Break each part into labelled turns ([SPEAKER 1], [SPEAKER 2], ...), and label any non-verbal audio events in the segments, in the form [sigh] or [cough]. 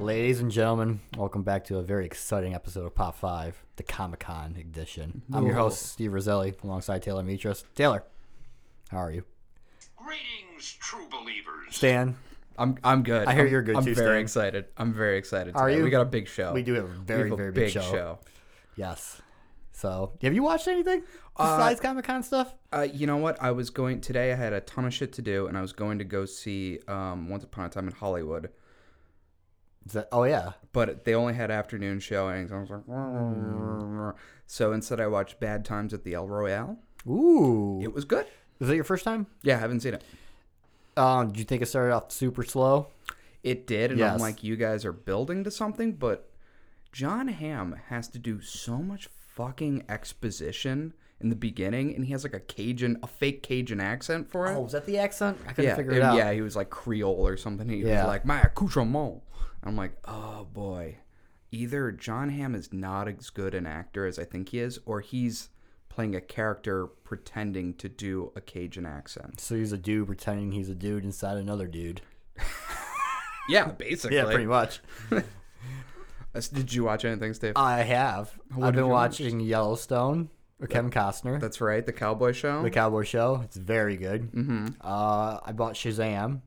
[SPEAKER 1] Ladies and gentlemen, welcome back to a very exciting episode of Pop 5, the Comic Con edition. I'm your host, Steve Roselli, alongside Taylor Mitros. Taylor, how are you?
[SPEAKER 2] Greetings, true believers.
[SPEAKER 1] Stan,
[SPEAKER 3] I'm I'm good.
[SPEAKER 1] I hear
[SPEAKER 3] I'm-
[SPEAKER 1] you're good
[SPEAKER 3] I'm
[SPEAKER 1] too,
[SPEAKER 3] very
[SPEAKER 1] Stan.
[SPEAKER 3] excited. I'm very excited.
[SPEAKER 1] Are
[SPEAKER 3] today.
[SPEAKER 1] you?
[SPEAKER 3] We got a big show.
[SPEAKER 1] we do have a
[SPEAKER 3] Oh, We
[SPEAKER 1] very,
[SPEAKER 3] have a
[SPEAKER 1] very
[SPEAKER 3] big
[SPEAKER 1] big, show. Yes. So, have you watched anything besides Comic Con stuff?
[SPEAKER 3] Uh, you know what? I was going today. I had a ton of shit to do, and I was going to go see um, Once Upon a Time in Hollywood,
[SPEAKER 1] Is that, oh, yeah.
[SPEAKER 3] but they only had afternoon showings. I was like, so instead, I watched Bad Times at the El Royale.
[SPEAKER 1] Ooh.
[SPEAKER 3] It was good.
[SPEAKER 1] Is that your first time?
[SPEAKER 3] Yeah, I haven't seen it.
[SPEAKER 1] Um, did you think it started off super slow?
[SPEAKER 3] It did, and
[SPEAKER 1] Yes.
[SPEAKER 3] I'm like, you guys are building to something, but John Hamm has to do so much fucking exposition in the beginning, and he has like a Cajun, a fake Cajun accent for it.
[SPEAKER 1] Oh, was that the accent? I couldn't
[SPEAKER 3] yeah,
[SPEAKER 1] figure it
[SPEAKER 3] and
[SPEAKER 1] out.
[SPEAKER 3] yeah, he was like Creole or something. He
[SPEAKER 1] Yeah.
[SPEAKER 3] was like my accoutrement. I'm like, oh boy, either John Hamm is not as good an actor as I think he is, or he's playing a character pretending to do a Cajun accent.
[SPEAKER 1] So he's a dude pretending he's a dude inside another dude.
[SPEAKER 3] Yeah,
[SPEAKER 1] [laughs]
[SPEAKER 3] basically.
[SPEAKER 1] Yeah, pretty much.
[SPEAKER 3] Uh, Did you watch anything, Steve?
[SPEAKER 1] I have. I've
[SPEAKER 3] did
[SPEAKER 1] been
[SPEAKER 3] you watch?
[SPEAKER 1] watching Yellowstone with Kevin Costner,
[SPEAKER 3] That's right, the Cowboy Show.
[SPEAKER 1] the Cowboy Show. It's very good. Mm-hmm. Uh, I bought Shazam.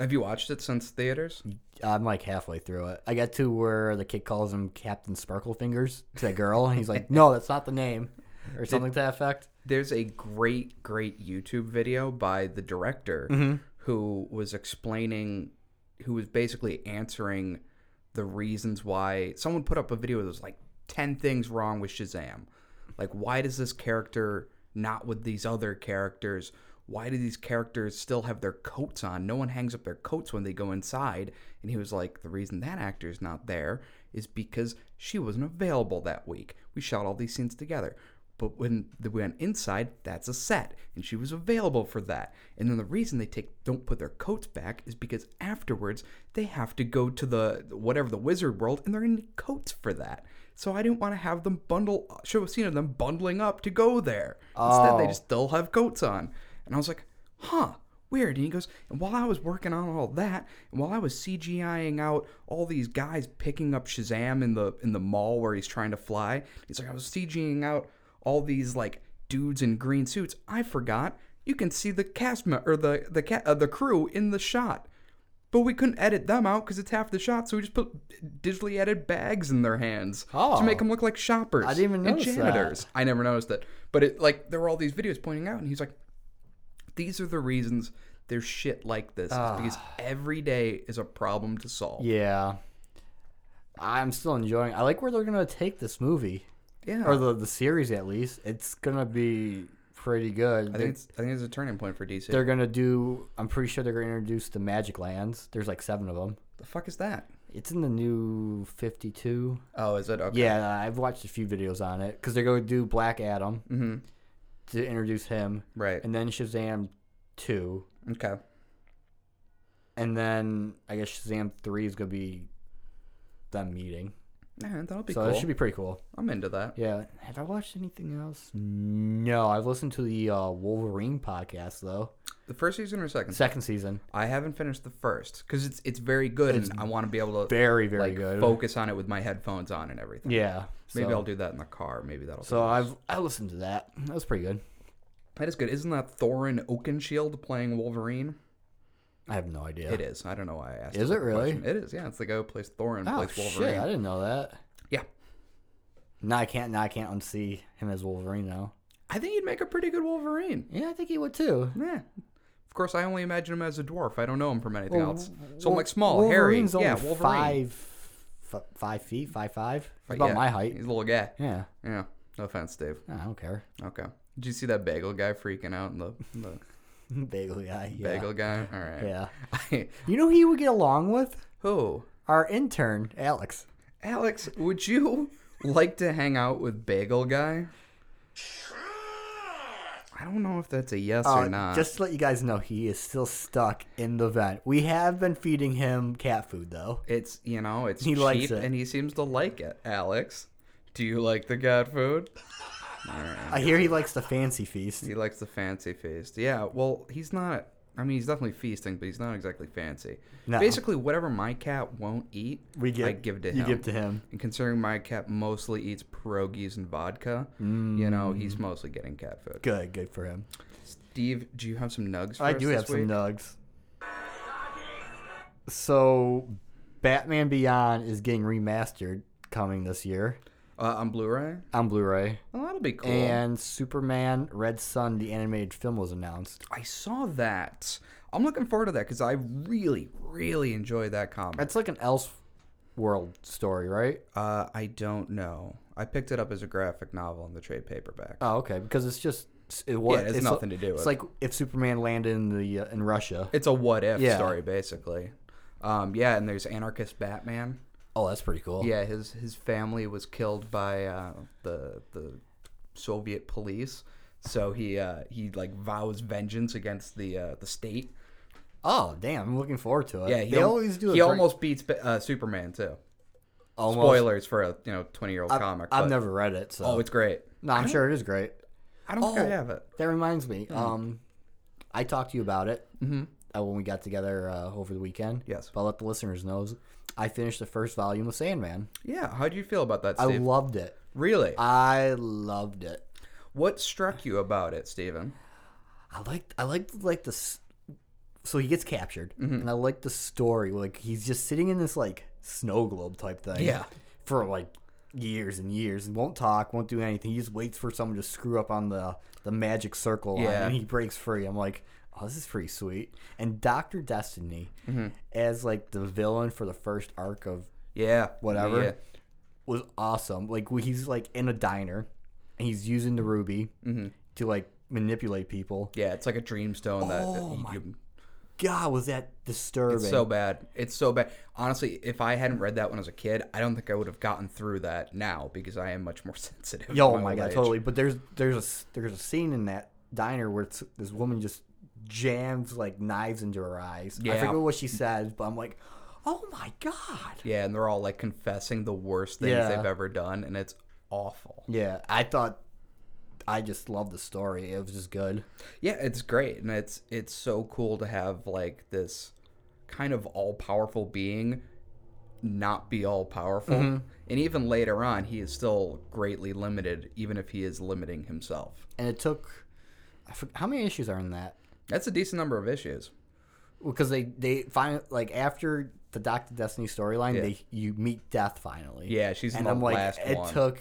[SPEAKER 3] Have you watched it since theaters?
[SPEAKER 1] I'm like halfway through it. I got to where the kid calls him Captain Sparkle Fingers to that girl, and he's like, "No, that's not the name," or something to that effect.
[SPEAKER 3] There's a great, great YouTube video by the director who was explaining, who was basically answering the reasons why someone put up a video that was like 10 things wrong with Shazam. Like, why does this character not with these other characters? Why do these characters still have their coats on? No one hangs up their coats when they go inside. And he was like, the reason that actor's not there is because she wasn't available that week. We shot all these scenes together. But when they went inside, that's a set, and she was available for that. And then the reason they take don't put their coats back is because afterwards they have to go to the whatever the wizard world, and they're in coats for that. So I didn't want to have them bundle show a scene of them bundling up to go there. Instead,
[SPEAKER 1] Oh.
[SPEAKER 3] they just still have coats on. And I was like, huh, weird. And he goes, and while I was working on all that, and while I was CGIing out all these guys picking up Shazam in the in the mall where he's trying to fly, he's like, I was CGIing out all these like dudes in green suits. I forgot you can see the cast me- or the the ca- uh, the crew in the shot. But we couldn't edit them out because it's half the shot, so we just put digitally edited bags in their hands
[SPEAKER 1] Oh.
[SPEAKER 3] to make them look like shoppers.
[SPEAKER 1] I didn't even
[SPEAKER 3] and
[SPEAKER 1] notice that.
[SPEAKER 3] janitors. I never noticed it, but it like there were all these videos pointing out, and he's like, "These are the reasons there's shit like this is because every day is a problem to solve."
[SPEAKER 1] Ah. Yeah, I'm still enjoying. I like where they're gonna take this movie
[SPEAKER 3] Yeah.
[SPEAKER 1] or the the series at least. It's gonna be pretty good.
[SPEAKER 3] I think it's I think it's a turning point for DC.
[SPEAKER 1] they're gonna do. I'm pretty sure they're gonna introduce the Magic Lands. There's like seven of them.
[SPEAKER 3] the fuck is that?
[SPEAKER 1] It's in the new 52.
[SPEAKER 3] Oh, is it? Okay.
[SPEAKER 1] Yeah, I've watched a few videos on it because they're going to do Black Adam to introduce him,
[SPEAKER 3] Right.
[SPEAKER 1] and then Shazam 2,
[SPEAKER 3] Okay.
[SPEAKER 1] and then I guess Shazam 3 is going to be them meeting.
[SPEAKER 3] Yeah, that'll be
[SPEAKER 1] so
[SPEAKER 3] cool.
[SPEAKER 1] it should be pretty cool.
[SPEAKER 3] I'm into that.
[SPEAKER 1] Yeah. Have I watched anything else? No, I've listened to the uh, Wolverine podcast though.
[SPEAKER 3] The first season or second?
[SPEAKER 1] Second season,
[SPEAKER 3] I haven't finished the first because it's it's very good, and I want to be able to
[SPEAKER 1] very very
[SPEAKER 3] like
[SPEAKER 1] good.
[SPEAKER 3] focus on it with my headphones on and everything.
[SPEAKER 1] Yeah.
[SPEAKER 3] Maybe
[SPEAKER 1] so,
[SPEAKER 3] I'll do that in the car. Maybe that'll.
[SPEAKER 1] So I've I listened to that. That was pretty good.
[SPEAKER 3] That is good. Isn't that Thorin Oakenshield playing Wolverine?
[SPEAKER 1] I have no idea.
[SPEAKER 3] It is. I don't know why I asked.
[SPEAKER 1] Is
[SPEAKER 3] that
[SPEAKER 1] it really?
[SPEAKER 3] question. It is. Yeah, it's the guy who plays Thorin
[SPEAKER 1] Oh
[SPEAKER 3] plays Wolverine.
[SPEAKER 1] shit! I didn't know that.
[SPEAKER 3] Yeah,
[SPEAKER 1] No, I can't. Now I can't unsee him as Wolverine now.
[SPEAKER 3] I think he'd make a pretty good Wolverine.
[SPEAKER 1] Yeah, I think he would too.
[SPEAKER 3] Yeah. Of course, I only imagine him as a dwarf. I don't know him from anything
[SPEAKER 1] Well,
[SPEAKER 3] else. So I'm like small,
[SPEAKER 1] Wolverine's
[SPEAKER 3] hairy.
[SPEAKER 1] only
[SPEAKER 3] Yeah, Wolverine.
[SPEAKER 1] five, f- five feet, five five. That's
[SPEAKER 3] But
[SPEAKER 1] about
[SPEAKER 3] yeah,
[SPEAKER 1] my height.
[SPEAKER 3] He's a little guy.
[SPEAKER 1] Yeah,
[SPEAKER 3] Yeah. No offense, Dave.
[SPEAKER 1] I don't care. [laughs]
[SPEAKER 3] Okay. Did you see that bagel guy freaking out? In the, the
[SPEAKER 1] Bagel guy. [laughs] Yeah.
[SPEAKER 3] bagel guy. All right.
[SPEAKER 1] Yeah.
[SPEAKER 3] [laughs] I,
[SPEAKER 1] You know who he would get along with?
[SPEAKER 3] who?
[SPEAKER 1] Our intern, Alex.
[SPEAKER 3] Alex, would you like to hang out with Bagel Guy? I don't know if that's a yes or
[SPEAKER 1] Uh,
[SPEAKER 3] not.
[SPEAKER 1] Just to let you guys know, he is still stuck in the vent. We have been feeding him cat food though.
[SPEAKER 3] it's you know, it's
[SPEAKER 1] He
[SPEAKER 3] cheap
[SPEAKER 1] likes it.
[SPEAKER 3] and he seems to like it. Alex, do you like the
[SPEAKER 1] [laughs]
[SPEAKER 3] cat food?
[SPEAKER 1] I hear he likes the fancy feast.
[SPEAKER 3] He likes the fancy feast. Yeah, well, he's not I mean, he's definitely feasting, but he's not exactly fancy.
[SPEAKER 1] No.
[SPEAKER 3] Basically, whatever my cat won't eat,
[SPEAKER 1] We give
[SPEAKER 3] I give it to
[SPEAKER 1] you
[SPEAKER 3] him.
[SPEAKER 1] give to him.
[SPEAKER 3] And considering my cat mostly eats pierogies and vodka,
[SPEAKER 1] Mm.
[SPEAKER 3] you know, he's mostly getting cat food.
[SPEAKER 1] Good, good for him.
[SPEAKER 3] Steve, do you have some nugs for
[SPEAKER 1] I
[SPEAKER 3] us
[SPEAKER 1] do
[SPEAKER 3] this
[SPEAKER 1] have some
[SPEAKER 3] week?
[SPEAKER 1] nugs. So, Batman Beyond is getting remastered coming this year
[SPEAKER 3] Uh, on Blu-ray?
[SPEAKER 1] on Blu-ray,
[SPEAKER 3] Oh, that'll be cool.
[SPEAKER 1] and Superman Red Sun, the animated film, was announced.
[SPEAKER 3] I saw that. I'm looking forward to that because I really, really enjoy that comic.
[SPEAKER 1] That's like an Elseworld story, right?
[SPEAKER 3] Uh, I don't know. I picked it up as a graphic novel in the trade paperback.
[SPEAKER 1] Oh, okay. Because it's just it was
[SPEAKER 3] it has
[SPEAKER 1] it's
[SPEAKER 3] nothing to do
[SPEAKER 1] It's
[SPEAKER 3] with-
[SPEAKER 1] like if Superman landed in the uh, in Russia.
[SPEAKER 3] It's a what if
[SPEAKER 1] Yeah.
[SPEAKER 3] story, basically. Um, yeah, and there's anarchist Batman.
[SPEAKER 1] Oh, that's pretty cool.
[SPEAKER 3] Yeah, his his family was killed by uh, the the Soviet police, so he uh, he like vows vengeance against the uh, the state.
[SPEAKER 1] Oh, damn! I'm looking forward to it.
[SPEAKER 3] Yeah, he
[SPEAKER 1] they
[SPEAKER 3] al-
[SPEAKER 1] always do. A
[SPEAKER 3] He
[SPEAKER 1] great-
[SPEAKER 3] almost beats Ba- uh, Superman too.
[SPEAKER 1] almost-
[SPEAKER 3] Spoilers for a you know twenty year old
[SPEAKER 1] I've-
[SPEAKER 3] comic.
[SPEAKER 1] I've
[SPEAKER 3] but-
[SPEAKER 1] never read it, so
[SPEAKER 3] Oh, it's great.
[SPEAKER 1] no, I'm sure it is great.
[SPEAKER 3] I don't think I
[SPEAKER 1] Oh.
[SPEAKER 3] have it.
[SPEAKER 1] That reminds me. Um, I talked to you about it uh, when we got together uh, over the weekend.
[SPEAKER 3] Yes.
[SPEAKER 1] But I'll let the listeners know. I finished the first volume of Sandman.
[SPEAKER 3] Yeah, how do you feel about that,
[SPEAKER 1] I
[SPEAKER 3] Steve?
[SPEAKER 1] loved it.
[SPEAKER 3] really?
[SPEAKER 1] I loved it.
[SPEAKER 3] what struck you about it, Steven?
[SPEAKER 1] I liked. I liked like the. s- So he gets captured,
[SPEAKER 3] Mm-hmm.
[SPEAKER 1] and I like the story. Like he's just sitting in this like snow globe type thing.
[SPEAKER 3] Yeah.
[SPEAKER 1] For like years and years, and won't talk, won't do anything. He just waits for someone to screw up on the the magic circle line,
[SPEAKER 3] Yeah.
[SPEAKER 1] and he breaks free. I'm like. Oh, this is pretty sweet. And Doctor Destiny,
[SPEAKER 3] Mm-hmm.
[SPEAKER 1] as like the villain for the first arc of
[SPEAKER 3] Yeah,
[SPEAKER 1] whatever
[SPEAKER 3] yeah.
[SPEAKER 1] was awesome. Like wh- he's like in a diner, and he's using the ruby
[SPEAKER 3] Mm-hmm.
[SPEAKER 1] to like manipulate people.
[SPEAKER 3] Yeah, it's like a dreamstone that, that
[SPEAKER 1] Oh
[SPEAKER 3] you-
[SPEAKER 1] my
[SPEAKER 3] you-
[SPEAKER 1] God, was that disturbing?
[SPEAKER 3] it's so bad. It's so bad. Honestly, if I hadn't read that when I was a kid, I don't think I would have gotten through that now because I am much more [laughs] sensitive.
[SPEAKER 1] Yo,
[SPEAKER 3] to
[SPEAKER 1] oh my
[SPEAKER 3] old
[SPEAKER 1] god,
[SPEAKER 3] age.
[SPEAKER 1] totally. But there's there's a s- there's a scene in that diner where it's, this woman just jams like knives into her eyes. I
[SPEAKER 3] Yeah.
[SPEAKER 1] forget what she says, but I'm like, oh my god.
[SPEAKER 3] Yeah, and they're all like confessing the worst things
[SPEAKER 1] Yeah.
[SPEAKER 3] they've ever done, and it's awful.
[SPEAKER 1] Yeah, I thought I just loved the story. It was just good.
[SPEAKER 3] Yeah, it's great, and it's it's so cool to have like this kind of all powerful being not be all powerful,
[SPEAKER 1] Mm-hmm.
[SPEAKER 3] and even later on, he is still greatly limited, even if he is limiting himself.
[SPEAKER 1] And it took I for, how many issues are in that?
[SPEAKER 3] That's a decent number of issues.
[SPEAKER 1] Because they they find like after the Doctor Destiny storyline,
[SPEAKER 3] Yeah.
[SPEAKER 1] they you meet Death finally.
[SPEAKER 3] Yeah, she's in
[SPEAKER 1] and
[SPEAKER 3] the
[SPEAKER 1] I'm like,
[SPEAKER 3] last
[SPEAKER 1] it
[SPEAKER 3] one.
[SPEAKER 1] took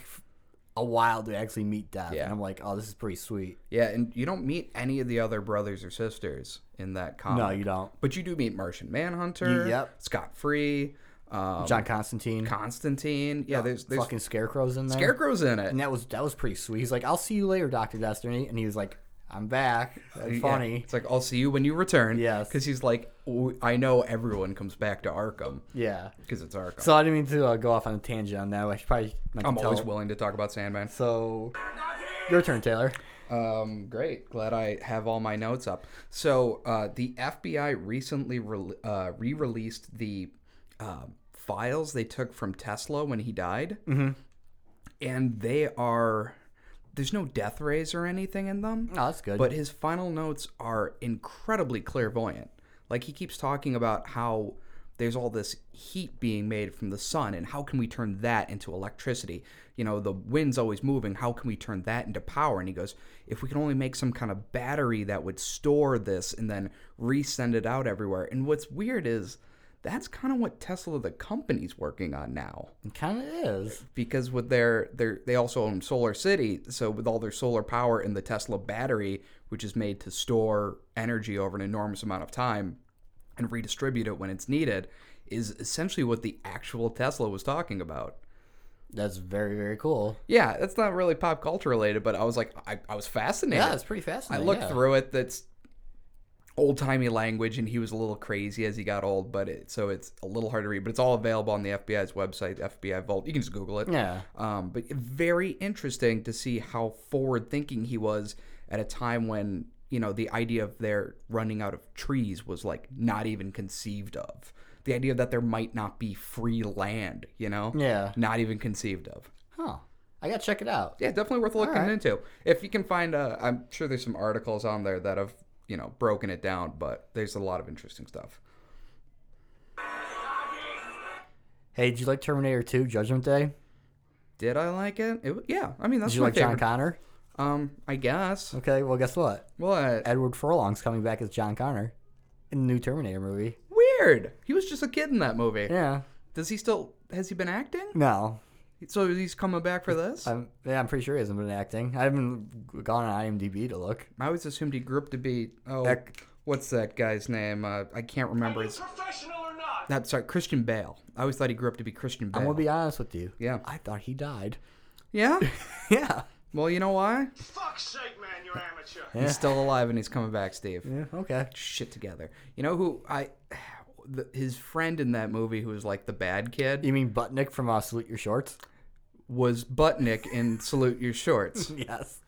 [SPEAKER 1] a while to actually meet Death,
[SPEAKER 3] Yeah.
[SPEAKER 1] and I'm like, oh, this is pretty sweet.
[SPEAKER 3] Yeah, and you don't meet any of the other brothers or sisters in that comic.
[SPEAKER 1] No, you don't.
[SPEAKER 3] But you do meet Martian Manhunter.
[SPEAKER 1] Yep.
[SPEAKER 3] Scott Free. Um,
[SPEAKER 1] John Constantine.
[SPEAKER 3] Constantine. Yeah, there's there's
[SPEAKER 1] fucking scarecrows in there.
[SPEAKER 3] scarecrows in it.
[SPEAKER 1] and that was that was pretty sweet. He's like, "I'll see you later, Doctor Destiny," and he was like, "I'm back." That's
[SPEAKER 3] Yeah,
[SPEAKER 1] funny.
[SPEAKER 3] It's like I'll see you when you return.
[SPEAKER 1] Yes.
[SPEAKER 3] Because he's like, "Oh, I know everyone comes back to Arkham
[SPEAKER 1] Yeah.
[SPEAKER 3] because it's Arkham.
[SPEAKER 1] So I didn't mean to uh, go off on a tangent on that. I should probably. I can
[SPEAKER 3] I'm always
[SPEAKER 1] tell.
[SPEAKER 3] willing to talk about Sandman.
[SPEAKER 1] So, your turn, Taylor.
[SPEAKER 3] Um, great. Glad I have all my notes up. So uh, the FBI recently re- uh, re-released the uh, files they took from Tesla when he died, mm-hmm. and they are there's no death rays or anything in them.
[SPEAKER 1] No, Oh, that's good.
[SPEAKER 3] But his final notes are incredibly clairvoyant. Like he keeps talking about how there's all this heat being made from the sun and how can we turn that into electricity? You know, the wind's always moving, how can we turn that into power? And he goes, if we can only make some kind of battery that would store this and then resend it out everywhere. And what's weird is that's kind of what Tesla the company's working on now
[SPEAKER 1] it kind of is.
[SPEAKER 3] because with their their they also own Solar City, so with all their solar power and the Tesla battery, which is made to store energy over an enormous amount of time and redistribute it when it's needed, is essentially what the actual Tesla was talking about.
[SPEAKER 1] That's very very cool.
[SPEAKER 3] Yeah, that's not really pop culture related, but I was like, I, I was fascinated.
[SPEAKER 1] Yeah, it's pretty
[SPEAKER 3] I
[SPEAKER 1] fascinating.
[SPEAKER 3] looked
[SPEAKER 1] yeah.
[SPEAKER 3] through it. That's old timey language, and he was a little crazy as he got old. But it, so it's a little hard to read. But it's all available on the FBI's website, FBI Vault. You can just Google it.
[SPEAKER 1] Yeah.
[SPEAKER 3] Um, but very interesting to see how forward thinking he was at a time when you know the idea of their running out of trees was like not even conceived of. The idea that there might not be free land, you know,
[SPEAKER 1] Yeah.
[SPEAKER 3] not even conceived of.
[SPEAKER 1] Huh. I gotta check it out.
[SPEAKER 3] Yeah, definitely worth looking
[SPEAKER 1] right.
[SPEAKER 3] into. If you can find, uh, I'm sure there's some articles on there that have you know, broken it down, but there's a lot of interesting stuff.
[SPEAKER 1] Hey, did you like Terminator 2 Judgment Day?
[SPEAKER 3] Did I like it? it yeah, I mean that's
[SPEAKER 1] Did you
[SPEAKER 3] my
[SPEAKER 1] like John
[SPEAKER 3] favorite.
[SPEAKER 1] Connor?
[SPEAKER 3] um, I guess.
[SPEAKER 1] Okay, well, guess what?
[SPEAKER 3] What?
[SPEAKER 1] Edward Furlong's coming back as John Connor in the new Terminator movie.
[SPEAKER 3] Weird. He was just a kid in that movie.
[SPEAKER 1] Yeah.
[SPEAKER 3] Does he still? Has he been acting?
[SPEAKER 1] No.
[SPEAKER 3] So he's coming back for this?
[SPEAKER 1] I'm, yeah, I'm pretty sure he hasn't been acting. I haven't gone on IMDb to look.
[SPEAKER 3] I always assumed he grew up to be. Oh,
[SPEAKER 1] Ec-
[SPEAKER 3] what's that guy's name? Uh, I can't remember.
[SPEAKER 2] Are you
[SPEAKER 3] His,
[SPEAKER 2] professional or not?
[SPEAKER 3] that's sorry, Christian Bale. I always thought he grew up to be Christian Bale.
[SPEAKER 1] I'm going to be honest with you.
[SPEAKER 3] Yeah.
[SPEAKER 1] I thought he died. [laughs]
[SPEAKER 3] Yeah.
[SPEAKER 1] Yeah.
[SPEAKER 3] Well, you know why?
[SPEAKER 2] Fuck's sake, man, you're amateur.
[SPEAKER 1] Yeah.
[SPEAKER 3] He's still alive and he's coming back, Steve.
[SPEAKER 1] Yeah, okay.
[SPEAKER 3] Shit together. You know who I? [sighs] The, his friend in that movie, who was like the bad kid,
[SPEAKER 1] You mean Butnick from uh, Salute Your Shorts? [laughs]
[SPEAKER 3] was Buttnick in Salute Your
[SPEAKER 1] [laughs]
[SPEAKER 3] Shorts.
[SPEAKER 1] Yes.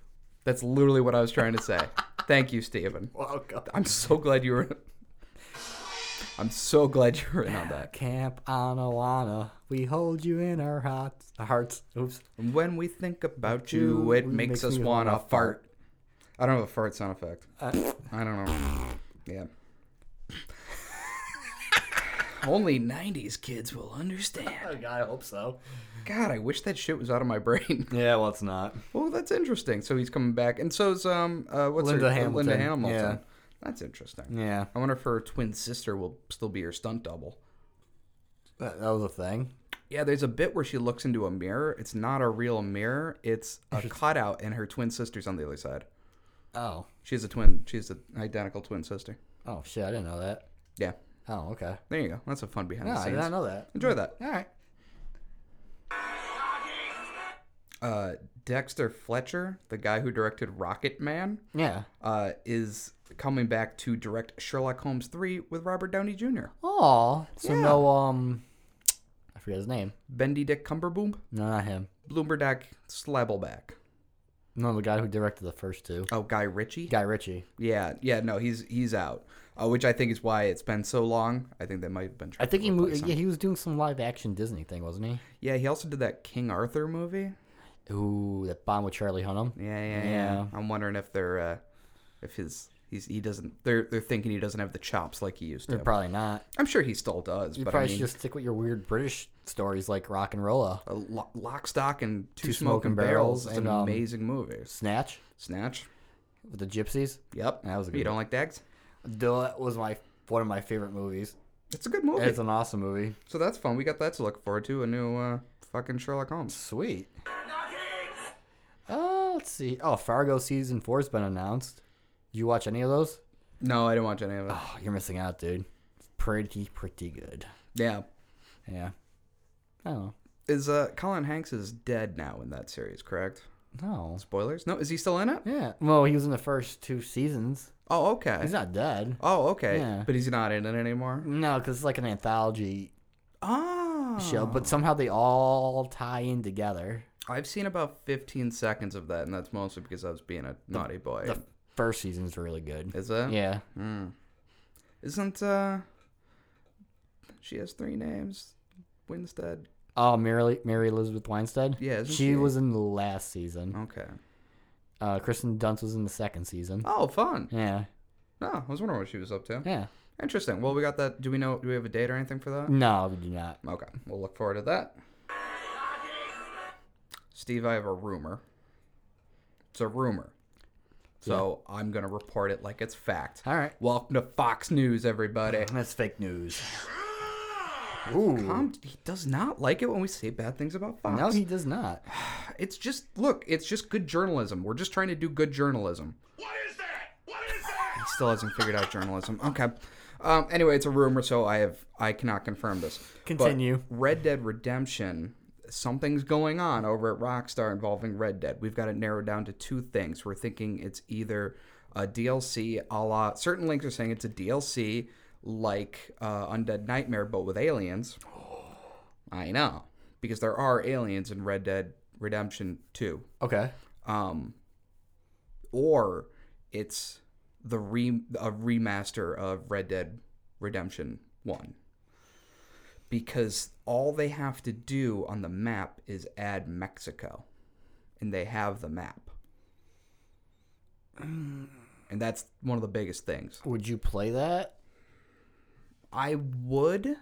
[SPEAKER 3] That's literally what I was trying to say. Thank you, Steven.
[SPEAKER 1] Welcome.
[SPEAKER 3] I'm so glad you were. I'm so glad you were in on that.
[SPEAKER 1] Camp Anawana, we hold you in our hearts. Hearts. Oops.
[SPEAKER 3] And When we think about you, it makes, us
[SPEAKER 1] me
[SPEAKER 3] wanna
[SPEAKER 1] wanna
[SPEAKER 3] fart. I don't have a fart sound effect.
[SPEAKER 1] Uh,
[SPEAKER 3] I don't know. Yeah. Only '90s kids will
[SPEAKER 1] [laughs]
[SPEAKER 3] understand.
[SPEAKER 1] I hope so.
[SPEAKER 3] God, I wish that shit was out of my brain. [laughs]
[SPEAKER 1] Yeah, well, it's not.
[SPEAKER 3] well, that's interesting. So he's coming back, and so's um, uh, what's
[SPEAKER 1] Linda
[SPEAKER 3] her? Linda
[SPEAKER 1] Hamilton.
[SPEAKER 3] Hamilton.
[SPEAKER 1] Yeah.
[SPEAKER 3] That's interesting.
[SPEAKER 1] Yeah,
[SPEAKER 3] I wonder if her twin sister will still be her stunt double.
[SPEAKER 1] that, that was a thing.
[SPEAKER 3] Yeah, there's a bit where she looks into a mirror. It's not a real mirror. It's a cutout, and her twin sister's on the other side.
[SPEAKER 1] Oh,
[SPEAKER 3] She has a twin. She has an identical twin sister.
[SPEAKER 1] oh shit, I didn't know that.
[SPEAKER 3] Yeah.
[SPEAKER 1] Oh, okay.
[SPEAKER 3] There you go. That's a fun behind
[SPEAKER 1] No,
[SPEAKER 3] the
[SPEAKER 1] I did
[SPEAKER 3] scenes.
[SPEAKER 1] not know that.
[SPEAKER 3] Enjoy that.
[SPEAKER 1] All right.
[SPEAKER 3] Uh, Dexter Fletcher, the guy who directed Rocket Man,
[SPEAKER 1] Yeah.
[SPEAKER 3] uh, is coming back to direct Sherlock Holmes 3 with Robert Downey Jr.
[SPEAKER 1] Oh, so
[SPEAKER 3] Yeah.
[SPEAKER 1] no, um, I forget his name.
[SPEAKER 3] Benedict Cumberboom,
[SPEAKER 1] No, not him.
[SPEAKER 3] Bloomberg Slabbleback.
[SPEAKER 1] No, the guy who directed the first two.
[SPEAKER 3] Oh, Guy Ritchie?
[SPEAKER 1] Guy Ritchie.
[SPEAKER 3] Yeah, yeah, no, he's he's out. Uh, which I think is why it's been so long. I think they might have been
[SPEAKER 1] I
[SPEAKER 3] trying
[SPEAKER 1] think
[SPEAKER 3] to
[SPEAKER 1] he moved.
[SPEAKER 3] replace him.
[SPEAKER 1] Yeah, he was doing some live action Disney thing, wasn't he?
[SPEAKER 3] Yeah, he also did that King Arthur movie.
[SPEAKER 1] Ooh, that bomb with Charlie Hunnam.
[SPEAKER 3] Yeah, yeah, yeah.
[SPEAKER 1] Yeah.
[SPEAKER 3] I'm wondering if they're uh, if his he's he doesn't they're they're thinking he doesn't have the chops like he used to.
[SPEAKER 1] Probably not.
[SPEAKER 3] I'm sure he still does,
[SPEAKER 1] You
[SPEAKER 3] but
[SPEAKER 1] probably
[SPEAKER 3] I mean,
[SPEAKER 1] should just stick with your weird British stories like Rock and Rolla,
[SPEAKER 3] a lo- Lock, Stock, and Two, Smoking Barrels is
[SPEAKER 1] and,
[SPEAKER 3] an
[SPEAKER 1] um,
[SPEAKER 3] amazing movie.
[SPEAKER 1] Snatch
[SPEAKER 3] Snatch.
[SPEAKER 1] with the Gypsies.
[SPEAKER 3] Yep,
[SPEAKER 1] That was a
[SPEAKER 3] You
[SPEAKER 1] good
[SPEAKER 3] don't like Dags?
[SPEAKER 1] That was my one of my favorite movies.
[SPEAKER 3] It's a good movie.
[SPEAKER 1] It's an awesome movie.
[SPEAKER 3] so that's fun. We got that to look forward to. A new uh, fucking Sherlock Holmes.
[SPEAKER 1] Sweet. Oh, let's see. Oh, Fargo season four has been announced. Did you watch any of those?
[SPEAKER 3] No, I didn't watch any of it.
[SPEAKER 1] Oh, you're missing out, dude. It's pretty, pretty good.
[SPEAKER 3] Yeah,
[SPEAKER 1] Yeah. I don't know.
[SPEAKER 3] is uh Colin Hanks is dead now in that series, correct?
[SPEAKER 1] No.
[SPEAKER 3] Spoilers? No, is he still in it?
[SPEAKER 1] Yeah. Well, he was in the first two seasons.
[SPEAKER 3] Oh, okay.
[SPEAKER 1] He's not dead.
[SPEAKER 3] Oh, okay.
[SPEAKER 1] Yeah.
[SPEAKER 3] But he's not in it anymore.
[SPEAKER 1] No, because it's like an anthology
[SPEAKER 3] Oh.
[SPEAKER 1] show, but somehow they all tie in together.
[SPEAKER 3] I've seen about 15 seconds of that, and that's mostly because I was being a naughty boy.
[SPEAKER 1] The first season's really good.
[SPEAKER 3] Is it? Hmm.
[SPEAKER 1] Yeah.
[SPEAKER 3] Isn't, uh. She has three names. Winstead.
[SPEAKER 1] Oh, Mary, Mary Elizabeth Weinstein.
[SPEAKER 3] Yeah, isn't
[SPEAKER 1] she,
[SPEAKER 3] she- Oh.
[SPEAKER 1] was in the last season.
[SPEAKER 3] Okay.
[SPEAKER 1] Uh, Kristen Dunst was in the second season.
[SPEAKER 3] Oh, fun.
[SPEAKER 1] Yeah,
[SPEAKER 3] No, I was wondering what she was up to.
[SPEAKER 1] yeah.
[SPEAKER 3] Interesting. Well, we got that. Do we know? Do we have a date or anything for that?
[SPEAKER 1] No, we do not.
[SPEAKER 3] Okay. We'll look forward to that. Steve, I have a rumor. It's a rumor. So I'm going to report it like it's fact.
[SPEAKER 1] All right. Uh-huh.
[SPEAKER 3] Welcome to Fox News, everybody.
[SPEAKER 1] That's fake news. Ooh.
[SPEAKER 3] Tom, he does not like it when we say bad things about Fox.
[SPEAKER 1] No, he does not.
[SPEAKER 3] it's just look, it's just good journalism. We're just trying to do good journalism.
[SPEAKER 2] What is that? What is that?
[SPEAKER 3] He still hasn't figured out journalism. Okay. Um, anyway, it's a rumor, so I have I cannot confirm this. But
[SPEAKER 1] Continue.
[SPEAKER 3] Red Dead Redemption. Something's going on over at Rockstar involving Red Dead. We've got it narrowed down to two things. We're thinking it's either a DLC, a la certain links are saying it's a DLC like uh, Undead Nightmare, but with aliens. [gasps] I know because there are aliens in Red Dead Redemption 2
[SPEAKER 1] Okay.
[SPEAKER 3] um, or it's the re- a remaster of Red Dead Redemption One, because all they have to do on the map is add Mexico, and they have the map. and that's one of the biggest things.
[SPEAKER 1] Would you play that?
[SPEAKER 3] I would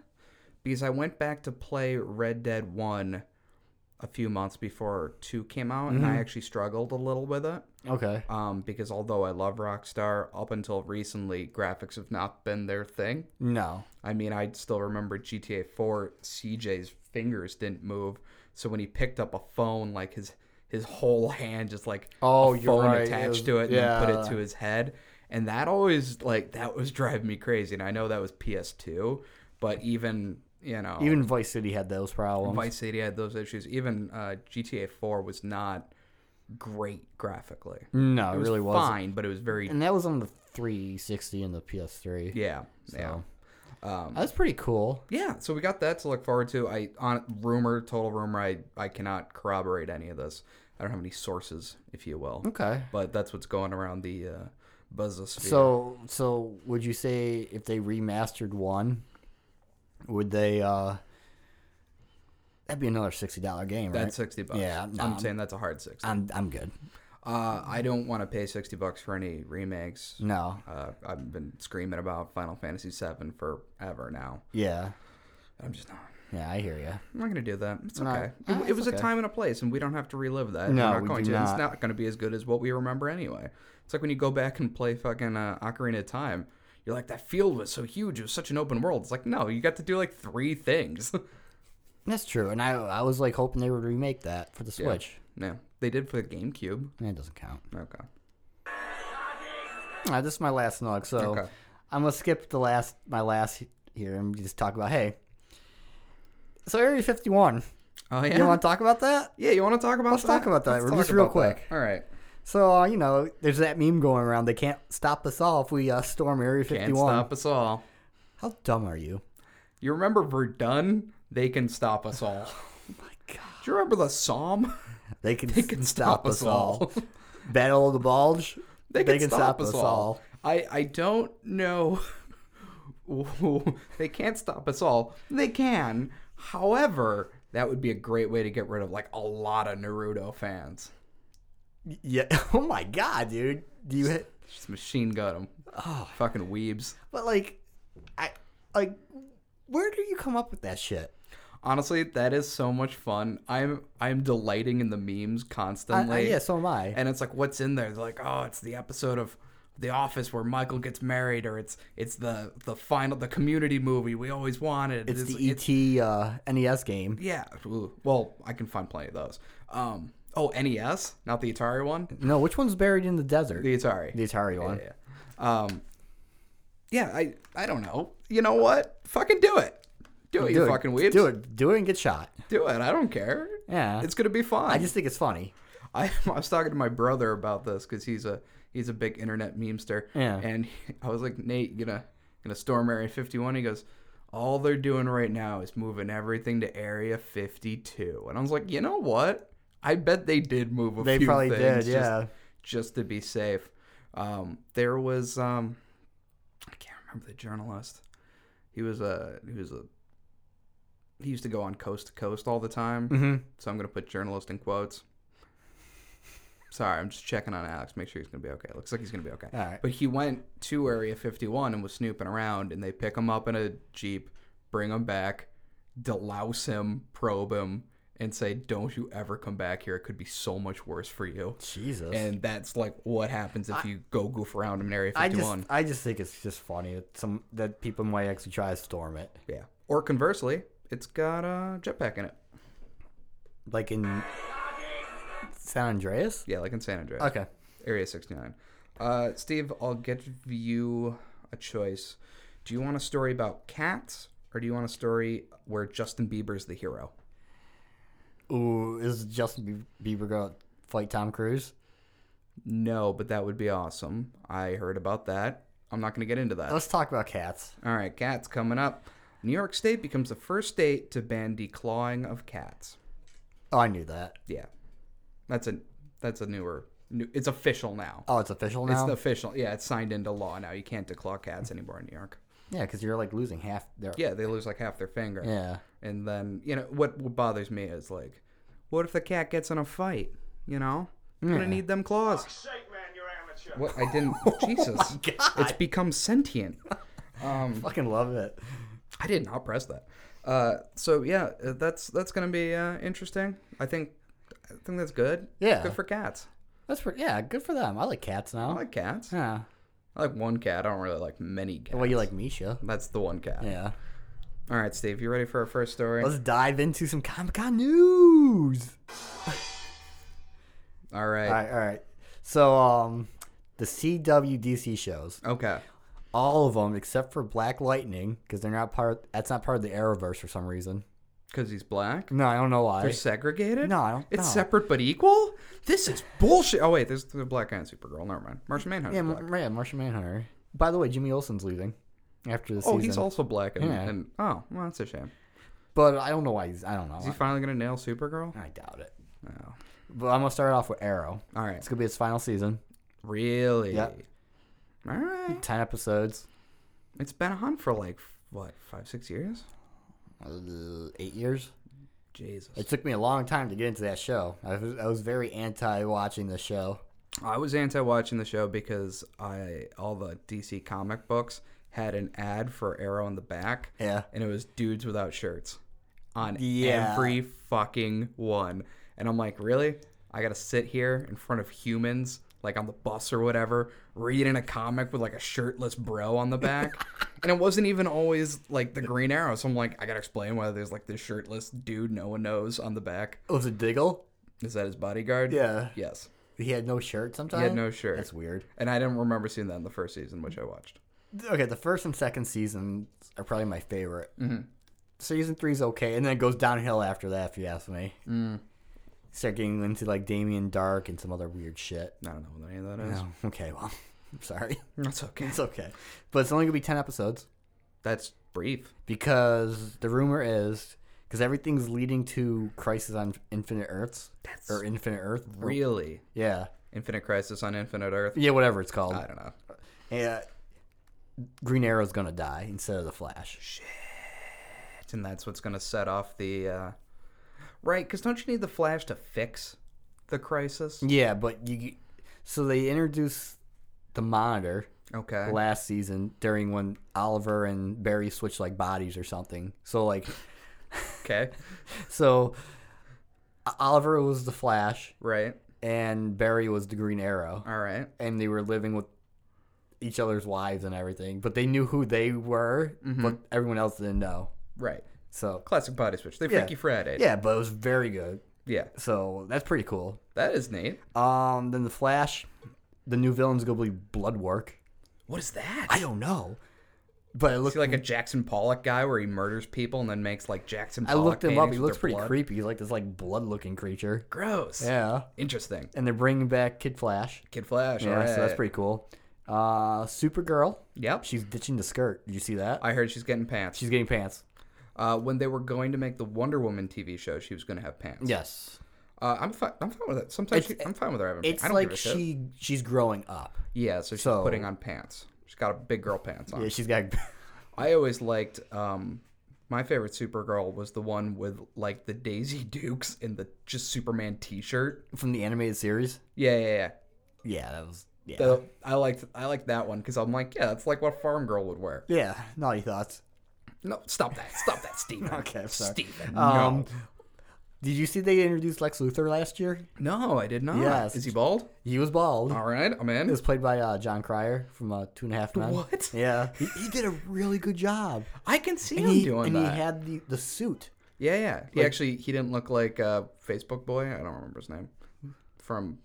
[SPEAKER 3] because I went back to play Red Dead 1 a few months before 2 came out and I actually struggled a little with it.
[SPEAKER 1] Okay.
[SPEAKER 3] Um, because although I love Rockstar, up until recently, graphics have not been their thing.
[SPEAKER 1] No.
[SPEAKER 3] I mean, I still remember GTA 4, CJ's fingers didn't move. So when he picked up a phone, like his his whole hand just like
[SPEAKER 1] Oh,
[SPEAKER 3] a
[SPEAKER 1] you're
[SPEAKER 3] phone
[SPEAKER 1] right. It
[SPEAKER 3] attached
[SPEAKER 1] was-
[SPEAKER 3] to it and then put
[SPEAKER 1] yeah.
[SPEAKER 3] it to his head. And that always like that was driving me crazy. And I know that was PS2, but even you know
[SPEAKER 1] Even Vice City had those problems.
[SPEAKER 3] Vice City had those issues. Even uh, GTA 4 was not great graphically.
[SPEAKER 1] no, it,
[SPEAKER 3] It was
[SPEAKER 1] really wasn't.
[SPEAKER 3] fine, but it was very
[SPEAKER 1] And that was on the 360 and the PS3.
[SPEAKER 3] yeah yeah.
[SPEAKER 1] So. Uh, That's pretty cool.
[SPEAKER 3] Yeah, so we got that to look forward to. I on rumor, total rumor. I I cannot corroborate any of this. I don't have any sources, if you will.
[SPEAKER 1] Okay.
[SPEAKER 3] But that's what's going around the uh, buzzosphere.
[SPEAKER 1] So, so would you say if they remastered one, would they? uh That'd be another sixty dollar game, right?
[SPEAKER 3] that's sixty bucks.
[SPEAKER 1] Yeah, no,
[SPEAKER 3] I'm
[SPEAKER 1] I'm-
[SPEAKER 3] saying that's a hard sixty.
[SPEAKER 1] I'm I'm good.
[SPEAKER 3] uh, I don't want to pay sixty bucks for any remakes.
[SPEAKER 1] No,
[SPEAKER 3] Uh, I've been screaming about Final Fantasy VII forever now.
[SPEAKER 1] yeah,
[SPEAKER 3] I'm just not.
[SPEAKER 1] yeah, I hear you.
[SPEAKER 3] I'm not gonna do that. It's
[SPEAKER 1] No.
[SPEAKER 3] okay.
[SPEAKER 1] Ah,
[SPEAKER 3] It- it,
[SPEAKER 1] it's
[SPEAKER 3] was a
[SPEAKER 1] okay.
[SPEAKER 3] time and a place, and we don't have to relive that.
[SPEAKER 1] No,
[SPEAKER 3] We're not
[SPEAKER 1] we
[SPEAKER 3] going
[SPEAKER 1] do
[SPEAKER 3] to. It's
[SPEAKER 1] not.
[SPEAKER 3] not gonna be as good as what we remember anyway. It's like when you go back and play fucking uh, Ocarina of Time. You're like, that field was so huge. It was such an open world. It's like, no, you got to do like three things. [laughs]
[SPEAKER 1] That's true, and I I was like hoping they would remake that for the Switch.
[SPEAKER 3] yeah, they did for the GameCube.
[SPEAKER 1] That doesn't count.
[SPEAKER 3] Okay.
[SPEAKER 1] All right, this is my last snug, so
[SPEAKER 3] Okay.
[SPEAKER 1] I'm gonna skip the last my last here and just talk about hey. So Area 51,
[SPEAKER 3] Oh yeah.
[SPEAKER 1] you want to talk about that?
[SPEAKER 3] yeah, you want to talk about?
[SPEAKER 1] Let's talk about that.
[SPEAKER 3] Let's
[SPEAKER 1] Just
[SPEAKER 3] talk
[SPEAKER 1] real
[SPEAKER 3] about that.
[SPEAKER 1] quick.
[SPEAKER 3] All right.
[SPEAKER 1] So uh, you know, there's that meme going around. They can't stop us all if we uh, storm Area 51.
[SPEAKER 3] Can't stop us all.
[SPEAKER 1] How dumb are you?
[SPEAKER 3] You remember Verdun? They can stop
[SPEAKER 1] [laughs]
[SPEAKER 3] us all.
[SPEAKER 1] Oh God.
[SPEAKER 3] Do you remember the [laughs] Psalm?
[SPEAKER 1] They can,
[SPEAKER 3] They can stop us all.
[SPEAKER 1] Battle of the Bulge.
[SPEAKER 3] They can, stop, us all. I, I don't know. [laughs] they can't stop us all. They can. However, that would be a great way to get rid of like a lot of Naruto fans.
[SPEAKER 1] Y- Yeah. [laughs] Oh my god, dude. Do you? hit-
[SPEAKER 3] Just machine gun them. Oh, fucking weebs.
[SPEAKER 1] But like, I like. Where do you come up with that shit?
[SPEAKER 3] Honestly, that is so much fun. I'm I'm delighting in the memes
[SPEAKER 1] I,
[SPEAKER 3] constantly.
[SPEAKER 1] I, yeah, so am I.
[SPEAKER 3] and it's like what's in there They're like oh it's the episode of the office where michael gets married or it's it's the the final the community movie we always wanted
[SPEAKER 1] it's the ET uh, NES game.
[SPEAKER 3] yeah ooh, well i can find plenty of those um oh nes not the atari one
[SPEAKER 1] No, which one's buried in the desert?
[SPEAKER 3] the atari
[SPEAKER 1] The Atari one.
[SPEAKER 3] yeah, yeah. um yeah i i don't know you know what fucking do it do it you
[SPEAKER 1] it.
[SPEAKER 3] fucking weebs
[SPEAKER 1] Do it. Do it and get shot.
[SPEAKER 3] do it i don't care
[SPEAKER 1] Yeah.
[SPEAKER 3] it's gonna be fun
[SPEAKER 1] I just think it's funny.
[SPEAKER 3] I, [laughs] I was talking to my brother about this because he's a he's a big internet memester.
[SPEAKER 1] Yeah.
[SPEAKER 3] And he- I was like, Nate, you gonna gonna storm Area 51? He goes, all they're doing right now is moving everything to Area 52. And I was like, you know what? I bet they did move a
[SPEAKER 1] They
[SPEAKER 3] few
[SPEAKER 1] probably
[SPEAKER 3] things
[SPEAKER 1] did,
[SPEAKER 3] just-
[SPEAKER 1] yeah.
[SPEAKER 3] just to be safe. Um, there was um, I can't remember the journalist. He was a he was a he used to go on coast to coast all the time.
[SPEAKER 1] Mhm.
[SPEAKER 3] So I'm gonna put journalist in quotes. Sorry, I'm just checking on Alex, make sure he's gonna be okay. Looks like he's gonna be okay.
[SPEAKER 1] All right.
[SPEAKER 3] But he went to Area 51 and was snooping around, and they pick him up in a jeep, bring him back, delouse him, probe him, and say, "Don't you ever come back here? It could be so much worse for you."
[SPEAKER 1] Jesus.
[SPEAKER 3] And that's like what happens if you go goof around in Area
[SPEAKER 1] I just
[SPEAKER 3] 51.
[SPEAKER 1] I just think it's just funny that some that people might actually try to storm it.
[SPEAKER 3] yeah. Or conversely, it's got a jetpack in it.
[SPEAKER 1] Like in San Andreas?
[SPEAKER 3] Yeah, like in San Andreas.
[SPEAKER 1] Okay.
[SPEAKER 3] Area 69. Uh, Steve, I'll get you a choice. Do you want a story about cats, or do you want a story where Justin Bieber's the hero?
[SPEAKER 1] Ooh, is Justin Bie- Bieber gonna fight Tom Cruise?
[SPEAKER 3] No, but that would be awesome. I heard about that. I'm not going to get into that.
[SPEAKER 1] Let's talk about cats.
[SPEAKER 3] All right, cats coming up. New York State becomes the first state to ban declawing of cats.
[SPEAKER 1] Oh, I knew that.
[SPEAKER 3] Yeah, that's a that's a newer. New, it's official now.
[SPEAKER 1] Oh, it's official
[SPEAKER 3] It's
[SPEAKER 1] now.
[SPEAKER 3] the official. Yeah, it's signed into law now. You can't declaw cats anymore in New York.
[SPEAKER 1] yeah, because you're like losing half their.
[SPEAKER 3] Yeah, they lose like half their finger.
[SPEAKER 1] Yeah.
[SPEAKER 3] And then, you know, what, what bothers me is like, what if the cat gets in a fight? You know? You're going to need them claws.
[SPEAKER 2] Shake, man, you're amateur. amateur.
[SPEAKER 3] What I
[SPEAKER 1] [laughs]
[SPEAKER 3] didn't.
[SPEAKER 1] Oh
[SPEAKER 3] Jesus, it's become sentient.
[SPEAKER 1] Fucking love it.
[SPEAKER 3] I did not press that. Uh, so yeah, uh, that's that's gonna be uh, interesting. I think I think that's good.
[SPEAKER 1] Yeah.
[SPEAKER 3] good for cats.
[SPEAKER 1] That's for, yeah, good for them. I like cats now.
[SPEAKER 3] I like cats.
[SPEAKER 1] yeah.
[SPEAKER 3] I like one cat. I don't really like many cats.
[SPEAKER 1] Well, you like Misha.
[SPEAKER 3] That's the one cat.
[SPEAKER 1] Yeah.
[SPEAKER 3] All right, Steve, you ready for our first story?
[SPEAKER 1] Let's dive into some Comic Con news.
[SPEAKER 3] All right.
[SPEAKER 1] All right, all right. So, um, the CWDC shows,
[SPEAKER 3] Okay.
[SPEAKER 1] all of them except for Black Lightning, because they're not part. That's not part of the Arrowverse for some reason.
[SPEAKER 3] Because he's black.
[SPEAKER 1] No, Mm, I don't know why.
[SPEAKER 3] They're segregated.
[SPEAKER 1] No, I don't-
[SPEAKER 3] It's
[SPEAKER 1] no.
[SPEAKER 3] separate but equal. This is bullshit. Oh wait, there's the black guy and Supergirl. Never mind. Martian Manhunter.
[SPEAKER 1] yeah,
[SPEAKER 3] black.
[SPEAKER 1] M- yeah, Martian Manhunter. By the way, Jimmy Olsen's leaving after the
[SPEAKER 3] Oh,
[SPEAKER 1] season.
[SPEAKER 3] he's also black. And,
[SPEAKER 1] Yeah.
[SPEAKER 3] and oh, well, that's a shame.
[SPEAKER 1] but I don't know why he's. I don't know.
[SPEAKER 3] Is he finally gonna nail Supergirl?
[SPEAKER 1] I, I doubt it.
[SPEAKER 3] No.
[SPEAKER 1] But I'm gonna start off with Arrow.
[SPEAKER 3] All right.
[SPEAKER 1] It's gonna be its final season,
[SPEAKER 3] Really?
[SPEAKER 1] Yeah.
[SPEAKER 3] All right.
[SPEAKER 1] ten episodes,
[SPEAKER 3] It's been on for like what five, six years.
[SPEAKER 1] uh, eight years.
[SPEAKER 3] Jesus.
[SPEAKER 1] It took me a long time to get into that show. I was, I was very anti-watching the show.
[SPEAKER 3] I was anti watching the show because I all the DC comic books had an ad for Arrow in the back.
[SPEAKER 1] Yeah.
[SPEAKER 3] And it was dudes without shirts on
[SPEAKER 1] Yeah.
[SPEAKER 3] every fucking one. And I'm like, really? I gotta sit here in front of humans, like on the bus or whatever, reading a comic with like a shirtless bro on
[SPEAKER 1] [laughs]
[SPEAKER 3] the back. and it wasn't even always like the Green Arrow. So I'm like, I gotta explain why there's like this shirtless dude no one knows on the back.
[SPEAKER 1] It was a Diggle.
[SPEAKER 3] Is that his bodyguard?
[SPEAKER 1] Yeah.
[SPEAKER 3] Yes.
[SPEAKER 1] He had no shirt sometimes?
[SPEAKER 3] He had no shirt.
[SPEAKER 1] That's weird.
[SPEAKER 3] And I didn't remember seeing that in the first season, which I watched.
[SPEAKER 1] Okay, the first and second seasons are probably my favorite. Mm-hmm. Season three's okay, and then it goes downhill after that, if you ask me. Mm. Start getting into like Damien Dark and some other weird shit.
[SPEAKER 3] I don't know what any of that is.
[SPEAKER 1] Oh, okay, well, [laughs] I'm sorry.
[SPEAKER 3] That's okay.
[SPEAKER 1] It's okay. But it's only going to be 10 episodes
[SPEAKER 3] That's brief.
[SPEAKER 1] because the rumor is because everything's leading to Crisis on Infinite Earths.
[SPEAKER 3] That's
[SPEAKER 1] or Infinite Earth. or-
[SPEAKER 3] Really?
[SPEAKER 1] Yeah.
[SPEAKER 3] Infinite Crisis on Infinite Earth?
[SPEAKER 1] Yeah, whatever it's called.
[SPEAKER 3] I don't know.
[SPEAKER 1] Yeah. Green Arrow's going to die instead of the Flash.
[SPEAKER 3] And that's what's going to set off the. Uh... Right, because don't you need the Flash to fix the crisis?
[SPEAKER 1] Yeah, but you. So they introduced the monitor
[SPEAKER 3] Okay.
[SPEAKER 1] last season during when Oliver and Barry switched like bodies or something. So like,
[SPEAKER 3] Okay.
[SPEAKER 1] so O- Oliver was the Flash
[SPEAKER 3] Right.
[SPEAKER 1] and Barry was the Green Arrow,
[SPEAKER 3] All right.
[SPEAKER 1] and they were living with each other's wives and everything. But they knew who they were,
[SPEAKER 3] Mm-hmm.
[SPEAKER 1] but everyone else didn't know.
[SPEAKER 3] Right.
[SPEAKER 1] So
[SPEAKER 3] Classic body switch. They
[SPEAKER 1] Yeah.
[SPEAKER 3] Freaky Friday.
[SPEAKER 1] yeah, but it was very good.
[SPEAKER 3] Yeah.
[SPEAKER 1] So that's pretty cool.
[SPEAKER 3] That is neat.
[SPEAKER 1] Um, then the Flash, the new villain's gonna be Bloodwork.
[SPEAKER 3] What is that?
[SPEAKER 1] I don't know. But it
[SPEAKER 3] Is
[SPEAKER 1] looked
[SPEAKER 3] he like a Jackson Pollock guy where he murders people and then makes like Jackson
[SPEAKER 1] I
[SPEAKER 3] Pollock
[SPEAKER 1] looked him up.
[SPEAKER 3] paintings
[SPEAKER 1] He
[SPEAKER 3] Oh, with
[SPEAKER 1] looks
[SPEAKER 3] their
[SPEAKER 1] pretty
[SPEAKER 3] blood?
[SPEAKER 1] creepy. He's like this like blood looking creature.
[SPEAKER 3] Gross.
[SPEAKER 1] Yeah.
[SPEAKER 3] Interesting.
[SPEAKER 1] And they're bringing back Kid Flash.
[SPEAKER 3] Kid Flash.
[SPEAKER 1] Yeah,
[SPEAKER 3] all right.
[SPEAKER 1] so that's pretty cool. Uh Supergirl.
[SPEAKER 3] Yep.
[SPEAKER 1] She's ditching the skirt. Did you see that?
[SPEAKER 3] I heard she's getting pants.
[SPEAKER 1] She's getting pants.
[SPEAKER 3] uh, when they were going to make the Wonder Woman TV show, she was going to have pants.
[SPEAKER 1] Yes.
[SPEAKER 3] Uh, I'm fi- I'm fine with it. Sometimes
[SPEAKER 1] It's-
[SPEAKER 3] she- I'm fine with her having pants.
[SPEAKER 1] It's
[SPEAKER 3] I don't give
[SPEAKER 1] like
[SPEAKER 3] a shit.
[SPEAKER 1] she she's growing up.
[SPEAKER 3] Yeah, so she's
[SPEAKER 1] So-
[SPEAKER 3] putting on pants. She's got a big girl pants on.
[SPEAKER 1] Yeah, she's got [laughs]
[SPEAKER 3] I always liked um my favorite Supergirl was the one with like the Daisy [laughs] Dukes and the just Superman T-shirt.
[SPEAKER 1] from the animated series.
[SPEAKER 3] Yeah, yeah, yeah.
[SPEAKER 1] Yeah, that was yeah.
[SPEAKER 3] The- I liked I liked that one because I'm like, yeah, that's like what Farm Girl would wear.
[SPEAKER 1] yeah, naughty thoughts.
[SPEAKER 3] No, stop that, stop that, Steven.
[SPEAKER 1] [laughs] Okay, I'm sorry.
[SPEAKER 3] Steven,
[SPEAKER 1] Um, Did you see they introduced Lex Luthor last year?
[SPEAKER 3] no, no, I did not.
[SPEAKER 1] Yes.
[SPEAKER 3] Is he bald?
[SPEAKER 1] He was bald.
[SPEAKER 3] All right, I'm in.
[SPEAKER 1] It was played by uh, John Cryer from uh, Two and a Half Men.
[SPEAKER 3] What?
[SPEAKER 1] Yeah, he, he did a really good job.
[SPEAKER 3] I can see
[SPEAKER 1] And
[SPEAKER 3] him
[SPEAKER 1] he,
[SPEAKER 3] doing
[SPEAKER 1] and
[SPEAKER 3] that.
[SPEAKER 1] he had the, the suit.
[SPEAKER 3] Yeah, yeah. He actually he didn't look like uh, Facebook Boy. I don't remember his name from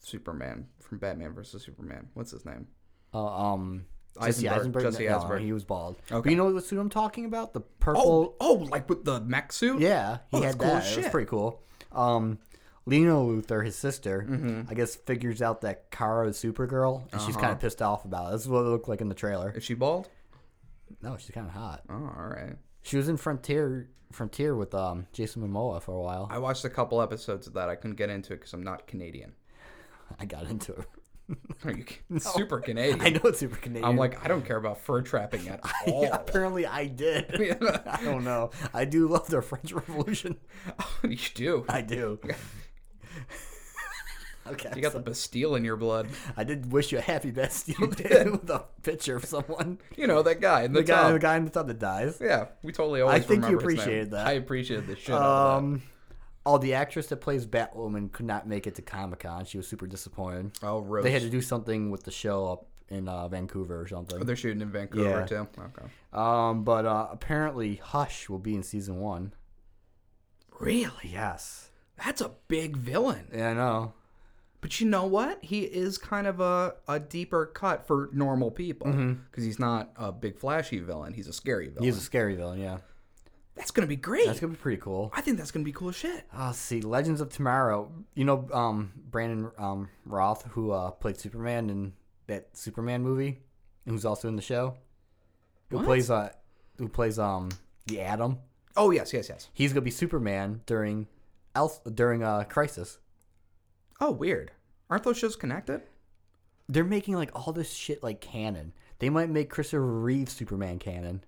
[SPEAKER 3] Superman from Batman versus Superman. What's his name?
[SPEAKER 1] Uh, um, Jesse
[SPEAKER 3] Eisenberg,
[SPEAKER 1] Eisenberg.
[SPEAKER 3] Jesse
[SPEAKER 1] No,
[SPEAKER 3] Eisenberg.
[SPEAKER 1] he was bald.
[SPEAKER 3] Okay.
[SPEAKER 1] But you know what suit I'm talking about? The purple.
[SPEAKER 3] Oh, oh, like with the mech suit.
[SPEAKER 1] Yeah, he
[SPEAKER 3] Oh, that's
[SPEAKER 1] had
[SPEAKER 3] cool
[SPEAKER 1] that.
[SPEAKER 3] as
[SPEAKER 1] It was
[SPEAKER 3] shit.
[SPEAKER 1] pretty cool. Um, Lena Luthor, his sister,
[SPEAKER 3] Mm-hmm.
[SPEAKER 1] I guess figures out that Kara is Supergirl, and she's
[SPEAKER 3] Uh-huh.
[SPEAKER 1] kind of pissed off about it. This is what it looked like in the trailer.
[SPEAKER 3] Is she bald?
[SPEAKER 1] No, she's kind of hot.
[SPEAKER 3] Oh, all right.
[SPEAKER 1] She was in Frontier Frontier with um Jason Momoa for a while.
[SPEAKER 3] I watched a couple episodes of that. I couldn't get into it because I'm not Canadian. [laughs]
[SPEAKER 1] I got into it.
[SPEAKER 3] Are you kidding? super
[SPEAKER 1] [laughs]
[SPEAKER 3] Canadian?
[SPEAKER 1] I know it's super Canadian.
[SPEAKER 3] I'm like "Oh." I don't care about fur trapping at
[SPEAKER 1] [laughs]
[SPEAKER 3] all. [laughs]
[SPEAKER 1] Yeah, apparently I did. [laughs] I don't know. I do love
[SPEAKER 3] [laughs]
[SPEAKER 1] the French Revolution.
[SPEAKER 3] you do.
[SPEAKER 1] I do. [laughs] Okay.
[SPEAKER 3] You got
[SPEAKER 1] so
[SPEAKER 3] the Bastille in your blood.
[SPEAKER 1] I did wish you a happy
[SPEAKER 3] [laughs]
[SPEAKER 1] Bastille Day with a picture of someone.
[SPEAKER 3] You know that guy in the,
[SPEAKER 1] The guy,
[SPEAKER 3] top.
[SPEAKER 1] the guy in the tub that dies.
[SPEAKER 3] Yeah, we totally always.
[SPEAKER 1] think you
[SPEAKER 3] remember his name.
[SPEAKER 1] appreciated that.
[SPEAKER 3] I appreciated the shit. out of
[SPEAKER 1] Um, oh, the actress that plays Batwoman could not make it to Comic Con. She was super disappointed.
[SPEAKER 3] that. Oh, roast.
[SPEAKER 1] They had to do something with the show up in uh, Vancouver or something.
[SPEAKER 3] They're shooting in Vancouver
[SPEAKER 1] Yeah.
[SPEAKER 3] too. Okay.
[SPEAKER 1] Um, but uh, apparently Hush will be in season one.
[SPEAKER 3] Really?
[SPEAKER 1] Yes,
[SPEAKER 3] That's a big villain.
[SPEAKER 1] yeah, I know.
[SPEAKER 3] But you know what? He is kind of a, a deeper cut for normal people because he's not a big flashy villain. He's a scary villain.
[SPEAKER 1] Mm-hmm. He's a scary villain. Yeah,
[SPEAKER 3] That's gonna be great.
[SPEAKER 1] that's gonna be pretty cool.
[SPEAKER 3] I think that's gonna be cool as shit.
[SPEAKER 1] Uh, see, Legends of Tomorrow. You know, um, Brandon um, Roth, who uh, played Superman in that Superman movie, and who's also in the show, who
[SPEAKER 3] What?
[SPEAKER 1] plays uh, who plays um the Atom.
[SPEAKER 3] Oh yes, yes, yes.
[SPEAKER 1] He's gonna be Superman during, else during uh Crisis.
[SPEAKER 3] Oh weird. Aren't those shows connected?
[SPEAKER 1] They're making like all this shit like canon. They might make Christopher Reeve Superman canon.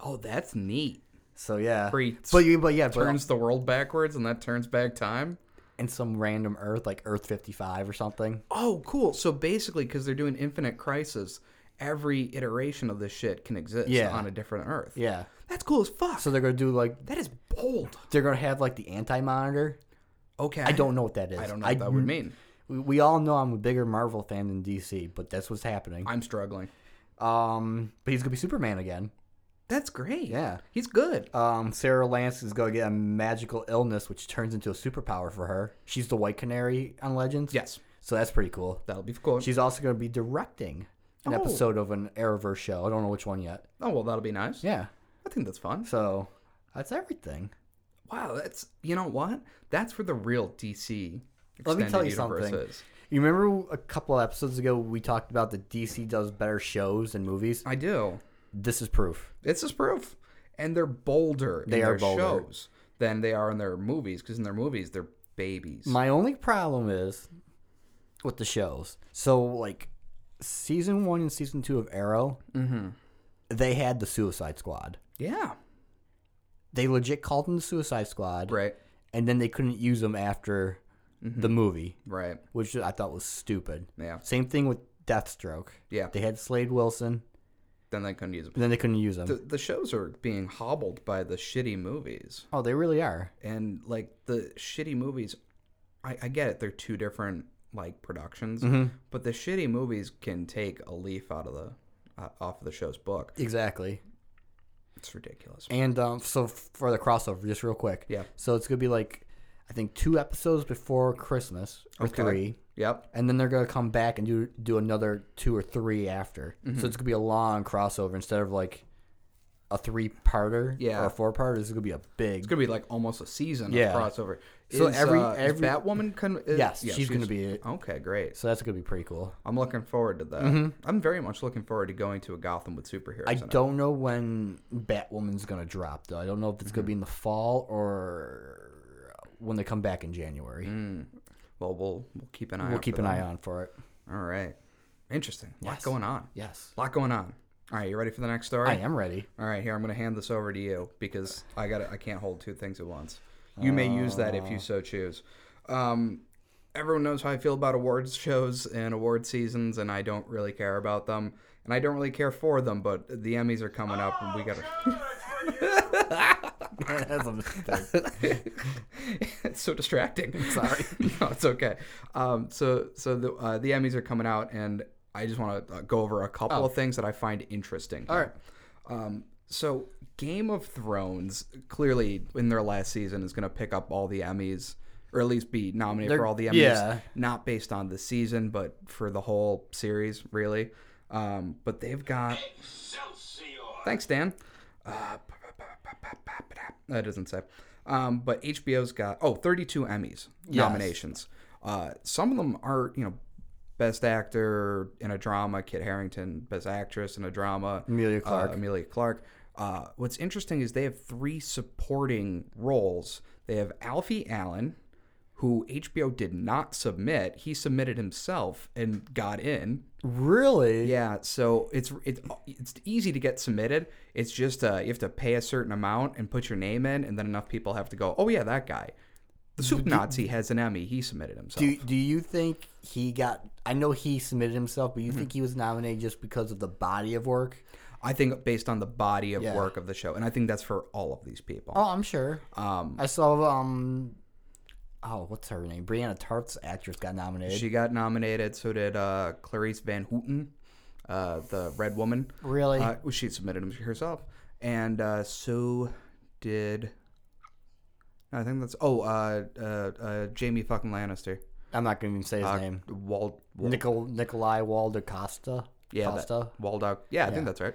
[SPEAKER 3] Oh, that's neat.
[SPEAKER 1] So yeah,
[SPEAKER 3] Where he
[SPEAKER 1] but you, but yeah, but
[SPEAKER 3] Turns the world backwards and that turns back time.
[SPEAKER 1] in some random Earth, like Earth fifty five or something.
[SPEAKER 3] Oh, cool. So basically, because they're doing Infinite Crisis, every iteration of this shit can exist
[SPEAKER 1] Yeah.
[SPEAKER 3] on a different Earth.
[SPEAKER 1] Yeah.
[SPEAKER 3] That's cool as fuck.
[SPEAKER 1] So they're gonna do like
[SPEAKER 3] that is bold.
[SPEAKER 1] they're gonna have like the anti monitor.
[SPEAKER 3] Okay.
[SPEAKER 1] I don't know what that is.
[SPEAKER 3] I don't know what that would mean.
[SPEAKER 1] We, we all know I'm a bigger Marvel fan than DC, but that's what's happening.
[SPEAKER 3] I'm struggling.
[SPEAKER 1] Um, but he's gonna be Superman again.
[SPEAKER 3] That's great.
[SPEAKER 1] Yeah.
[SPEAKER 3] He's good. Uh,
[SPEAKER 1] Um, Sarah Lance is gonna get a magical illness, which turns into a superpower for her. She's the White Canary on Legends.
[SPEAKER 3] Yes.
[SPEAKER 1] So that's pretty cool.
[SPEAKER 3] That'll be cool.
[SPEAKER 1] She's also gonna be directing an
[SPEAKER 3] Oh.
[SPEAKER 1] episode of an Arrowverse show. I don't know which one yet.
[SPEAKER 3] oh, well, that'll be nice.
[SPEAKER 1] Yeah.
[SPEAKER 3] I think that's fun.
[SPEAKER 1] So that's everything.
[SPEAKER 3] Wow, that's, you know what? That's where the real DC extended
[SPEAKER 1] Let me tell you
[SPEAKER 3] universe
[SPEAKER 1] something.
[SPEAKER 3] is.
[SPEAKER 1] You remember a couple episodes ago we talked about that DC does better shows than movies?
[SPEAKER 3] I do.
[SPEAKER 1] This is proof.
[SPEAKER 3] It's just proof. And they're bolder
[SPEAKER 1] They
[SPEAKER 3] in
[SPEAKER 1] are
[SPEAKER 3] their
[SPEAKER 1] bolder.
[SPEAKER 3] shows than they are in their movies because in their movies, they're babies.
[SPEAKER 1] My only problem is with the shows. So like season 1 and season 2 of Arrow,
[SPEAKER 3] Mm-hmm.
[SPEAKER 1] they had the Suicide Squad.
[SPEAKER 3] yeah.
[SPEAKER 1] They legit called them the Suicide Squad
[SPEAKER 3] Right. Mm-hmm.
[SPEAKER 1] and then they couldn't use them after the movie,
[SPEAKER 3] Right.
[SPEAKER 1] which I thought was stupid.
[SPEAKER 3] Yeah.
[SPEAKER 1] Same thing with Deathstroke.
[SPEAKER 3] Yeah.
[SPEAKER 1] They had Slade Wilson,
[SPEAKER 3] Then they couldn't use it.
[SPEAKER 1] and then they couldn't use him.
[SPEAKER 3] The, the shows are being hobbled by the shitty movies.
[SPEAKER 1] oh, they really are.
[SPEAKER 3] and like the shitty movies i, I get it they're two different like productions
[SPEAKER 1] Mm-hmm.
[SPEAKER 3] but the shitty movies can take a leaf out of the uh, off of the show's book
[SPEAKER 1] Exactly.
[SPEAKER 3] it's ridiculous
[SPEAKER 1] And um, so for the crossover, just real quick.
[SPEAKER 3] Yeah.
[SPEAKER 1] So it's gonna be like, I think two episodes before Christmas or
[SPEAKER 3] Okay.
[SPEAKER 1] three,
[SPEAKER 3] yep
[SPEAKER 1] and then they're gonna come back and do do another two or three after.
[SPEAKER 3] Mm-hmm.
[SPEAKER 1] So it's gonna be a long crossover instead of like a three parter
[SPEAKER 3] Yeah.
[SPEAKER 1] or a four parter. This is gonna be a big.
[SPEAKER 3] it's gonna be like almost a season
[SPEAKER 1] Yeah.
[SPEAKER 3] of crossover
[SPEAKER 1] So
[SPEAKER 3] Is,
[SPEAKER 1] every-
[SPEAKER 3] uh, is
[SPEAKER 1] every-
[SPEAKER 3] batwoman con- uh, is-
[SPEAKER 1] yes, she's gonna be it.
[SPEAKER 3] okay great
[SPEAKER 1] So that's gonna be pretty cool.
[SPEAKER 3] i'm looking forward to that i'm very much looking forward to going to a gotham with superheroes
[SPEAKER 1] Mm-hmm. I
[SPEAKER 3] in it.
[SPEAKER 1] don't know when Batwoman's gonna drop though. I don't know if it's gonna be
[SPEAKER 3] Mm-hmm.
[SPEAKER 1] in the fall or when they come back in January.
[SPEAKER 3] well we'll we'll keep an eye
[SPEAKER 1] We'll
[SPEAKER 3] out
[SPEAKER 1] keep
[SPEAKER 3] for
[SPEAKER 1] an eye
[SPEAKER 3] Mm, that.
[SPEAKER 1] on for it.
[SPEAKER 3] all right interesting a lot
[SPEAKER 1] Yes.
[SPEAKER 3] going on
[SPEAKER 1] Yes,
[SPEAKER 3] a lot going on all right you ready for the next story
[SPEAKER 1] I am
[SPEAKER 3] [laughs]
[SPEAKER 1] ready.
[SPEAKER 3] All right, here I'm going to hand this over to you because I got I can't hold two things at once. You may use that if you so choose. Um, everyone knows how I feel about awards shows and award seasons, and I don't really care about them, and I don't really care for them. But the Emmys are coming up, and we got to.
[SPEAKER 2] Good for you.
[SPEAKER 1] That's a mistake.
[SPEAKER 3] [laughs] it's so distracting.
[SPEAKER 1] Sorry.
[SPEAKER 3] [laughs] no, it's okay. Um, so so the uh, the Emmys are coming out, and I just want to uh, go over a couple
[SPEAKER 1] Oh.
[SPEAKER 3] of things that I find interesting. All
[SPEAKER 1] right.
[SPEAKER 3] Um, so Game of Thrones clearly in their last season is going to pick up all the Emmys. Or at least be nominated
[SPEAKER 1] They're-
[SPEAKER 3] for all the Emmys,
[SPEAKER 1] yeah.
[SPEAKER 3] not based on the season, but for the whole series, really. Um, but they've got
[SPEAKER 2] Excelsior.
[SPEAKER 3] Thanks, Dan. Uh, that doesn't say. Um, but HBO's got oh 32 Emmys nominations. Uh, some of them are you know best actor in a drama, Kit Harrington, best actress in a drama,
[SPEAKER 1] Amelia
[SPEAKER 3] uh,
[SPEAKER 1] Clarke.
[SPEAKER 3] Amelia Clark. Uh, what's interesting is they have three supporting roles. They have Alfie Allen, who HBO did not submit. He submitted himself and got in.
[SPEAKER 1] [laughs] Really?
[SPEAKER 3] Yeah, so it's it's it's easy to get submitted. It's just uh, you have to pay a certain amount and put your name in, and then enough people have to go. Oh yeah, that guy. The Soup Nazi has an Emmy. He submitted himself.
[SPEAKER 1] Do Do you think he got? I know he submitted himself, but you
[SPEAKER 3] Mm-hmm.
[SPEAKER 1] think he was nominated just because of the body of work?
[SPEAKER 3] I think based on the body of
[SPEAKER 1] Yeah.
[SPEAKER 3] work of the show, and I think that's for all of these people.
[SPEAKER 1] Oh, I'm sure.
[SPEAKER 3] Um,
[SPEAKER 1] I saw um, oh, what's her name? Brianna Tart's actress got nominated.
[SPEAKER 3] she got nominated. So did uh, Clarice Van Houten, uh, the Red Woman.
[SPEAKER 1] really?
[SPEAKER 3] Uh, well, she submitted them herself, and uh, so did. I think that's oh uh, uh, uh, Jamie fucking Lannister.
[SPEAKER 1] I'm not going to even say his
[SPEAKER 3] Uh,
[SPEAKER 1] name.
[SPEAKER 3] Wald, Wal-
[SPEAKER 1] Nicol Nikolai Walder Costa.
[SPEAKER 3] yeah, that-
[SPEAKER 1] Costa.
[SPEAKER 3] Waldock. Yeah, I think that's right.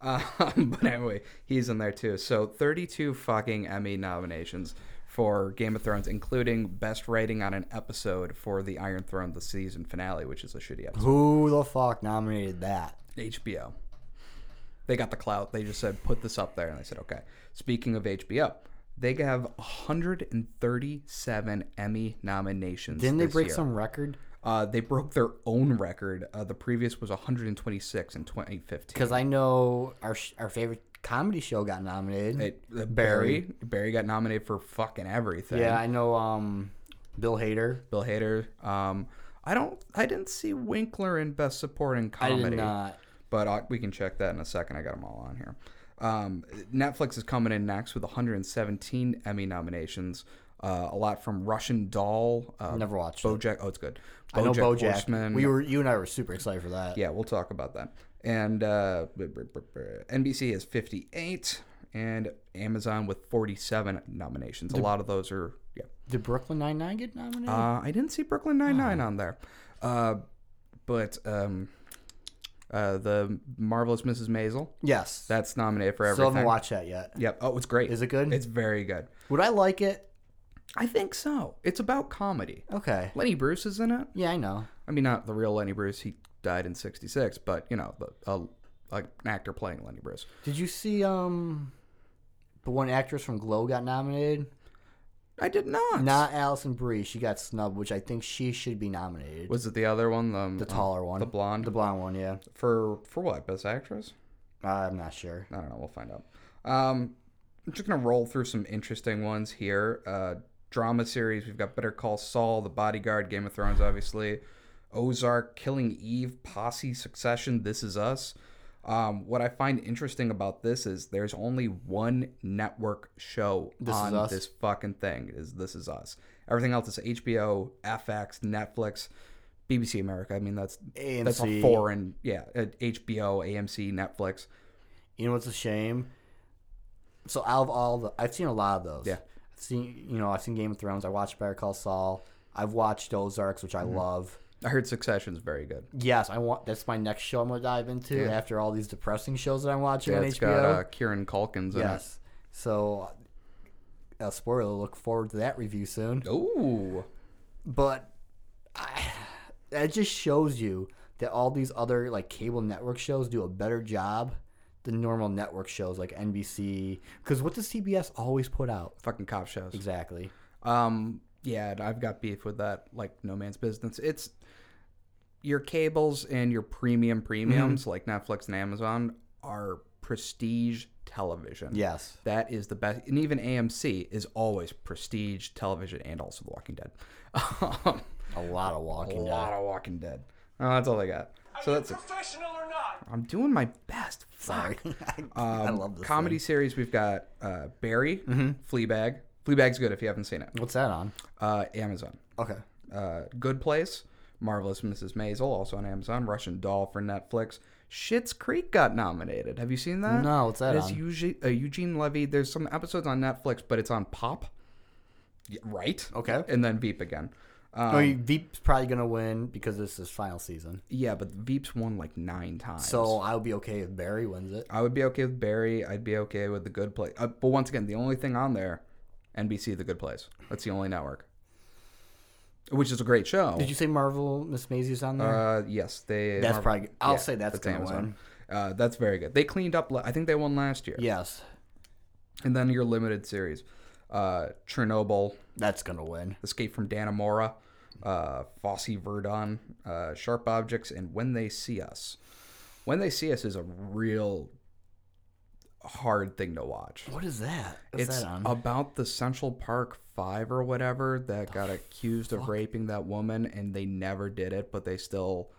[SPEAKER 3] Um, [laughs] but anyway, he's in there too. So 32 fucking Emmy nominations for Game of Thrones, including best writing on an episode for the Iron Throne, the season finale, which is a shitty episode.
[SPEAKER 1] Who the fuck nominated that?
[SPEAKER 3] HBO. They got the clout. They just said, put this up there. And I said, okay. Speaking of HBO, they have 137 Emmy nominations.
[SPEAKER 1] Didn't they
[SPEAKER 3] this
[SPEAKER 1] break
[SPEAKER 3] year.
[SPEAKER 1] some record?
[SPEAKER 3] Uh, they broke their own record. Uh, the previous was 126 in 2015.
[SPEAKER 1] Because I know our sh- our favorite comedy show got nominated.
[SPEAKER 3] They- uh, Barry. Barry got nominated for fucking everything.
[SPEAKER 1] yeah, I know. Um, Bill Hader.
[SPEAKER 3] Bill Hader. Um, I don't. I didn't see Winkler in Best Supporting
[SPEAKER 1] I
[SPEAKER 3] Comedy.
[SPEAKER 1] did not.
[SPEAKER 3] but uh, we can check that in a second. I got them all on here. Um, Netflix is coming in next with 117 Emmy nominations. Uh, a lot from Russian Doll. Uh,
[SPEAKER 1] Never watched it.
[SPEAKER 3] BoJack. Oh, it's good. BoJack
[SPEAKER 1] I know BoJack.
[SPEAKER 3] Horseman.
[SPEAKER 1] We were you and I were super excited for that.
[SPEAKER 3] yeah, we'll talk about that. And uh, br- br- br- br- NBC has 58, and Amazon with 47 nominations. A lot of those are yeah.
[SPEAKER 1] Did Brooklyn Nine Nine get nominated?
[SPEAKER 3] Uh, I didn't see Brooklyn Nine Nine
[SPEAKER 1] Oh.
[SPEAKER 3] on there, uh, but um, uh, the marvelous Mrs. Maisel.
[SPEAKER 1] yes.
[SPEAKER 3] That's nominated for
[SPEAKER 1] Still
[SPEAKER 3] everything.
[SPEAKER 1] haven't watched that yet.
[SPEAKER 3] Yep. Oh, it's great.
[SPEAKER 1] Is it good?
[SPEAKER 3] It's very good.
[SPEAKER 1] Would I like it?
[SPEAKER 3] I think so. It's about comedy.
[SPEAKER 1] Okay.
[SPEAKER 3] Lenny Bruce is in it.
[SPEAKER 1] Yeah, I know.
[SPEAKER 3] I mean, not the real Lenny Bruce. He died in '66, but you know, the, a, like an actor playing Lenny Bruce.
[SPEAKER 1] Did you see um the one actress from Glow got nominated?
[SPEAKER 3] I did not.
[SPEAKER 1] Not Allison Brie. She got snubbed, which I think she should be nominated.
[SPEAKER 3] Was it the other one? The, um,
[SPEAKER 1] the taller one.
[SPEAKER 3] the blonde.
[SPEAKER 1] The blonde one, yeah.
[SPEAKER 3] for for what? Best actress?
[SPEAKER 1] I'm not sure.
[SPEAKER 3] I don't know. We'll find out. Um, I'm just gonna roll through some interesting ones here. Uh, drama series. We've got Better Call Saul, The Bodyguard, Game of Thrones, obviously. Ozark, Killing Eve, Posse, Succession, This Is Us. Um, what I find interesting about this is there's only one network show
[SPEAKER 1] This Is
[SPEAKER 3] on
[SPEAKER 1] Us?
[SPEAKER 3] this fucking thing. Is This Is Us? Everything else is HBO, FX, Netflix, BBC America. I mean that's that's a
[SPEAKER 1] AMC.
[SPEAKER 3] foreign yeah uh, HBO, AMC, Netflix.
[SPEAKER 1] You know what's a shame? So out of all the I've seen a lot of those.
[SPEAKER 3] Yeah.
[SPEAKER 1] I've seen you know, I've seen Game of Thrones, I watched Better Call Saul, I've watched Ozarks, which I
[SPEAKER 3] Mm-hmm.
[SPEAKER 1] love.
[SPEAKER 3] I heard Succession's very good.
[SPEAKER 1] Yes, I want that's my next show I'm gonna dive into
[SPEAKER 3] Yeah.
[SPEAKER 1] after all these depressing shows that I'm watching
[SPEAKER 3] Yeah,
[SPEAKER 1] on
[SPEAKER 3] it's
[SPEAKER 1] HBO.
[SPEAKER 3] got uh, Kieran Culkin's in it.
[SPEAKER 1] Yes. So, uh, spoiler, look forward to that review soon.
[SPEAKER 3] Ooh,
[SPEAKER 1] But I, that just shows you that all these other like cable network shows do a better job than normal network shows like NBC. Because what does CBS always put out?
[SPEAKER 3] fucking cop shows.
[SPEAKER 1] Exactly.
[SPEAKER 3] Um, yeah, and I've got beef with that. Like no man's business. It's your cables and your premium premiums like Netflix and Amazon are prestige television.
[SPEAKER 1] Yes.
[SPEAKER 3] That is the best, and even AMC is always prestige television, and also The Walking Dead. [laughs]
[SPEAKER 1] A lot of
[SPEAKER 3] a
[SPEAKER 1] Walking Dead.
[SPEAKER 3] lot of Walking Dead. Oh, that's all I got. So that's it.
[SPEAKER 2] professional or not?
[SPEAKER 3] I'm doing my best.
[SPEAKER 1] Sorry. [laughs] I love
[SPEAKER 3] Um,
[SPEAKER 1] this. Mm-hmm.
[SPEAKER 3] comedy series. We've got uh, Barry, Fleabag. Fleabag's good if you haven't seen it.
[SPEAKER 1] thing. What's that on?
[SPEAKER 3] Uh, Amazon.
[SPEAKER 1] Okay.
[SPEAKER 3] Uh, good Place, Marvelous Mrs. Maisel, also on Amazon. Russian Doll for Netflix. Shit's Creek got nominated. Have you seen that?
[SPEAKER 1] No, what's that
[SPEAKER 3] It's
[SPEAKER 1] on?
[SPEAKER 3] Eugene, uh, Eugene Levy. There's some episodes on Netflix, but it's on Pop. Yeah, right.
[SPEAKER 1] Okay.
[SPEAKER 3] And then Veep again. Um,
[SPEAKER 1] I mean, Veep's probably gonna win because this is final season.
[SPEAKER 3] yeah, but Veep's won like nine times.
[SPEAKER 1] So I'll be okay if Barry wins it.
[SPEAKER 3] I would be okay with Barry. I'd be okay with The Good Place. Uh, but once again, the only thing on there, NBC, The Good Place. That's the only network, which is a great show.
[SPEAKER 1] Did you say Marvel Miss Maisie's on there?
[SPEAKER 3] Uh, yes, they.
[SPEAKER 1] That's probably- I'll say that's gonna
[SPEAKER 3] Amazon. Uh, that's very good. They cleaned up. la- I think they won last year.
[SPEAKER 1] yes.
[SPEAKER 3] And then your limited series, uh, Chernobyl,
[SPEAKER 1] That's gonna win.
[SPEAKER 3] Escape from Dannemora, uh, Fossey Verdon, uh, Sharp Objects, and When They See Us. When They See Us is a real hard thing to watch.
[SPEAKER 1] What is that? What's
[SPEAKER 3] It's
[SPEAKER 1] that on?
[SPEAKER 3] about the Central Park Five or whatever that got accused of raping that woman, and they never did it, but they still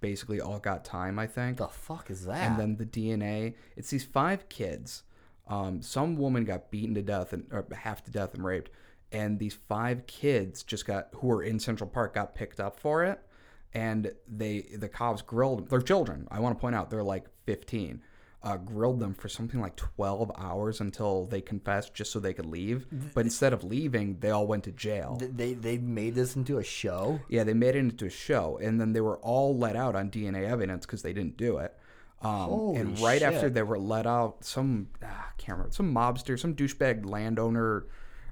[SPEAKER 3] basically all got time, I think.
[SPEAKER 1] the fuck is that?
[SPEAKER 3] and then the DNA. It's these five kids. Um, some woman got beaten to death and or half to death and raped, and these five kids just got who were in Central Park got picked up for it, and they the cops grilled them. They're children. I want to point out they're like 15. Uh, grilled them for something like 12 hours until they confessed just so they could leave but instead of leaving they all went to jail
[SPEAKER 1] Th- they they made this into a show.
[SPEAKER 3] yeah, they made it into a show, and then they were all let out on DNA evidence because they didn't do it. Um, and
[SPEAKER 1] Holy
[SPEAKER 3] right after
[SPEAKER 1] shit.
[SPEAKER 3] they were let out, some ah, I can't remember, some mobster, some douchebag landowner,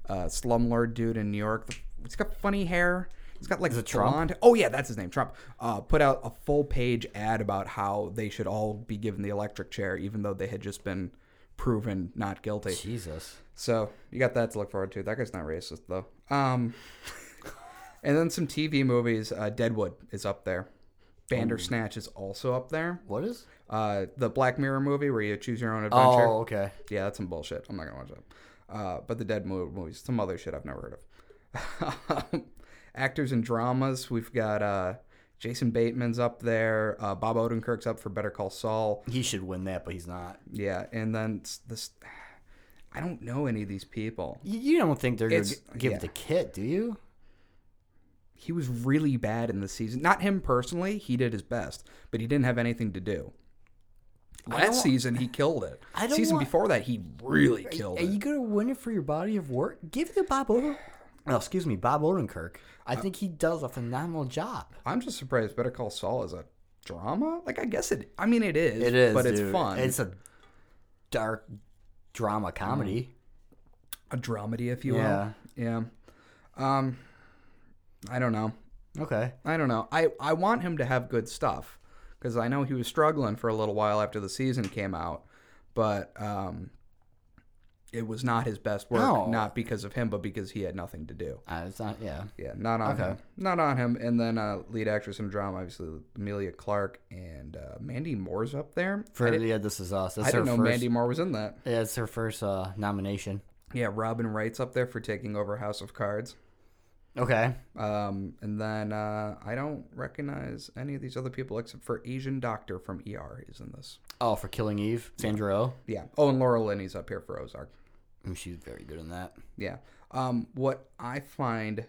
[SPEAKER 3] uh, slumlord dude in New York. He's got funny hair. He's got like
[SPEAKER 1] it Trump?
[SPEAKER 3] blonde- Oh yeah, that's his name, Trump. Uh, put out a full page ad about how they should all be given the electric chair, even though they had just been proven not guilty.
[SPEAKER 1] Jesus.
[SPEAKER 3] So you got that to look forward to. That guy's not racist though. Um, [laughs] and then some TV movies. Uh, Deadwood is up there. Bandersnatch is also up there.
[SPEAKER 1] What is?
[SPEAKER 3] Uh, the Black Mirror movie where you choose your own adventure.
[SPEAKER 1] Oh, okay.
[SPEAKER 3] Yeah, that's some bullshit. I'm not gonna watch that. Uh, but the Dead Mo- movies, some other shit I've never heard of. [laughs] Actors in dramas, we've got uh, Jason Bateman's up there. Uh, Bob Odenkirk's up for Better Call Saul.
[SPEAKER 1] He should win that, but he's not.
[SPEAKER 3] Yeah, and then s- this, I don't know any of these people.
[SPEAKER 1] You, you don't think they're going
[SPEAKER 3] It's-
[SPEAKER 1] to give
[SPEAKER 3] yeah.
[SPEAKER 1] it to Kit, do you?
[SPEAKER 3] he was really bad in the season. Not him personally, he did his best, but he didn't have anything to do.
[SPEAKER 1] don't-
[SPEAKER 3] Last season he killed it.
[SPEAKER 1] I don't
[SPEAKER 3] season
[SPEAKER 1] want-
[SPEAKER 3] before that he really killed
[SPEAKER 1] Are
[SPEAKER 3] it.
[SPEAKER 1] you going to win it for your body of work? Give it to Bob Oden. Oh, excuse me, Bob Odenkirk. I think he does a phenomenal job.
[SPEAKER 3] I'm just surprised Better Call Saul is a drama? Like I guess it I mean it is,
[SPEAKER 1] It is,
[SPEAKER 3] but it's
[SPEAKER 1] dude.
[SPEAKER 3] fun.
[SPEAKER 1] It's a dark drama comedy.
[SPEAKER 3] a dramedy if you
[SPEAKER 1] Yeah.
[SPEAKER 3] will. Yeah. Um I don't know.
[SPEAKER 1] Okay.
[SPEAKER 3] I don't know. I, I want him to have good stuff because I know he was struggling for a little while after the season came out, but um, it was not his best work.
[SPEAKER 1] No.
[SPEAKER 3] Not because of him, but because he had nothing to do.
[SPEAKER 1] Uh, it's not. Yeah.
[SPEAKER 3] Yeah, not on
[SPEAKER 1] Okay.
[SPEAKER 3] him. Not on him. And then uh, lead actress in drama, obviously Amelia Clark and uh, Mandy Moore's up there.
[SPEAKER 1] For
[SPEAKER 3] I didn't,
[SPEAKER 1] yeah, this is us. That's
[SPEAKER 3] I
[SPEAKER 1] her
[SPEAKER 3] didn't know
[SPEAKER 1] first.
[SPEAKER 3] Mandy Moore was in that.
[SPEAKER 1] Yeah, it's her first uh, nomination.
[SPEAKER 3] Yeah, Robin Wright's up there for taking over House of Cards.
[SPEAKER 1] Okay.
[SPEAKER 3] Um, and then uh, I don't recognize any of these other people except for Asian Doctor from ER is in this.
[SPEAKER 1] Oh, for Killing Eve, Sandra Oh.
[SPEAKER 3] Yeah. Oh, and Laura Linney's up here for Ozark.
[SPEAKER 1] Ooh, she's very good in that.
[SPEAKER 3] Yeah. Um, what I find,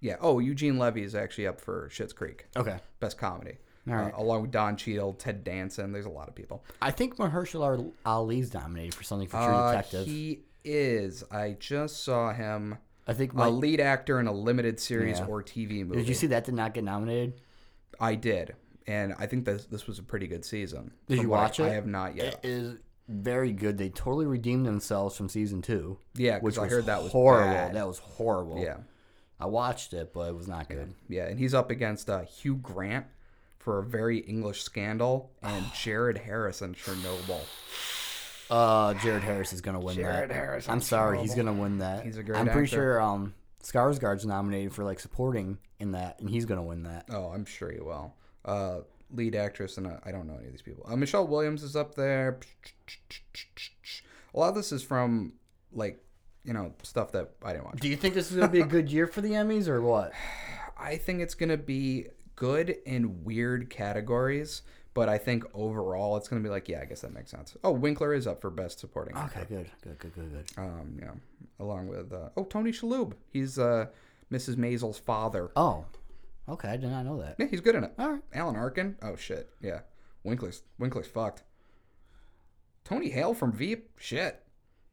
[SPEAKER 3] yeah. Oh, Eugene Levy is actually up for Schitt's Creek,
[SPEAKER 1] Okay.
[SPEAKER 3] best comedy,
[SPEAKER 1] All right.
[SPEAKER 3] uh, along with Don Cheadle, Ted Danson. There's a lot of people.
[SPEAKER 1] I think Mahershala Ali's nominated for something for True
[SPEAKER 3] Uh,
[SPEAKER 1] Detective.
[SPEAKER 3] he is. I just saw him
[SPEAKER 1] I think.
[SPEAKER 3] a
[SPEAKER 1] My,
[SPEAKER 3] lead actor in a limited series
[SPEAKER 1] Yeah.
[SPEAKER 3] or TV movie.
[SPEAKER 1] did you see that did not get nominated?
[SPEAKER 3] I did, and I think this this was a pretty good season.
[SPEAKER 1] Did
[SPEAKER 3] From
[SPEAKER 1] you
[SPEAKER 3] what I-
[SPEAKER 1] watch it?
[SPEAKER 3] I have not yet.
[SPEAKER 1] It is very good. They totally redeemed themselves from season two.
[SPEAKER 3] Yeah, 'cause
[SPEAKER 1] which
[SPEAKER 3] I
[SPEAKER 1] was
[SPEAKER 3] heard that was
[SPEAKER 1] horrible.
[SPEAKER 3] bad.
[SPEAKER 1] That was horrible.
[SPEAKER 3] yeah.
[SPEAKER 1] I watched it, but it was not good.
[SPEAKER 3] Yeah, and he's up against uh, Hugh Grant for a very English scandal [sighs] and Jared Harris in Chernobyl.
[SPEAKER 1] Uh, Jared Harris is gonna win
[SPEAKER 3] Jared
[SPEAKER 1] that.
[SPEAKER 3] Harris,
[SPEAKER 1] I'm
[SPEAKER 3] I'm
[SPEAKER 1] sorry, he's gonna win that.
[SPEAKER 3] He's a great
[SPEAKER 1] I'm pretty
[SPEAKER 3] actor.
[SPEAKER 1] sure um, Skarsgård's nominated for like supporting in that, and he's gonna win that.
[SPEAKER 3] Oh, I'm sure he will. Uh, lead actress, and uh, I don't know any of these people. Uh, Michelle Williams is up there. A lot of this is from like you know stuff that I didn't watch.
[SPEAKER 1] Do you think this is gonna be a good year for the Emmys or
[SPEAKER 3] [laughs]
[SPEAKER 1] what?
[SPEAKER 3] I think it's gonna be good in weird categories. But I think overall, it's gonna be like, yeah, I guess that makes sense. Oh, Winkler is up for best supporting.
[SPEAKER 1] Okay, good, good, good, good, good.
[SPEAKER 3] um, you know, along with uh, oh Tony Shalhoub. He's uh, Mrs. Maisel's father.
[SPEAKER 1] Oh, okay, I did not know that.
[SPEAKER 3] Yeah, he's good in it.
[SPEAKER 1] All right.
[SPEAKER 3] Alan Arkin. Oh shit. Yeah. Winkler's Winkler's fucked. Tony Hale from Veep. Shit.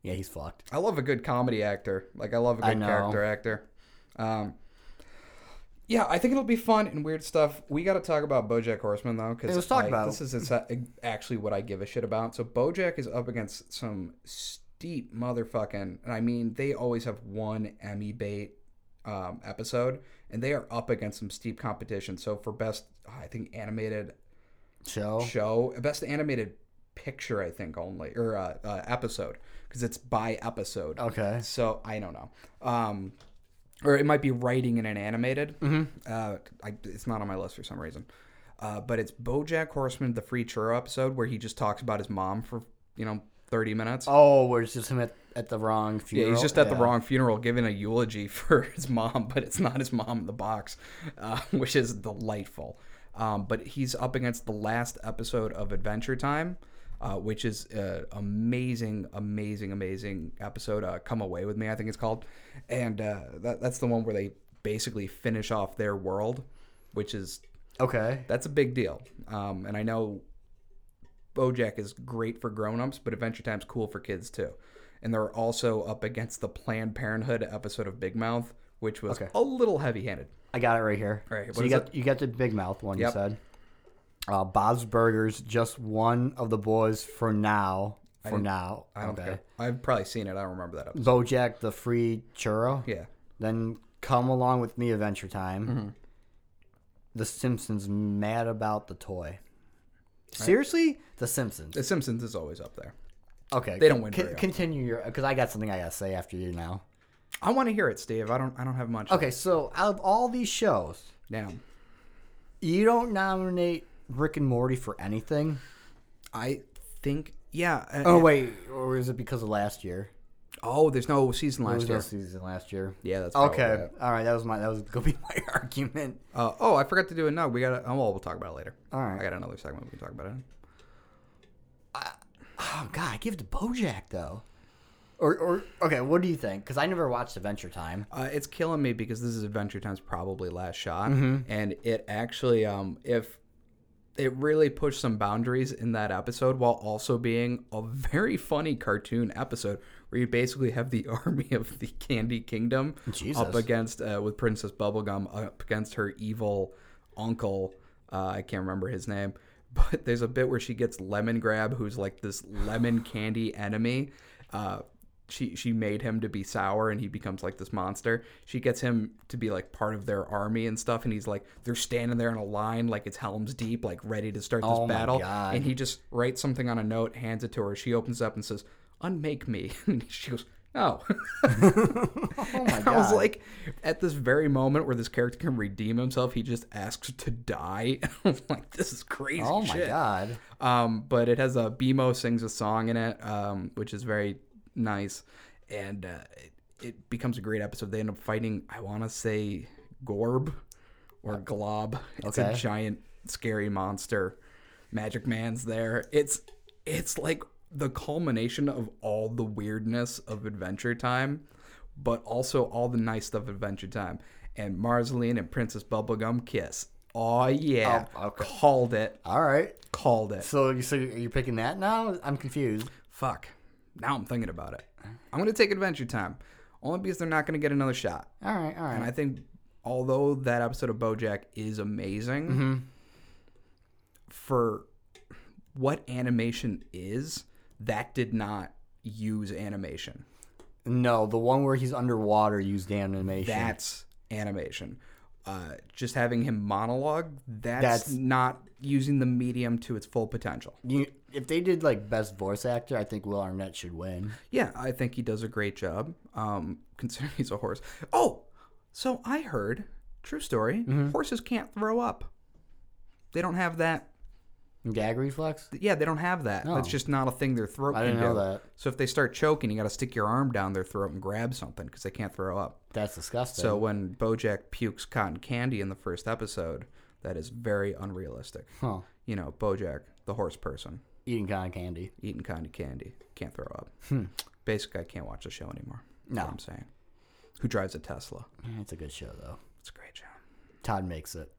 [SPEAKER 1] Yeah, he's fucked.
[SPEAKER 3] I love a good comedy actor. Like I love a
[SPEAKER 1] I
[SPEAKER 3] good
[SPEAKER 1] know.
[SPEAKER 3] character actor. Um. Yeah, I think it'll be fun and weird stuff. We got to talk about BoJack Horseman though, because
[SPEAKER 1] Yeah, let's talk about
[SPEAKER 3] this is exa- actually what I give a shit about. So BoJack is up against some steep motherfucking, and I mean they always have one Emmy bait um, episode, and they are up against some steep competition. So for best, I think animated
[SPEAKER 1] Show.
[SPEAKER 3] show, best animated picture, I think only or uh, uh, episode, because it's by episode.
[SPEAKER 1] Okay.
[SPEAKER 3] So I don't know. Um, or it might be writing in an animated. Mm-hmm. Uh, I, it's not on my list for some reason. Uh, but it's BoJack Horseman, the free churro episode, where he just talks about his mom for you know 30 minutes.
[SPEAKER 1] Oh, where it's just him at, at the wrong
[SPEAKER 3] yeah,
[SPEAKER 1] funeral.
[SPEAKER 3] he's just at the
[SPEAKER 1] Yeah.
[SPEAKER 3] wrong funeral giving a eulogy [laughs] for his mom, but it's not his mom in the box, uh, [laughs] which is delightful. Um, but he's up against the last episode of Adventure Time, uh, which is an amazing, amazing, amazing episode. Uh, Come Away With Me, I think it's called. And uh, that, that's the one where they basically finish off their world, which is
[SPEAKER 1] Okay.
[SPEAKER 3] that's a big deal. Um, and I know BoJack is great for grown-ups, but Adventure Time's cool for kids too. And they're also up against the Planned Parenthood episode of Big Mouth, which was
[SPEAKER 1] Okay.
[SPEAKER 3] a little heavy-handed.
[SPEAKER 1] I got it right here.
[SPEAKER 3] All right,
[SPEAKER 1] So
[SPEAKER 3] what
[SPEAKER 1] you
[SPEAKER 3] is
[SPEAKER 1] got you got the big mouth one
[SPEAKER 3] Yep.
[SPEAKER 1] you said. Uh, Bob's Burgers, just one of the boys for now. For now,
[SPEAKER 3] I don't
[SPEAKER 1] okay.
[SPEAKER 3] think I- I've probably seen it. I don't remember that episode.
[SPEAKER 1] BoJack the free churro.
[SPEAKER 3] Yeah, Mm-hmm.
[SPEAKER 1] Then come along with me, Adventure Time. The Simpsons mad about the toy. Seriously, The Simpsons.
[SPEAKER 3] The Simpsons is always up there.
[SPEAKER 1] Okay,
[SPEAKER 3] They don't win
[SPEAKER 1] con-
[SPEAKER 3] very often.
[SPEAKER 1] continue your because I got something I gotta say after you now.
[SPEAKER 3] I want to hear it, Steve. I don't. I don't have much.
[SPEAKER 1] Okay, so out of all these shows,
[SPEAKER 3] Now,
[SPEAKER 1] you don't nominate Rick and Morty for anything.
[SPEAKER 3] I think. Yeah. uh,
[SPEAKER 1] Oh wait, or is it because of last year?
[SPEAKER 3] Oh, there's no season
[SPEAKER 1] There
[SPEAKER 3] last
[SPEAKER 1] was
[SPEAKER 3] year.
[SPEAKER 1] no season last year.
[SPEAKER 3] Yeah, that's probably
[SPEAKER 1] Okay,
[SPEAKER 3] it.
[SPEAKER 1] all right. That was my that was gonna be [laughs] my argument.
[SPEAKER 3] Uh, oh, I forgot to do a nug. We got. Oh, well, we'll talk about it later.
[SPEAKER 1] All right.
[SPEAKER 3] I got another segment. We can talk about it.
[SPEAKER 1] Oh God, I give it to BoJack though. Or or okay, what do you think? Because I never watched Adventure Time.
[SPEAKER 3] Uh, it's killing me because this is Adventure Time's probably last shot, and it actually, um, if it really pushed some boundaries in that episode, while also being a very funny cartoon episode where you basically have the [laughs] army of the Candy Kingdom
[SPEAKER 1] Jesus.
[SPEAKER 3] up against uh, with Princess Bubblegum up against her evil uncle. Uh, I can't remember his name. [laughs] But there's a bit where she gets Lemon Grab, who's like this lemon candy enemy. Uh, she she made him to be sour and he becomes like this monster. She gets him to be like part of their army and stuff and he's like they're standing there in a line like it's Helm's Deep like ready to start this
[SPEAKER 1] Oh my
[SPEAKER 3] battle
[SPEAKER 1] God.
[SPEAKER 3] and he just writes something on a note, hands it to her. She opens up and says, "Unmake me." [laughs] And she goes, "No." [laughs]
[SPEAKER 1] Oh my God,
[SPEAKER 3] I was like at this very moment where this character can redeem himself, he just asks to die. [laughs] I was like, "This is crazy
[SPEAKER 1] oh my
[SPEAKER 3] shit."
[SPEAKER 1] God.
[SPEAKER 3] Um, but it has a BMO sings a song in it, um, which is very nice, and uh, it, it becomes a great episode. They end up fighting. I want to say Gorb or Glob. It's a
[SPEAKER 1] Okay.
[SPEAKER 3] giant scary monster. Magic Man's there. It's it's like the culmination of all the weirdness of Adventure Time, but also all the nice stuff of Adventure Time. And Marceline and Princess Bubblegum kiss. Oh yeah,
[SPEAKER 1] Oh, okay.
[SPEAKER 3] called it
[SPEAKER 1] All right.
[SPEAKER 3] called it.
[SPEAKER 1] So you so you're picking that now? I'm confused.
[SPEAKER 3] Fuck. Now I'm thinking about it. I'm gonna take Adventure Time, only because they're not gonna get another shot.
[SPEAKER 1] All right, all
[SPEAKER 3] And I
[SPEAKER 1] right.
[SPEAKER 3] think, although that episode of BoJack is amazing, for what animation is, that did not use animation.
[SPEAKER 1] No, the one where he's underwater used animation.
[SPEAKER 3] That's animation. Uh, just having him monologue, that's
[SPEAKER 1] That's-
[SPEAKER 3] not using the medium to its full potential.
[SPEAKER 1] You, if they did like best voice actor, I think Will Arnett should win.
[SPEAKER 3] Yeah, I think he does a great job. Um, [laughs] considering he's a horse. Oh, so I heard true story.
[SPEAKER 1] Mm-hmm.
[SPEAKER 3] Horses can't throw up. They don't have that.
[SPEAKER 1] Gag reflex?
[SPEAKER 3] Yeah, they don't have that. That's just not a thing their throat.
[SPEAKER 1] I
[SPEAKER 3] can
[SPEAKER 1] didn't know
[SPEAKER 3] do.
[SPEAKER 1] that.
[SPEAKER 3] So if they start choking, you got to stick your arm down their throat and grab something because they can't throw up.
[SPEAKER 1] That's disgusting.
[SPEAKER 3] So when BoJack pukes cotton candy in the first episode, that is very unrealistic.
[SPEAKER 1] Huh.
[SPEAKER 3] You know, BoJack, the horse person,
[SPEAKER 1] eating cotton candy.
[SPEAKER 3] eating cotton candy, can't throw up. Basically, I can't watch the show anymore. That's
[SPEAKER 1] Hmm. No.
[SPEAKER 3] what I'm saying. Who drives a Tesla?
[SPEAKER 1] Eh, It's a good show though.
[SPEAKER 3] It's a great show.
[SPEAKER 1] Todd makes it.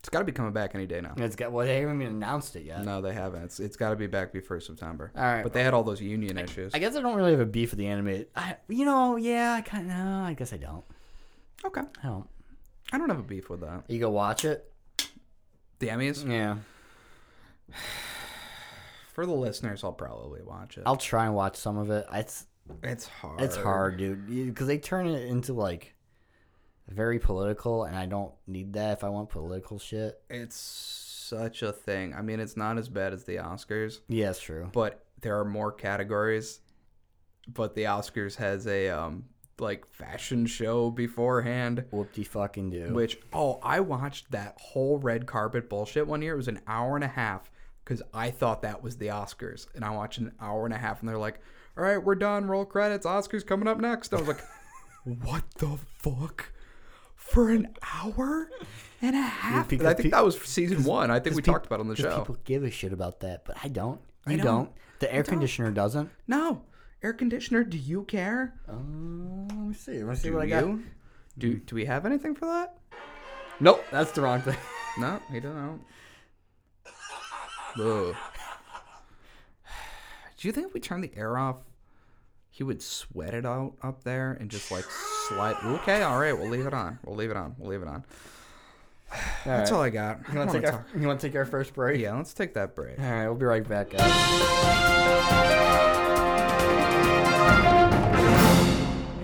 [SPEAKER 3] It's got to be coming back any day now.
[SPEAKER 1] And It's got well, they haven't even announced it yet.
[SPEAKER 3] No, they haven't. It's, it's got to be back before September.
[SPEAKER 1] All right.
[SPEAKER 3] But they had all those union issues.
[SPEAKER 1] I guess I don't really have a beef with the anime. I, you know, yeah, I kind of. No, I guess I don't.
[SPEAKER 3] okay.
[SPEAKER 1] I don't.
[SPEAKER 3] I don't have a beef with that.
[SPEAKER 1] You go watch it.
[SPEAKER 3] The Emmys?
[SPEAKER 1] Yeah,
[SPEAKER 3] For the listeners, I'll probably watch it.
[SPEAKER 1] I'll try and watch some of it. It's
[SPEAKER 3] it's hard.
[SPEAKER 1] it's hard, dude, because they turn it into like very political, and I don't need that if I want political shit.
[SPEAKER 3] It's such a thing. I mean, it's not as bad as the Oscars,
[SPEAKER 1] Yeah, it's true.
[SPEAKER 3] but there are more categories. But the Oscars has a um like fashion show beforehand.
[SPEAKER 1] Whoop de fucking do.
[SPEAKER 3] Which oh, I watched that whole red carpet bullshit one year. It was an hour and a half. because I thought that was the Oscars, and I watched an hour and a half, and they're like, "All right, we're done. Roll credits. Oscars coming up next."
[SPEAKER 1] [laughs]
[SPEAKER 3] I was like, "What the fuck?" For an hour and a half. And I
[SPEAKER 1] because
[SPEAKER 3] think
[SPEAKER 1] pe-
[SPEAKER 3] that was season one. I think we
[SPEAKER 1] Peop-
[SPEAKER 3] talked about it on the
[SPEAKER 1] 'cause
[SPEAKER 3] show.
[SPEAKER 1] People give a shit about that, but I don't. You
[SPEAKER 3] don't.
[SPEAKER 1] don't. The air conditioner doesn't.
[SPEAKER 3] No, air conditioner. Do you care?
[SPEAKER 1] Um, let me see. Let me see
[SPEAKER 3] Do
[SPEAKER 1] what I got.
[SPEAKER 3] you? Do do we have anything for that?
[SPEAKER 1] Nope, that's the wrong thing.
[SPEAKER 3] No, he doesn't. Ugh. [sighs] Do you think if we turn the air off, he would sweat it out up there and just like slide? Okay, all right, we'll leave it on. We'll leave it on. We'll leave it on. [sighs] That's all I got. I
[SPEAKER 1] You want
[SPEAKER 3] wanna
[SPEAKER 1] to take,
[SPEAKER 3] talk-
[SPEAKER 1] our- you [laughs] wanna take our first break?
[SPEAKER 3] Yeah, let's take that break.
[SPEAKER 1] All right, we'll be right back, guys.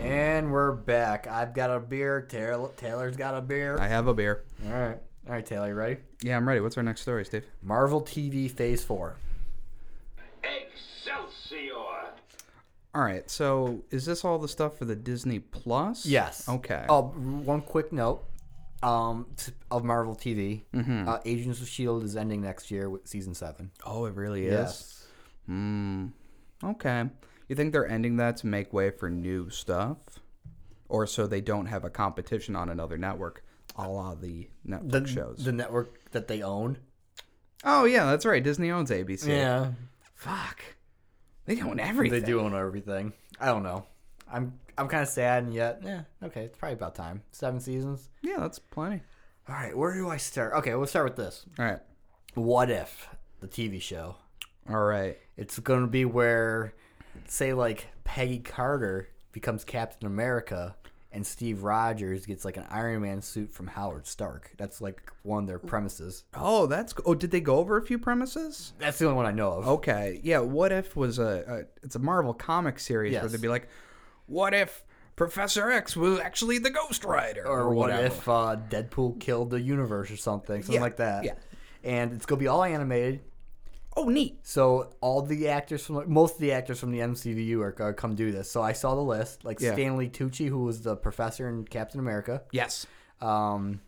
[SPEAKER 1] And we're back. I've got a beer. Taylor, Taylor's got a beer.
[SPEAKER 3] I have a beer.
[SPEAKER 1] All right, all right, Taylor, you ready?
[SPEAKER 3] Yeah, I'm ready. What's our next story, Steve?
[SPEAKER 1] Marvel TV Phase Four.
[SPEAKER 2] Excelsior!
[SPEAKER 3] All right. So, is this all the stuff for the Disney Plus?
[SPEAKER 1] Yes.
[SPEAKER 3] Okay.
[SPEAKER 1] Oh, one quick note um, t- of Marvel TV.
[SPEAKER 3] Mm-hmm.
[SPEAKER 1] Uh, Agents of Shield is ending next year with season seven.
[SPEAKER 3] Oh, it really is. Hmm. Okay. You think they're ending that to make way for new stuff, or so they don't have a competition on another network, a la the Netflix
[SPEAKER 1] The
[SPEAKER 3] shows?
[SPEAKER 1] the network that they own.
[SPEAKER 3] oh yeah, that's right. Disney owns ABC.
[SPEAKER 1] Yeah,
[SPEAKER 3] Fuck. They own everything.
[SPEAKER 1] they do own everything. I don't know. I'm I'm kind of sad and yet, yeah, okay, it's probably about time. Seven seasons.
[SPEAKER 3] Yeah, that's plenty.
[SPEAKER 1] All right, where do I start? Okay, we'll start with this.
[SPEAKER 3] All right.
[SPEAKER 1] What if the TV show?
[SPEAKER 3] All right.
[SPEAKER 1] It's going to be where, say, like Peggy Carter becomes Captain America. And Steve Rogers gets like an Iron Man suit from Howard Stark. That's like one of their premises.
[SPEAKER 3] Oh, that's. Oh, did they go over a few premises?
[SPEAKER 1] That's the only one I know of.
[SPEAKER 3] Oh, Okay. Yeah. What if was a, a it's a Marvel comic series where
[SPEAKER 1] Yes.
[SPEAKER 3] they'd be like, what if Professor X was actually the Ghost Rider
[SPEAKER 1] or what
[SPEAKER 3] whatever.
[SPEAKER 1] if uh, Deadpool killed the universe or something, something
[SPEAKER 3] Yeah,
[SPEAKER 1] like that.
[SPEAKER 3] yeah.
[SPEAKER 1] And it's gonna be all animated.
[SPEAKER 3] Oh, neat.
[SPEAKER 1] So all the actors from most of the actors from the MCU are gonna come do this. So I saw the list, like
[SPEAKER 3] Yeah.
[SPEAKER 1] Stanley Tucci, who was the professor in Captain America.
[SPEAKER 3] Yes.
[SPEAKER 1] Um,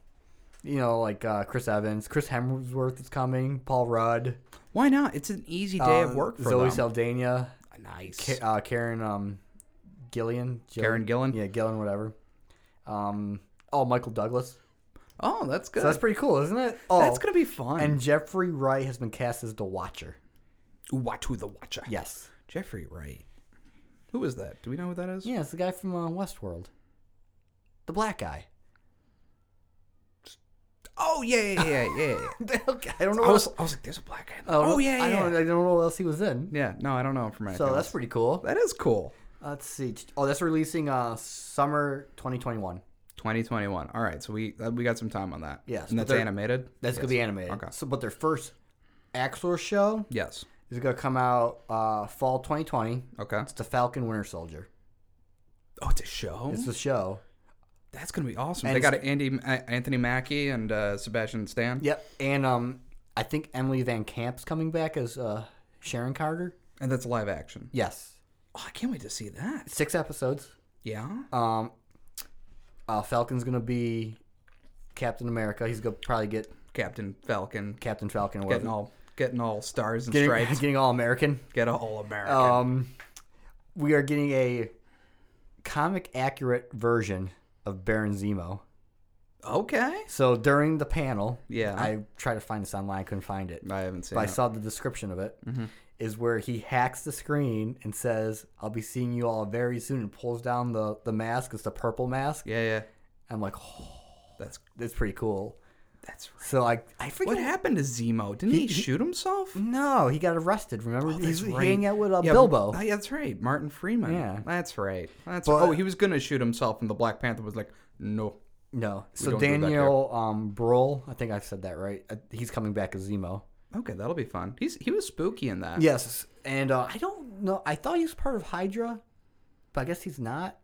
[SPEAKER 1] you know, like uh, Chris Evans, Chris Hemsworth is coming, Paul Rudd,
[SPEAKER 3] Why not? It's an easy day
[SPEAKER 1] uh,
[SPEAKER 3] of work for
[SPEAKER 1] Zoe
[SPEAKER 3] them.
[SPEAKER 1] Saldana,
[SPEAKER 3] nice.
[SPEAKER 1] Ka- uh, Karen um, Gillian, Gill-
[SPEAKER 3] Karen Gillan?
[SPEAKER 1] yeah, Gillian, whatever. Um, oh, Michael Douglas.
[SPEAKER 3] oh, that's good.
[SPEAKER 1] So that's
[SPEAKER 3] that's
[SPEAKER 1] pretty cool, isn't it? Oh,
[SPEAKER 3] gonna be fun.
[SPEAKER 1] And Jeffrey Wright has been cast as the Watcher.
[SPEAKER 3] Uatu the Watcher.
[SPEAKER 1] Yes.
[SPEAKER 3] Jeffrey Wright. Who is that? Do we know who that is?
[SPEAKER 1] Yeah, it's the guy from uh, Westworld. The black guy.
[SPEAKER 3] Oh yeah, yeah, yeah, yeah. yeah.
[SPEAKER 1] Okay, [laughs] I don't know.
[SPEAKER 3] [laughs] I
[SPEAKER 1] what
[SPEAKER 3] was,
[SPEAKER 1] else-
[SPEAKER 3] I was like, there's a black guy. in
[SPEAKER 1] I
[SPEAKER 3] there.
[SPEAKER 1] don't
[SPEAKER 3] Oh
[SPEAKER 1] know-
[SPEAKER 3] yeah, yeah.
[SPEAKER 1] I don't, I don't know what else he was in.
[SPEAKER 3] yeah. No, I don't know him from anything.
[SPEAKER 1] So that's
[SPEAKER 3] else.
[SPEAKER 1] pretty cool.
[SPEAKER 3] that is cool.
[SPEAKER 1] Let's see. Oh, that's releasing uh summer 2021.
[SPEAKER 3] 2021. All right, so we uh, we got some time on that.
[SPEAKER 1] Yes,
[SPEAKER 3] and
[SPEAKER 1] but
[SPEAKER 3] that's
[SPEAKER 1] they're-
[SPEAKER 3] animated.
[SPEAKER 1] That's gonna be animated.
[SPEAKER 3] Okay.
[SPEAKER 1] So, but their first actual show
[SPEAKER 3] Yes.
[SPEAKER 1] is gonna come out uh fall 2020.
[SPEAKER 3] Okay.
[SPEAKER 1] It's the Falcon Winter Soldier.
[SPEAKER 3] Oh, it's a show.
[SPEAKER 1] It's the show.
[SPEAKER 3] that's gonna be awesome.
[SPEAKER 1] And
[SPEAKER 3] they got
[SPEAKER 1] it's-
[SPEAKER 3] Andy uh, Anthony Mackie and uh, Sebastian Stan.
[SPEAKER 1] Yep. And um, I think Emily Van Camp's coming back as uh Sharon Carter.
[SPEAKER 3] And that's live action.
[SPEAKER 1] Yes.
[SPEAKER 3] Oh, I can't wait to see that.
[SPEAKER 1] Six episodes.
[SPEAKER 3] Yeah.
[SPEAKER 1] Um, uh, Falcon's gonna be Captain America. He's gonna probably get
[SPEAKER 3] Captain Falcon
[SPEAKER 1] Captain Falcon. Or
[SPEAKER 3] getting
[SPEAKER 1] whatever.
[SPEAKER 3] all getting all stars and
[SPEAKER 1] getting,
[SPEAKER 3] stripes.
[SPEAKER 1] [laughs] getting all American.
[SPEAKER 3] Get all American.
[SPEAKER 1] Um, we are getting a comic accurate version of Baron Zemo.
[SPEAKER 3] okay.
[SPEAKER 1] So during the panel,
[SPEAKER 3] Yeah.
[SPEAKER 1] I tried to find this online. I couldn't find it.
[SPEAKER 3] I haven't seen.
[SPEAKER 1] But I
[SPEAKER 3] it.
[SPEAKER 1] saw the description of it. Is
[SPEAKER 3] Mm-hmm.
[SPEAKER 1] where he hacks the screen and says, "I'll be seeing you all very soon," and pulls down the the mask. It's the purple mask.
[SPEAKER 3] yeah, yeah.
[SPEAKER 1] I'm like, oh,
[SPEAKER 3] That's
[SPEAKER 1] that's pretty cool.
[SPEAKER 3] that's right.
[SPEAKER 1] So I I forget
[SPEAKER 3] What happened to Zemo? Didn't he, shoot himself?
[SPEAKER 1] No, Mm, he got arrested. Remember, he's
[SPEAKER 3] Oh, That's right.
[SPEAKER 1] hanging out with uh,
[SPEAKER 3] Yeah,
[SPEAKER 1] Bilbo.
[SPEAKER 3] Oh, yeah, that's right. Martin Freeman.
[SPEAKER 1] Yeah.
[SPEAKER 3] That's right. That's
[SPEAKER 1] But- uh,
[SPEAKER 3] Oh, he was going to shoot himself and the Black Panther was like, "No."
[SPEAKER 1] no, so
[SPEAKER 3] don't do that
[SPEAKER 1] Daniel um, Brohl, I think I've said that right. Uh, He's coming back as Zemo.
[SPEAKER 3] Okay, that'll be fun. He's he was spooky in that.
[SPEAKER 1] Yes, and uh, I don't know. I thought he was part of Hydra, but I guess he's not.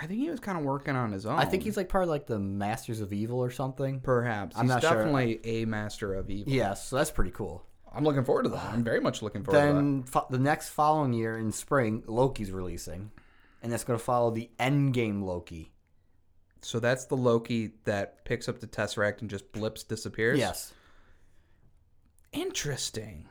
[SPEAKER 3] I think he was kind of working on his own.
[SPEAKER 1] I think he's like part of like the Masters of Evil or something.
[SPEAKER 3] perhaps.
[SPEAKER 1] I'm
[SPEAKER 3] he's
[SPEAKER 1] not sure.
[SPEAKER 3] definitely a master of evil.
[SPEAKER 1] Yes, so that's pretty cool.
[SPEAKER 3] I'm looking forward to that. I'm very much looking forward to that.
[SPEAKER 1] Then fo- the next following year in spring, Loki's releasing, and that's going to follow the Endgame Loki.
[SPEAKER 3] So that's the Loki that picks up the Tesseract and just blips, disappears?
[SPEAKER 1] Yes,
[SPEAKER 3] Interesting.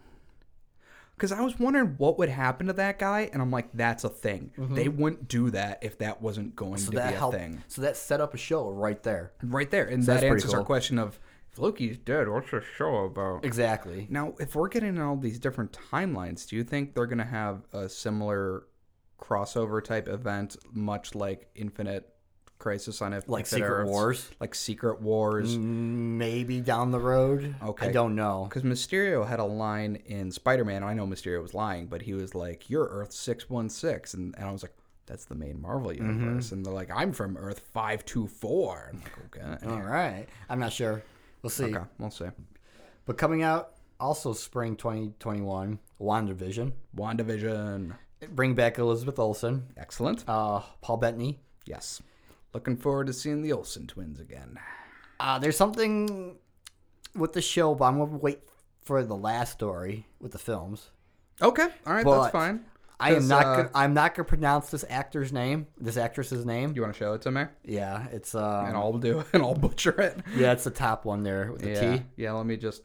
[SPEAKER 3] Because I was wondering what would happen to that guy, and I'm like, that's a thing. They wouldn't do that if that wasn't going
[SPEAKER 1] Mm-hmm. So
[SPEAKER 3] to
[SPEAKER 1] that
[SPEAKER 3] be a
[SPEAKER 1] helped.
[SPEAKER 3] thing.
[SPEAKER 1] So that set up a show right there.
[SPEAKER 3] Right there, and
[SPEAKER 1] that's
[SPEAKER 3] that
[SPEAKER 1] pretty
[SPEAKER 3] answers our
[SPEAKER 1] cool.
[SPEAKER 3] question of if Loki's dead, what's the show about?
[SPEAKER 1] Exactly.
[SPEAKER 3] Now, if we're getting in all these different timelines, do you think they're going to have a similar crossover type event, much like Infinite Crisis on Infinite
[SPEAKER 1] Like Secret
[SPEAKER 3] Earths?
[SPEAKER 1] Wars?
[SPEAKER 3] Like Secret Wars.
[SPEAKER 1] Maybe down the road.
[SPEAKER 3] Okay.
[SPEAKER 1] I don't know.
[SPEAKER 3] Because Mysterio had a line in Spider Man. I know Mysterio was lying, but he was like, You're Earth 616. And, and I was like, That's the main Marvel
[SPEAKER 1] Mm-hmm.
[SPEAKER 3] universe. And they're like, I'm from Earth 524. I'm like, okay.
[SPEAKER 1] All right. I'm not sure. We'll see.
[SPEAKER 3] Okay, we'll see.
[SPEAKER 1] But coming out also spring 2021, WandaVision.
[SPEAKER 3] WandaVision.
[SPEAKER 1] Bring back Elizabeth Olsen,
[SPEAKER 3] Excellent.
[SPEAKER 1] uh, Paul Bettany.
[SPEAKER 3] Yes. Looking forward to seeing the Olsen twins again.
[SPEAKER 1] Uh, there's something with the show, but I'm going to wait for the last story with the films.
[SPEAKER 3] Okay. All right.
[SPEAKER 1] But
[SPEAKER 3] that's fine.
[SPEAKER 1] I am
[SPEAKER 3] 'Cause,
[SPEAKER 1] not.
[SPEAKER 3] uh,
[SPEAKER 1] gonna, I'm not gonna pronounce this actor's name, this actress's name.
[SPEAKER 3] You want to show it to me,
[SPEAKER 1] Yeah, it's um,
[SPEAKER 3] and I'll do it, and I'll butcher it.
[SPEAKER 1] yeah, it's the top one there with the
[SPEAKER 3] yeah.
[SPEAKER 1] T.
[SPEAKER 3] Yeah. Let me just.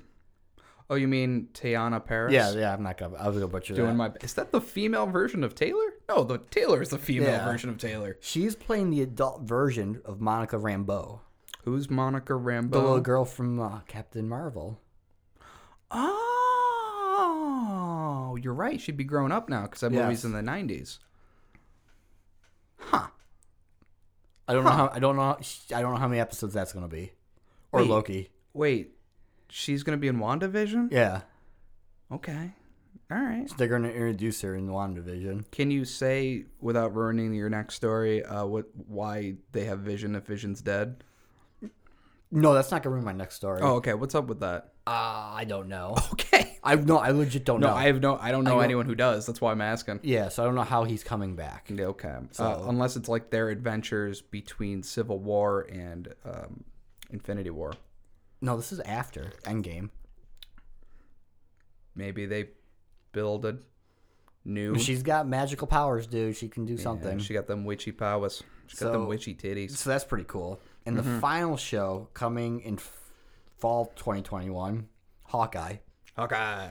[SPEAKER 3] Oh, you mean Tiana Paris?
[SPEAKER 1] Yeah, yeah, I'm not gonna. I was gonna butcher
[SPEAKER 3] Doing
[SPEAKER 1] that.
[SPEAKER 3] my. Is that the female version of Taylor? No, the Taylor is the female
[SPEAKER 1] Yeah.
[SPEAKER 3] version of Taylor.
[SPEAKER 1] She's playing the adult version of Monica Rambeau,
[SPEAKER 3] Who's Monica Rambeau?
[SPEAKER 1] the little girl from uh, Captain Marvel.
[SPEAKER 3] Oh, you're right. She'd be grown up now because that movie's
[SPEAKER 1] Yes.
[SPEAKER 3] in the '90s.
[SPEAKER 1] I don't know how. I don't know. I don't know how many episodes that's gonna be, or
[SPEAKER 3] Wait.
[SPEAKER 1] Loki.
[SPEAKER 3] Wait, she's gonna be in WandaVision?
[SPEAKER 1] Yeah,
[SPEAKER 3] Okay. All right.
[SPEAKER 1] they're gonna introduce her in WandaVision.
[SPEAKER 3] Can you say without ruining your next story uh, what why they have Vision if Vision's dead?
[SPEAKER 1] No, that's not gonna be my next story.
[SPEAKER 3] Oh, okay. What's up with that?
[SPEAKER 1] Uh, I don't know.
[SPEAKER 3] Okay.
[SPEAKER 1] I no, I legit don't
[SPEAKER 3] No,
[SPEAKER 1] know.
[SPEAKER 3] I have no. I don't know
[SPEAKER 1] don't-
[SPEAKER 3] anyone who does. That's why I'm asking.
[SPEAKER 1] yeah, so I don't know how he's coming back.
[SPEAKER 3] Yeah, Okay. Uh, unless it's like their adventures between Civil War and um, Infinity War.
[SPEAKER 1] No, this is after Endgame.
[SPEAKER 3] Maybe they build a new.
[SPEAKER 1] She's got magical powers, dude. She can do something.
[SPEAKER 3] Yeah, she got them witchy powers. She got them
[SPEAKER 1] So-
[SPEAKER 3] witchy titties.
[SPEAKER 1] so that's pretty cool. And
[SPEAKER 3] Mm-hmm.
[SPEAKER 1] the final show coming in f- fall 2021, Hawkeye.
[SPEAKER 3] Okay.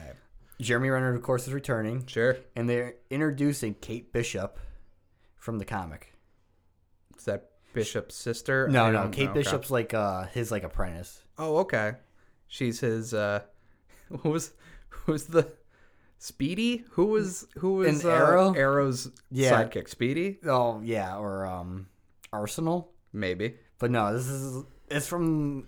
[SPEAKER 1] Jeremy Renner, of course, is returning,
[SPEAKER 3] Sure.
[SPEAKER 1] and they're introducing Kate Bishop from the comic.
[SPEAKER 3] Is that Bishop's sister? I
[SPEAKER 1] No, no,
[SPEAKER 3] don't
[SPEAKER 1] Kate
[SPEAKER 3] know. Okay.
[SPEAKER 1] Bishop's like uh his like apprentice.
[SPEAKER 3] Oh, okay. She's his. uh [laughs] What was? Who was the? Speedy? Who was? Who was?
[SPEAKER 1] An
[SPEAKER 3] uh,
[SPEAKER 1] Arrow?
[SPEAKER 3] Arrow's
[SPEAKER 1] Yeah.
[SPEAKER 3] sidekick. Speedy?
[SPEAKER 1] Oh yeah, or um Arsenal.
[SPEAKER 3] Maybe.
[SPEAKER 1] But no, this is it's from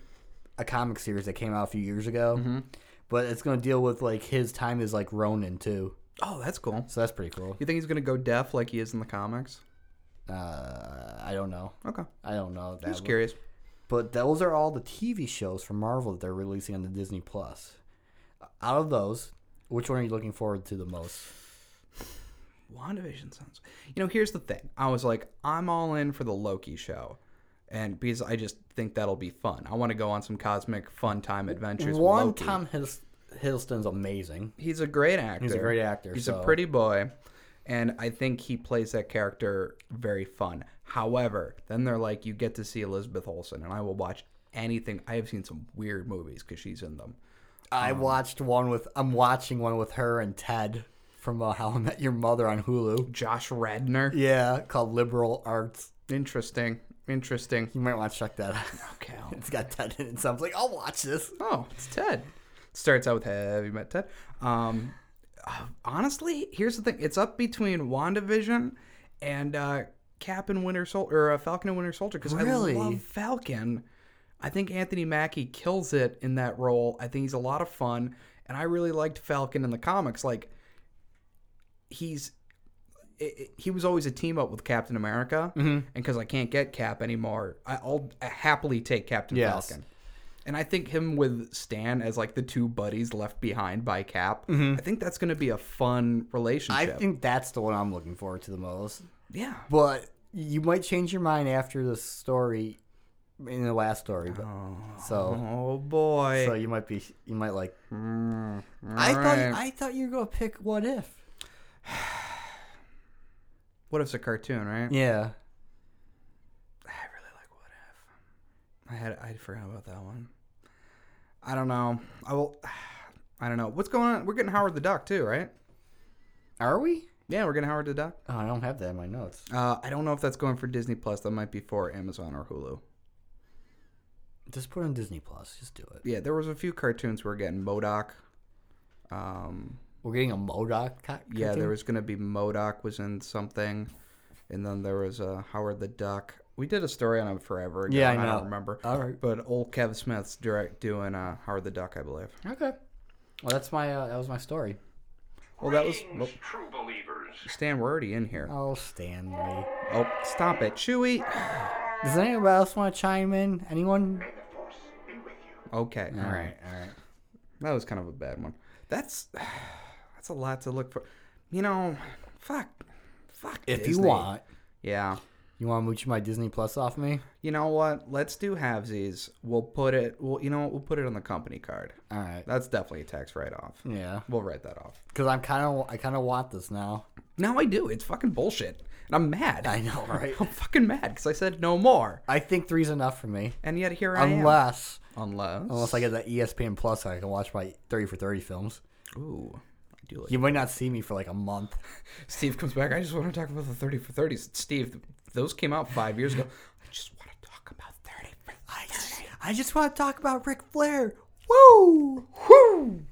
[SPEAKER 1] a comic series that came out a few years ago.
[SPEAKER 3] Mm-hmm.
[SPEAKER 1] But it's gonna deal with like his time as like Ronin too.
[SPEAKER 3] Oh, that's cool.
[SPEAKER 1] So that's pretty cool.
[SPEAKER 3] You think he's gonna go deaf like he is in the comics?
[SPEAKER 1] Uh, I don't know.
[SPEAKER 3] Okay.
[SPEAKER 1] I don't know
[SPEAKER 3] I'm
[SPEAKER 1] that.
[SPEAKER 3] just curious.
[SPEAKER 1] But those are all the TV shows from Marvel that they're releasing on the Disney Plus. Out of those, which one are you looking forward to the most?
[SPEAKER 3] WandaVision sounds. You know, here's the thing. I was like, I'm all in for the Loki show, and because I just think that'll be fun. I want to go on some cosmic fun time adventures.
[SPEAKER 1] one,
[SPEAKER 3] with Loki.
[SPEAKER 1] Tom Hiddles- Hiddleston's amazing.
[SPEAKER 3] He's a great actor.
[SPEAKER 1] He's a great actor,
[SPEAKER 3] He's a
[SPEAKER 1] so-
[SPEAKER 3] pretty boy, and I think he plays that character very fun. However, then they're like, you get to see Elizabeth Olsen, and I will watch anything. I have seen some weird movies because she's in them.
[SPEAKER 1] I watched one with I'm watching one with her and Ted from uh, How I Met Your Mother on Hulu.
[SPEAKER 3] Josh Radner.
[SPEAKER 1] Yeah, called Liberal Arts.
[SPEAKER 3] Interesting. Interesting.
[SPEAKER 1] You might want to check that out. [laughs]
[SPEAKER 3] Okay.
[SPEAKER 1] It's got Ted in it, so I was like, I'll watch this.
[SPEAKER 3] Oh, it's Ted. Starts out with Have you met Ted? Um, uh, honestly, here's the thing: it's up between WandaVision and uh, Cap and Winter Soldier or uh, Falcon and Winter Soldier because
[SPEAKER 1] Really?
[SPEAKER 3] I love Falcon. I think Anthony Mackie kills it in that role. I think he's a lot of fun, and I really liked Falcon in the comics. Like, he's i i- he was always a team up with Captain America, and
[SPEAKER 1] Mm-hmm.
[SPEAKER 3] because I can't get Cap anymore, I, I'll happily take Captain
[SPEAKER 1] Yes.
[SPEAKER 3] Falcon. And I think him with Stan as like the two buddies left behind by Cap. I think that's going to be a fun
[SPEAKER 1] I
[SPEAKER 3] relationship.
[SPEAKER 1] think that's the one I'm looking forward to the most.
[SPEAKER 3] yeah.
[SPEAKER 1] But you might change your mind after the story, in the last story. But, So,
[SPEAKER 3] Oh boy.
[SPEAKER 1] so you might be, you might like. I thought,
[SPEAKER 3] right.
[SPEAKER 1] I thought you were gonna pick what if.
[SPEAKER 3] what if it's a cartoon, right?
[SPEAKER 1] Yeah,
[SPEAKER 3] I really like What If. I had I forgot about that one. [sighs] I don't know. I will. I don't know what's going on. We're getting Howard the Duck too, right?
[SPEAKER 1] Are we?
[SPEAKER 3] Yeah, we're getting Howard the Duck.
[SPEAKER 1] Oh, I don't have that in my notes.
[SPEAKER 3] Uh, I don't know if that's going for Disney Plus. That might be for Amazon or Hulu.
[SPEAKER 1] Just put it on Disney Plus. Just do it.
[SPEAKER 3] Yeah, there was a few cartoons we are getting Modoc. Um,
[SPEAKER 1] We're getting a Modoc. Co-
[SPEAKER 3] yeah, there
[SPEAKER 1] cartoon?
[SPEAKER 3] was gonna be Modoc was in something, and then there was uh, Howard the Duck. We did a story on him forever ago.
[SPEAKER 1] Yeah, I know.
[SPEAKER 3] don't remember.
[SPEAKER 1] All right.
[SPEAKER 3] But old Kev Smith's direct doing uh, Howard the Duck, I believe.
[SPEAKER 1] Okay. Well, that's my uh, that was my story.
[SPEAKER 3] Well, that was
[SPEAKER 2] Greetings,
[SPEAKER 3] well,
[SPEAKER 2] true believers.
[SPEAKER 3] Stan. We're already in here.
[SPEAKER 1] Oh, Stanley.
[SPEAKER 3] Oh, stop it, Chewy.
[SPEAKER 1] Does anybody else want to chime in? Anyone?
[SPEAKER 2] May the force be with you.
[SPEAKER 3] Okay, all
[SPEAKER 1] All
[SPEAKER 3] right.
[SPEAKER 1] right. All right.
[SPEAKER 3] That was kind of a bad one. That's [sighs] that's a lot to look for. You know, fuck, fuck.
[SPEAKER 1] If you
[SPEAKER 3] Disney.
[SPEAKER 1] want,
[SPEAKER 3] yeah.
[SPEAKER 1] you want to mooch my Disney Plus off me?
[SPEAKER 3] You know what? Let's do halvesies. We'll put it. Well, you know what? We'll put it on the company card.
[SPEAKER 1] All right.
[SPEAKER 3] That's definitely a tax write-off.
[SPEAKER 1] Yeah.
[SPEAKER 3] We'll write that off.
[SPEAKER 1] Because I'm kind of I kind of want this now.
[SPEAKER 3] Now I do. It's fucking bullshit, and I'm mad.
[SPEAKER 1] I know, right?
[SPEAKER 3] I'm fucking mad because I said no more,
[SPEAKER 1] [laughs] I think three's enough for me,
[SPEAKER 3] and yet here I
[SPEAKER 1] unless
[SPEAKER 3] am. Unless,
[SPEAKER 1] unless I get that E ESPN Plus, so I can watch my thirty for thirty films.
[SPEAKER 3] Ooh, I do like.
[SPEAKER 1] You might not see me for like a month.
[SPEAKER 3] Steve comes back. I just want to talk about the 30 for 30s. Steve, those came out five years ago. I just want to talk about 30 for 30.
[SPEAKER 1] I just, I just want to talk about Ric Flair. Woo! Woo!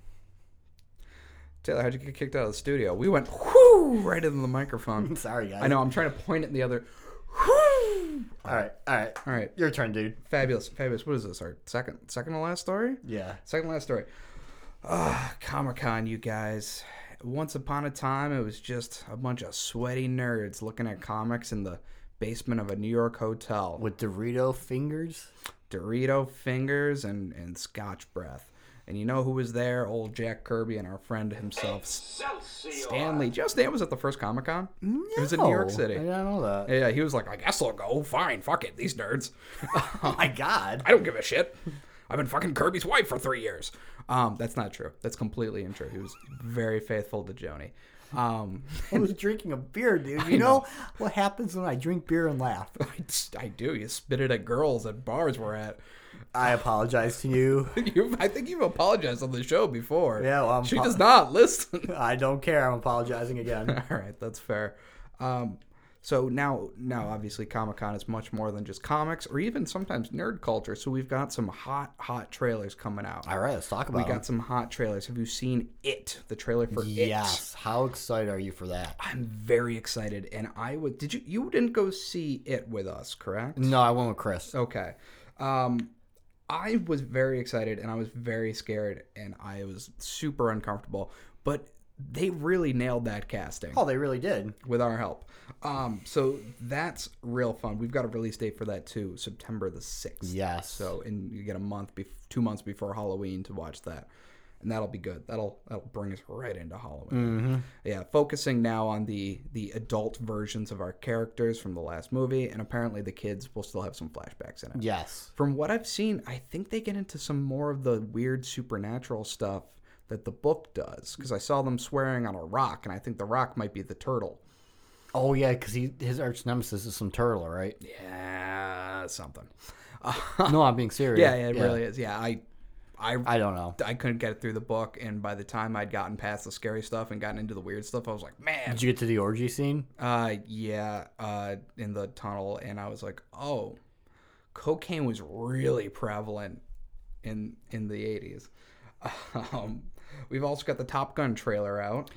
[SPEAKER 3] Taylor, how'd you get kicked out of the studio? We went whoo right into the [laughs] microphone.
[SPEAKER 1] Sorry, guys.
[SPEAKER 3] I know. I'm trying to point at the other.
[SPEAKER 1] All right, all right,
[SPEAKER 3] All right,
[SPEAKER 1] your turn, dude.
[SPEAKER 3] fabulous, fabulous. What is this? Our second, second to last story.
[SPEAKER 1] Yeah.
[SPEAKER 3] Second last story. Ah, Comic Con, you guys. Once upon a time, it was just a bunch of sweaty nerds looking at comics in the basement of a New York hotel.
[SPEAKER 1] With Dorito fingers.
[SPEAKER 3] Dorito fingers and, and scotch breath. And you know who was there? Old Jack Kirby and our friend himself,
[SPEAKER 2] Excelsior.
[SPEAKER 3] Stanley. Joe Stan was at the first Comic Con? It was in New York
[SPEAKER 1] No,
[SPEAKER 3] City.
[SPEAKER 1] I didn't know that.
[SPEAKER 3] [laughs] Yeah, he was like, I guess I'll go. Fine, fuck it, these nerds.
[SPEAKER 1] Oh my god.
[SPEAKER 3] I don't give a shit. I've been fucking Kirby's wife for three years. Um, that's not true. That's completely untrue. He was very faithful to Joni. Um, [laughs]
[SPEAKER 1] I was drinking a beer, dude. You know what happens when I drink beer and laugh?
[SPEAKER 3] I, just- I do. You spit it at girls at bars we're at. [laughs]
[SPEAKER 1] I apologize to you.
[SPEAKER 3] You've, I think you've apologized on the show before.
[SPEAKER 1] Yeah, well, I'm
[SPEAKER 3] she
[SPEAKER 1] apo-
[SPEAKER 3] does not listen. [laughs]
[SPEAKER 1] I don't care. I'm apologizing again.
[SPEAKER 3] All right, that's fair. Um, so now, now obviously, Comic Con is much more than just comics, or even sometimes nerd culture. So we've got some hot, hot trailers coming out.
[SPEAKER 1] All right, let's talk
[SPEAKER 3] We
[SPEAKER 1] about it.
[SPEAKER 3] got some hot trailers. Have you seen it? The trailer for it.
[SPEAKER 1] Yes. How excited are you for that?
[SPEAKER 3] I'm very excited, and I would. Did you? You didn't go see it with us, correct?
[SPEAKER 1] No, I went with Chris.
[SPEAKER 3] Okay. Um, I was very excited, and I was very scared, and I was super uncomfortable. But they really nailed that casting.
[SPEAKER 1] Oh, they really did.
[SPEAKER 3] with our help. Um, so that's real fun. We've got a release date for that too, September the sixth.
[SPEAKER 1] Yes.
[SPEAKER 3] So and you get a month, bef- two months before Halloween to watch that, and that'll be good. That'll that'll bring us right into Halloween. Yeah, focusing now on the the adult versions of our characters from the last movie, and apparently the kids will still have some flashbacks in it.
[SPEAKER 1] Yes.
[SPEAKER 3] From what I've seen, I think they get into some more of the weird supernatural stuff that the book does because I saw them swearing on a rock, and I think the rock might be the turtle.
[SPEAKER 1] Oh yeah, because his arch nemesis is some turtle, right?
[SPEAKER 3] Yeah, something.
[SPEAKER 1] no, I'm being serious.
[SPEAKER 3] [laughs] Uh, Yeah, yeah, it really is. Yeah, I, I, I,
[SPEAKER 1] I don't know.
[SPEAKER 3] couldn't get it through the book, and by the time I'd gotten past the scary stuff and gotten into the weird stuff, I was like, man,
[SPEAKER 1] Did you get to the orgy scene?
[SPEAKER 3] uh, yeah, uh, in the tunnel, and I was like, oh, cocaine was really prevalent in in the eighties. [laughs] Um, we've also got the Top Gun trailer out.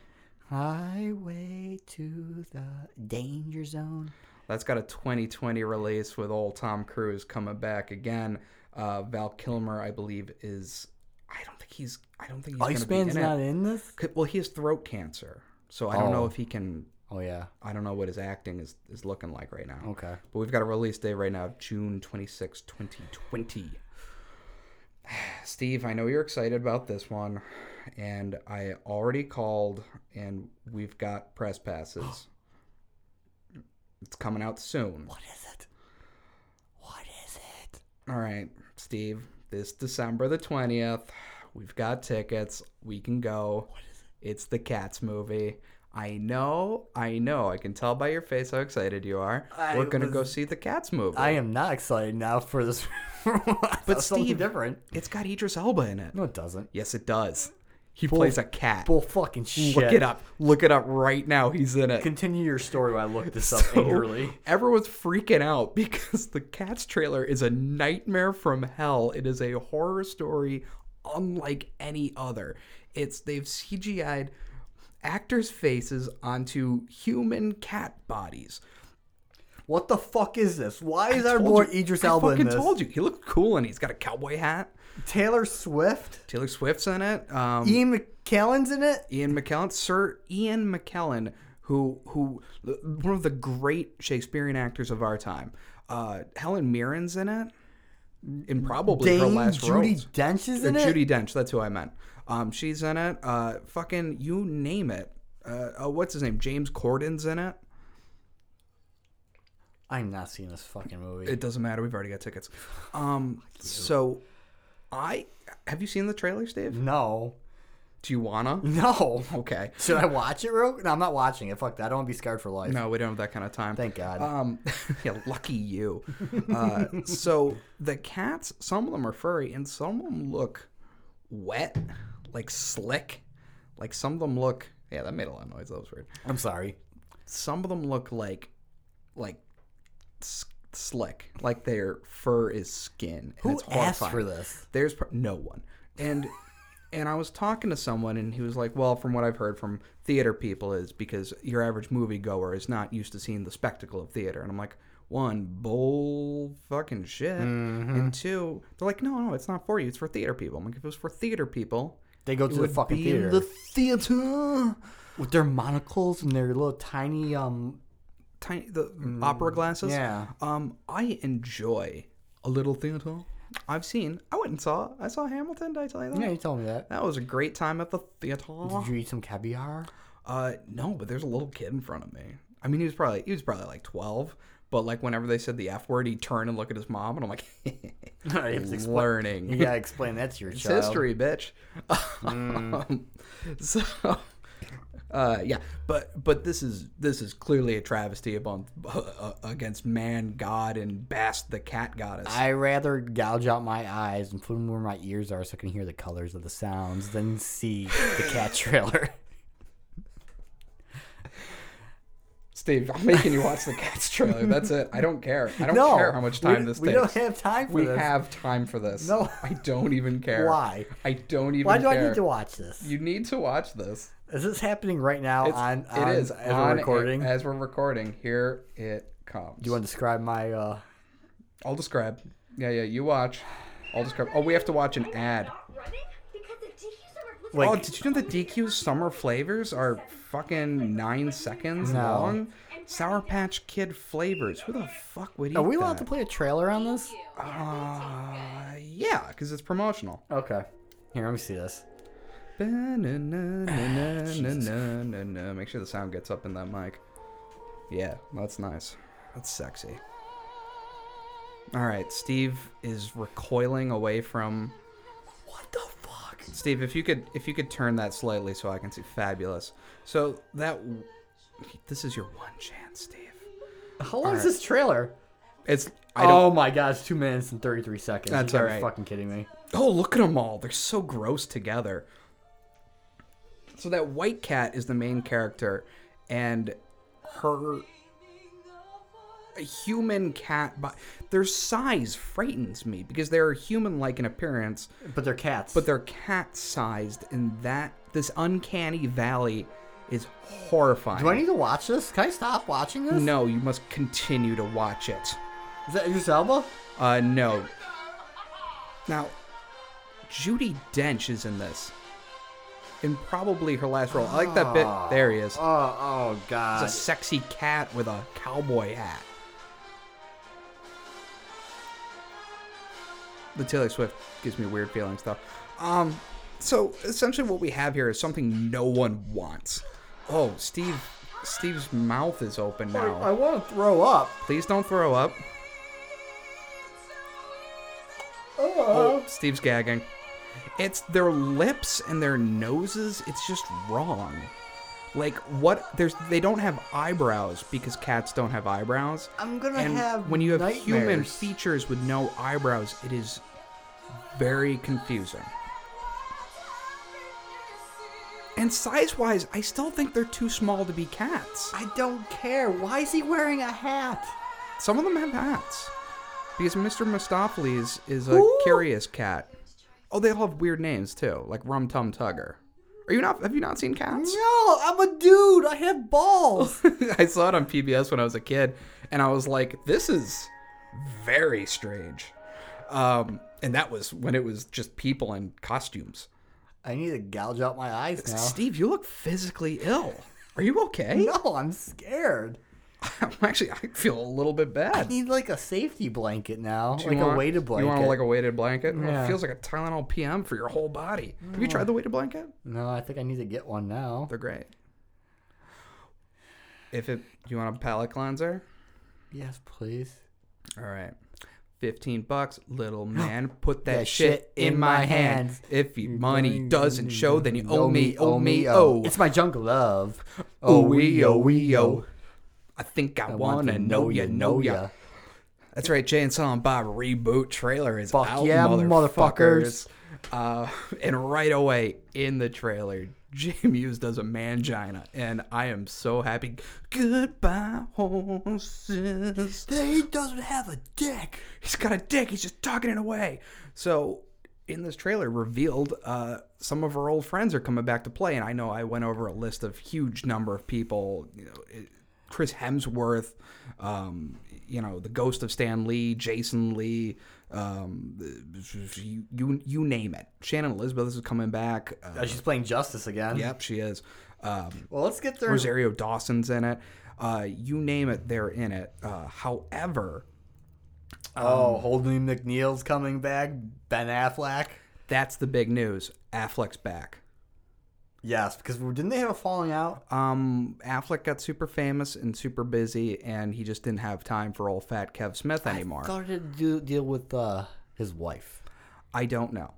[SPEAKER 1] Highway to the danger zone.
[SPEAKER 3] That's got a 2020 release with old Tom Cruise coming back again. Uh, Val Kilmer, I believe, is. I don't think he's. I don't think he's going to
[SPEAKER 1] Iceman's
[SPEAKER 3] be in it.
[SPEAKER 1] not in this.
[SPEAKER 3] Could- Well, he has throat cancer, so I don't know
[SPEAKER 1] Oh.
[SPEAKER 3] if he can.
[SPEAKER 1] Oh yeah.
[SPEAKER 3] I don't know what his acting is, is looking like right now.
[SPEAKER 1] Okay.
[SPEAKER 3] But we've got a release date right now of June 26, 2020. [sighs] Steve, I know you're excited about this one, and I already called, and we've got press passes. it's coming out soon.
[SPEAKER 1] What is it? What is it?
[SPEAKER 3] All right, Steve, this December the 20th, we've got tickets. We can go. What is it? It's the Cats movie. I know, I know. I can tell by your face how excited you are.
[SPEAKER 1] I
[SPEAKER 3] We're going to
[SPEAKER 1] was-
[SPEAKER 3] go see the Cats movie.
[SPEAKER 1] I am not excited now for this. [laughs] but
[SPEAKER 3] Steve-
[SPEAKER 1] different.
[SPEAKER 3] It's got Idris Elba in it.
[SPEAKER 1] No, it doesn't.
[SPEAKER 3] Yes, it does. He plays a cat.
[SPEAKER 1] Bull fucking shit.
[SPEAKER 3] Look it up. Look it up right now. He's in it.
[SPEAKER 1] Continue your story while I look this [laughs] up
[SPEAKER 3] [laughs] So,
[SPEAKER 1] angrily.
[SPEAKER 3] Everyone's freaking out [laughs] because the Cats trailer is a nightmare from hell. It is a horror story unlike any other. It's they've CGI'd actors' faces onto human cat bodies.
[SPEAKER 1] What the fuck is this? Why is
[SPEAKER 3] I
[SPEAKER 1] our
[SPEAKER 3] told
[SPEAKER 1] boy
[SPEAKER 3] you-
[SPEAKER 1] Idris
[SPEAKER 3] I
[SPEAKER 1] Elba in
[SPEAKER 3] fucking
[SPEAKER 1] this?
[SPEAKER 3] told you. He looked cool and he's got a cowboy hat.
[SPEAKER 1] Taylor Swift?
[SPEAKER 3] Taylor Swift's in it. Um,
[SPEAKER 1] Ian McKellen's in it?
[SPEAKER 3] Ian McKellen, Sir Ian McKellen, who who one of the great Shakespearean actors of our time. Uh, Helen Mirren's in it, in probably her
[SPEAKER 1] Dane
[SPEAKER 3] last role.
[SPEAKER 1] Judy Dench is in it?
[SPEAKER 3] Judy Dench, that's who I meant. Um, she's in it. Uh, fucking you name it. Uh, oh, what's his name? James Corden's in it.
[SPEAKER 1] I'm not seeing this fucking movie.
[SPEAKER 3] It doesn't matter. We've already got tickets. Um, so I have you seen the trailer, Steve?
[SPEAKER 1] no. [laughs]
[SPEAKER 3] Do you wanna?
[SPEAKER 1] No.
[SPEAKER 3] Okay.
[SPEAKER 1] Should I watch it, real? No, I'm not watching it. Fuck that. I don't want to be scarred for life.
[SPEAKER 3] No, we don't have that kind of time.
[SPEAKER 1] Thank God.
[SPEAKER 3] Um, [laughs] yeah, lucky you. Uh, so the cats, some of them are furry, and some of them look wet, like slick. Like some of them look. Yeah, that made a lot of noise. That was weird.
[SPEAKER 1] I'm sorry.
[SPEAKER 3] Some of them look like, like, s- slick. Like their fur is skin. And
[SPEAKER 1] Who
[SPEAKER 3] it's
[SPEAKER 1] asked
[SPEAKER 3] horrifying
[SPEAKER 1] for this?
[SPEAKER 3] there's pr- no one and [laughs] and i was talking to someone and he was like well from what i've heard from theater people is because your average moviegoer is not used to seeing the spectacle of theater and i'm like one bull fucking shit
[SPEAKER 1] Mm-hmm.
[SPEAKER 3] and two they're like no no it's not for you it's for theater people i'm like if it was for theater people
[SPEAKER 1] They go to
[SPEAKER 3] it
[SPEAKER 1] the
[SPEAKER 3] would
[SPEAKER 1] fucking
[SPEAKER 3] be in
[SPEAKER 1] theater
[SPEAKER 3] the theater
[SPEAKER 1] with their monocles and their little tiny um.
[SPEAKER 3] tiny the opera
[SPEAKER 1] Mm,
[SPEAKER 3] glasses
[SPEAKER 1] yeah.
[SPEAKER 3] um i enjoy a little theater i've seen i went and saw i saw hamilton did i tell you that
[SPEAKER 1] Yeah, you told me that.
[SPEAKER 3] that was a great time at the theater
[SPEAKER 1] Did you eat some caviar?
[SPEAKER 3] Uh, no, but there's a little kid in front of me. I mean, he was probably he was probably like twelve. But like whenever they said the f word, he'd turn and look at his mom, and I'm like,
[SPEAKER 1] [laughs]
[SPEAKER 3] [laughs]
[SPEAKER 1] I have to explain-
[SPEAKER 3] learning.
[SPEAKER 1] You gotta explain that to your
[SPEAKER 3] [laughs] It's
[SPEAKER 1] child. Hmm.
[SPEAKER 3] history, bitch. Um, [laughs] so, uh, yeah, but but this is this is clearly a travesty upon uh, against man, God, and Bast the cat goddess.
[SPEAKER 1] I rather gouge out my eyes and put them where my ears are so I can hear the colors of the sounds than see the [laughs] cat trailer.
[SPEAKER 3] Steve, I'm making you watch the
[SPEAKER 1] [laughs]
[SPEAKER 3] cat's trailer. That's it. I don't care. I don't
[SPEAKER 1] no,
[SPEAKER 3] care how much time
[SPEAKER 1] we,
[SPEAKER 3] this
[SPEAKER 1] we
[SPEAKER 3] takes.
[SPEAKER 1] don't have time for
[SPEAKER 3] We
[SPEAKER 1] this.
[SPEAKER 3] have time for this.
[SPEAKER 1] No.
[SPEAKER 3] I
[SPEAKER 1] [laughs]
[SPEAKER 3] don't even care.
[SPEAKER 1] Why?
[SPEAKER 3] I don't even.
[SPEAKER 1] Why do I
[SPEAKER 3] care.
[SPEAKER 1] need to watch this?
[SPEAKER 3] You need to watch this.
[SPEAKER 1] Is this happening right now
[SPEAKER 3] It's,
[SPEAKER 1] on,
[SPEAKER 3] it
[SPEAKER 1] on
[SPEAKER 3] is
[SPEAKER 1] as
[SPEAKER 3] on
[SPEAKER 1] we're recording?
[SPEAKER 3] as we're recording. Here it comes.
[SPEAKER 1] Do you want to describe my uh
[SPEAKER 3] I'll describe. Yeah, yeah. You watch. I'll describe. Oh, we have to watch an ad.
[SPEAKER 1] Like-
[SPEAKER 3] oh, did you know the DQ's summer flavors are fucking nine seconds
[SPEAKER 1] No.
[SPEAKER 3] long? Sour Patch Kid flavors. Who the fuck would eat
[SPEAKER 1] Are we allowed
[SPEAKER 3] that?
[SPEAKER 1] to play a trailer on this?
[SPEAKER 3] Uh, yeah, because it's promotional.
[SPEAKER 1] Okay. Here, let me see this.
[SPEAKER 3] Ba-na-na-na-na-na-na-na. [sighs] Make sure the sound gets up in that mic. Yeah, that's nice. That's sexy. All right, Steve is recoiling away from.
[SPEAKER 1] What the fuck?
[SPEAKER 3] Steve, if you could, if you could turn that slightly so I can see. Fabulous. So that, w- this is your one chance, Steve.
[SPEAKER 1] How long is this trailer?
[SPEAKER 3] It's. I don't.
[SPEAKER 1] Oh my god, it's two minutes and thirty three seconds.
[SPEAKER 3] That's
[SPEAKER 1] you gotta
[SPEAKER 3] alright.
[SPEAKER 1] be fucking kidding me.
[SPEAKER 3] Oh, look at them all. They're so gross together. So that white cat is the main character and her a human cat but their size frightens me because they're human like in appearance
[SPEAKER 1] But they're cats.
[SPEAKER 3] but they're cat sized and that this uncanny valley is horrifying
[SPEAKER 1] Do I need to watch this? Can I stop watching this?
[SPEAKER 3] no you must continue to watch it
[SPEAKER 1] Is that Idris Elba?
[SPEAKER 3] uh, no. Now, Judy Dench is in this. In probably her last role. I like that bit. There he is.
[SPEAKER 1] Oh, oh god.
[SPEAKER 3] It's a sexy cat with a cowboy hat. The Taylor Swift gives me weird feelings, though. Um, so essentially, what we have here is something no one wants. Oh, Steve, Steve's mouth is open
[SPEAKER 1] I,
[SPEAKER 3] now.
[SPEAKER 1] I want to throw up.
[SPEAKER 3] Please don't throw up.
[SPEAKER 1] Oh.
[SPEAKER 3] Steve's gagging. It's their lips and their noses. It's just wrong. Like what? There's they don't have eyebrows because cats don't have eyebrows.
[SPEAKER 1] I'm gonna
[SPEAKER 3] and
[SPEAKER 1] have
[SPEAKER 3] when you have human
[SPEAKER 1] nightmares.
[SPEAKER 3] features with no eyebrows, it is very confusing. And size wise, I still think they're too small to be cats.
[SPEAKER 1] I don't care. Why is he wearing a hat?
[SPEAKER 3] Some of them have hats. Because Mr. Mistopheles is, is a
[SPEAKER 1] Ooh.
[SPEAKER 3] curious cat. Oh, they all have weird names too, like Rum Tum Tugger. Are you not? Have you not seen cats?
[SPEAKER 1] No, I'm a dude. I have [laughs] balls.
[SPEAKER 3] [laughs] I saw it on PBS when I was a kid, and I was like, "This is very strange." Um, and that was when it was just people in costumes.
[SPEAKER 1] I need to gouge out my eyes now.
[SPEAKER 3] Steve, you look physically ill. Are you okay?
[SPEAKER 1] [laughs] No, I'm scared.
[SPEAKER 3] I'm [laughs] actually, I feel a little bit
[SPEAKER 1] I
[SPEAKER 3] bad.
[SPEAKER 1] need like a safety blanket now,
[SPEAKER 3] Do you
[SPEAKER 1] like a
[SPEAKER 3] want-
[SPEAKER 1] weighted blanket.
[SPEAKER 3] You want like a weighted blanket? Well,
[SPEAKER 1] Yeah.
[SPEAKER 3] it feels like a Tylenol PM for your whole body. Have you tried the weighted blanket?
[SPEAKER 1] no, I think I need to get one now.
[SPEAKER 3] They're great. If it, you want a palate cleanser?
[SPEAKER 1] Yes, please.
[SPEAKER 3] All right. 15 bucks, [gasps] little man. Put that,
[SPEAKER 1] That
[SPEAKER 3] shit in my hands.
[SPEAKER 1] hands.
[SPEAKER 3] If your money doesn't show, then you owe Oh, me, owe me,
[SPEAKER 1] oh.
[SPEAKER 3] oh.
[SPEAKER 1] It's my jungle love.
[SPEAKER 3] Oh, we, oh, we, oh. I think I,
[SPEAKER 1] I
[SPEAKER 3] wanna know ya, know ya. That's right, Jay and Silent Bob reboot trailer is
[SPEAKER 1] Fuck
[SPEAKER 3] out,
[SPEAKER 1] yeah,
[SPEAKER 3] motherfuckers. Uh, and right away in the trailer, [laughs] Jay Muse does a mangina, and I am so happy. Goodbye, horses.
[SPEAKER 1] He doesn't have a dick.
[SPEAKER 3] He's got a dick. He's just talking it away. So in this trailer, revealed uh, some of our old friends are coming back to play, and I know I went over a list of huge number of people. You know, it- Chris Hemsworth, um, you know, the ghost of Stan Lee, Jason Lee, um, you, you you name it. Shannon Elizabeth is coming back. Uh,
[SPEAKER 1] Oh, she's playing Justice again.
[SPEAKER 3] yep, she is. Um,
[SPEAKER 1] Well, let's get there.
[SPEAKER 3] Rosario Dawson's in it. Uh, you name it, they're in it. Uh, however, Um,
[SPEAKER 1] oh, Holden McNeil's coming back. Ben Affleck.
[SPEAKER 3] That's the big news. Affleck's back.
[SPEAKER 1] Yes, because we- didn't they have a falling out?
[SPEAKER 3] Um, Affleck got super famous and super busy, and he just didn't have time for old fat Kev Smith anymore. I,
[SPEAKER 1] Started to do, deal with uh, his wife. Oh,
[SPEAKER 3] don't know,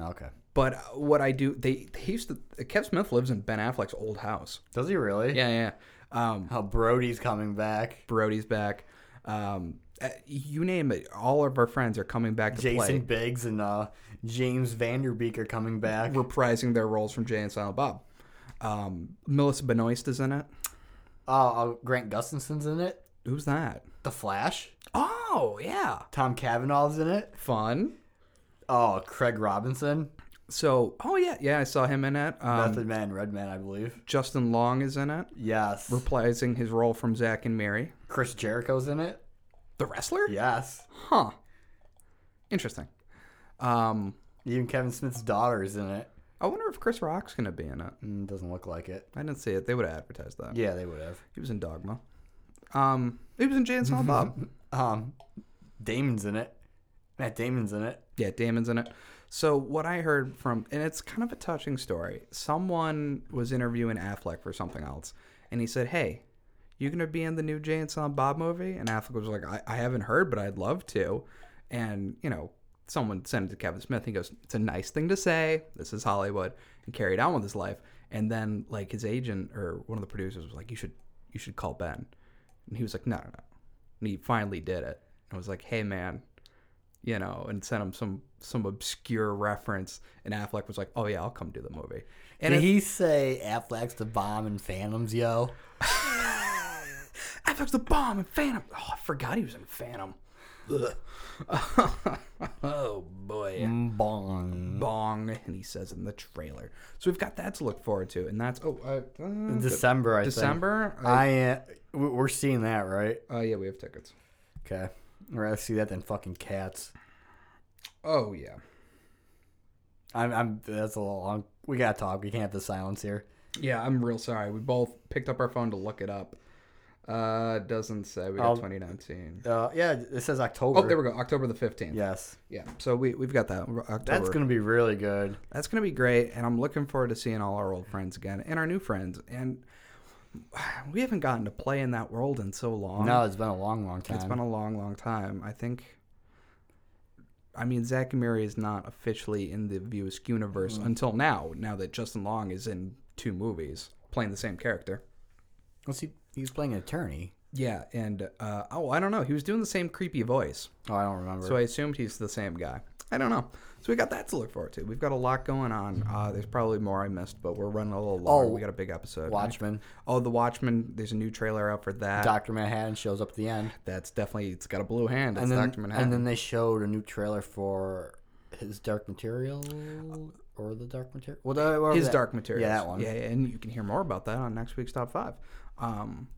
[SPEAKER 1] Okay.
[SPEAKER 3] but uh, what I do, they, they used to. Kev Smith lives in Ben Affleck's old house.
[SPEAKER 1] Does he really?
[SPEAKER 3] Yeah, yeah. Um,
[SPEAKER 1] How Brody's coming back.
[SPEAKER 3] Brody's back. Um, uh, you name it. All of our friends are coming back to
[SPEAKER 1] Jason
[SPEAKER 3] play,
[SPEAKER 1] Biggs and uh, James Vanderbeek are coming back.
[SPEAKER 3] reprising their roles from Jay and Silent Bob. Um, Melissa Benoist is in it.
[SPEAKER 1] Uh, uh, Grant Gustafson's in it.
[SPEAKER 3] Who's that?
[SPEAKER 1] The Flash.
[SPEAKER 3] Oh, yeah.
[SPEAKER 1] Tom Cavanaugh's in it.
[SPEAKER 3] Fun.
[SPEAKER 1] Oh, Craig Robinson.
[SPEAKER 3] So, oh yeah, yeah, I saw him in it. Um,
[SPEAKER 1] Method Man, Red Man, I believe.
[SPEAKER 3] Justin Long is in it,
[SPEAKER 1] Yes.
[SPEAKER 3] reprising his role from Zack and Mary.
[SPEAKER 1] Chris Jericho's in it.
[SPEAKER 3] The wrestler?
[SPEAKER 1] Yes.
[SPEAKER 3] Huh. Interesting. Um,
[SPEAKER 1] Even Kevin Smith's daughter is in it.
[SPEAKER 3] I wonder if Chris Rock's gonna be in it.
[SPEAKER 1] Mm, doesn't look like it.
[SPEAKER 3] I didn't see it. They would have advertised that.
[SPEAKER 1] Yeah, they would have.
[SPEAKER 3] He was in Dogma. Um, he was in Jay and Silent Bob.
[SPEAKER 1] Um, Damon's in it. Matt Damon's in it.
[SPEAKER 3] Yeah, Damon's in it. So what I heard from, and it's kind of a touching story. Someone was interviewing Affleck for something else, and he said, "Hey, you gonna be in the new Jay and Silent Bob movie?" And Affleck was like, "I, I haven't heard, but I'd love to." And you know, someone sent it to Kevin Smith. He goes, "It's a nice thing to say. This is Hollywood," and carried on with his life. And then like his agent or one of the producers was like, "You should, you should call Ben," and he was like, "No, no, no." And he finally did it. And was like, "Hey, man." you know, and sent him some some obscure reference. And Affleck was like, "Oh yeah, I'll come do the movie." And
[SPEAKER 1] Did
[SPEAKER 3] he,
[SPEAKER 1] he say Affleck's the bomb and Phantoms, yo?
[SPEAKER 3] [sighs] Affleck's the bomb in Phantom. Oh, I forgot he was in Phantom. Ugh.
[SPEAKER 1] [laughs]
[SPEAKER 3] oh boy,
[SPEAKER 1] Mm, Bong.
[SPEAKER 3] bong, and he says in the trailer. So we've got that to look forward to, and that's oh uh, uh,
[SPEAKER 1] December, I think.
[SPEAKER 3] December. Uh,
[SPEAKER 1] I am. We're seeing that, right?
[SPEAKER 3] oh yeah, we have tickets.
[SPEAKER 1] Okay. I'd rather see that than fucking cats.
[SPEAKER 3] Oh yeah,
[SPEAKER 1] I'm. I'm that's a little long. We gotta talk. We can't have the silence here.
[SPEAKER 3] yeah. I'm real sorry. We both picked up our phone to look it up. Uh, doesn't say we got
[SPEAKER 1] I'll-
[SPEAKER 3] 2019.
[SPEAKER 1] Uh, yeah, it says October.
[SPEAKER 3] Oh, there we go. October the 15th.
[SPEAKER 1] Yes,
[SPEAKER 3] Yeah, so we we've got that. October.
[SPEAKER 1] that's gonna be really good.
[SPEAKER 3] That's gonna be great, and I'm looking forward to seeing all our old friends again and our new friends. And [sighs] we haven't gotten to play in that world in so long.
[SPEAKER 1] No, it's been a long, long time.
[SPEAKER 3] it's been a long, long time. I think. I mean, Zach and Mary is not officially in the Viewisk universe until now. Now that Justin Long is in two movies playing the same character.
[SPEAKER 1] Well, see, he's playing an attorney.
[SPEAKER 3] Yeah, and uh, oh, I don't know. He was doing the same creepy voice,
[SPEAKER 1] Oh, I don't remember.
[SPEAKER 3] so I assumed he's the same guy. I don't know. So we got that to look forward to. We've got a lot going on. Uh, there's probably more I missed, but we're running a little long.
[SPEAKER 1] Oh,
[SPEAKER 3] we got a big episode. right?
[SPEAKER 1] Watchmen.
[SPEAKER 3] Oh, the Watchmen. There's a new trailer out for that.
[SPEAKER 1] Doctor Manhattan shows up at the end,
[SPEAKER 3] That's definitely. It's got a blue hand. It's
[SPEAKER 1] and then
[SPEAKER 3] Doctor Manhattan.
[SPEAKER 1] and then they showed a new trailer for his Dark Material or the Dark Material. Well, the, whatever
[SPEAKER 3] his
[SPEAKER 1] that-
[SPEAKER 3] dark materials.
[SPEAKER 1] Yeah, that one.
[SPEAKER 3] Yeah, and you can hear more about that on next week's top five. Um,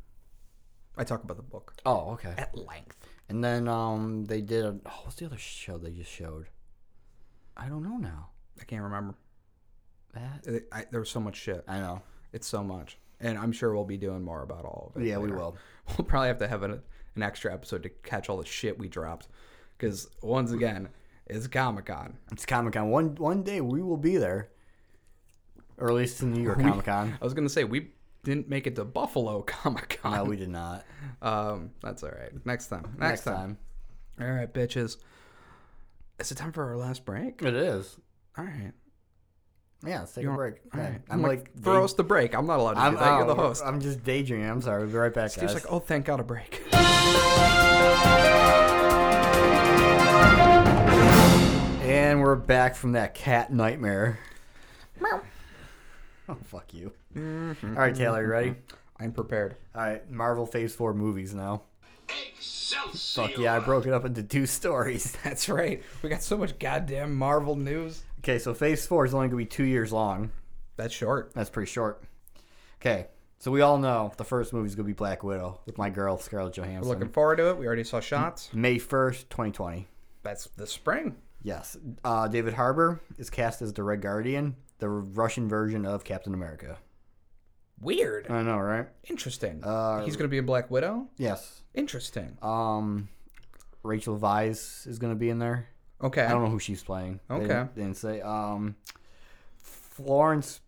[SPEAKER 3] I talk about the book
[SPEAKER 1] Oh, okay.
[SPEAKER 3] at length.
[SPEAKER 1] And then um, they did. A, oh, what's the other show they just showed? I don't know now.
[SPEAKER 3] I can't remember.
[SPEAKER 1] That
[SPEAKER 3] I, I, there was so much shit.
[SPEAKER 1] I know.
[SPEAKER 3] It's so much, and I'm sure we'll be doing more about all of it.
[SPEAKER 1] Yeah, we
[SPEAKER 3] later.
[SPEAKER 1] will.
[SPEAKER 3] [laughs] We'll probably have to have an, an extra episode to catch all the shit we dropped, because once again, it's Comic Con.
[SPEAKER 1] It's Comic Con. One one day we will be there, or at least in New
[SPEAKER 3] [laughs]
[SPEAKER 1] York Comic Con.
[SPEAKER 3] I was gonna say we didn't make it to Buffalo [laughs] Comic Con.
[SPEAKER 1] No, we did not.
[SPEAKER 3] [laughs] um, that's all right. Next time.
[SPEAKER 1] Next
[SPEAKER 3] Next, time.
[SPEAKER 1] time.
[SPEAKER 3] All right, bitches. Is it time for our last break?
[SPEAKER 1] It is.
[SPEAKER 3] All right.
[SPEAKER 1] Yeah, let's take
[SPEAKER 3] You
[SPEAKER 1] a
[SPEAKER 3] want-
[SPEAKER 1] break.
[SPEAKER 3] All
[SPEAKER 1] Yeah.
[SPEAKER 3] right.
[SPEAKER 1] I'm, like,
[SPEAKER 3] throw
[SPEAKER 1] day-
[SPEAKER 3] us the break. I'm not allowed to
[SPEAKER 1] I'm,
[SPEAKER 3] do that. You're the
[SPEAKER 1] oh,
[SPEAKER 3] host.
[SPEAKER 1] I'm just daydreaming. I'm sorry. We'll be right back,
[SPEAKER 3] Steve's
[SPEAKER 1] guys.
[SPEAKER 3] like, oh, thank God, a break. [laughs] oh.
[SPEAKER 1] And we're back from that cat nightmare. [laughs] oh, fuck you.
[SPEAKER 3] Mm-hmm.
[SPEAKER 1] All right, Taylor, you ready?
[SPEAKER 3] I'm prepared. [laughs]
[SPEAKER 1] All right, Marvel Phase 4 movies now.
[SPEAKER 2] Excelsior!
[SPEAKER 1] Fuck yeah, I broke it up into two stories. [laughs]
[SPEAKER 3] That's right. We got so much goddamn Marvel news.
[SPEAKER 1] Okay, so Phase 4 is only going to be two years long.
[SPEAKER 3] That's short.
[SPEAKER 1] That's pretty short. Okay, so we all know the first movie is going to be Black Widow with my girl, Scarlett Johansson.
[SPEAKER 3] We're looking forward to it. We already saw shots.
[SPEAKER 1] May 1st, 2020.
[SPEAKER 3] That's this spring.
[SPEAKER 1] Yes. Uh, David Harbour is cast as the Red Guardian, the Russian version of Captain America.
[SPEAKER 3] Weird.
[SPEAKER 1] I know, right?
[SPEAKER 3] Interesting.
[SPEAKER 1] Uh,
[SPEAKER 3] He's gonna be in Black Widow.
[SPEAKER 1] Yes.
[SPEAKER 3] Interesting.
[SPEAKER 1] Um, Rachel Vise is going to be in there.
[SPEAKER 3] Okay.
[SPEAKER 1] I don't know who she's playing. They
[SPEAKER 3] Okay.
[SPEAKER 1] didn't, they didn't say. Um, Florence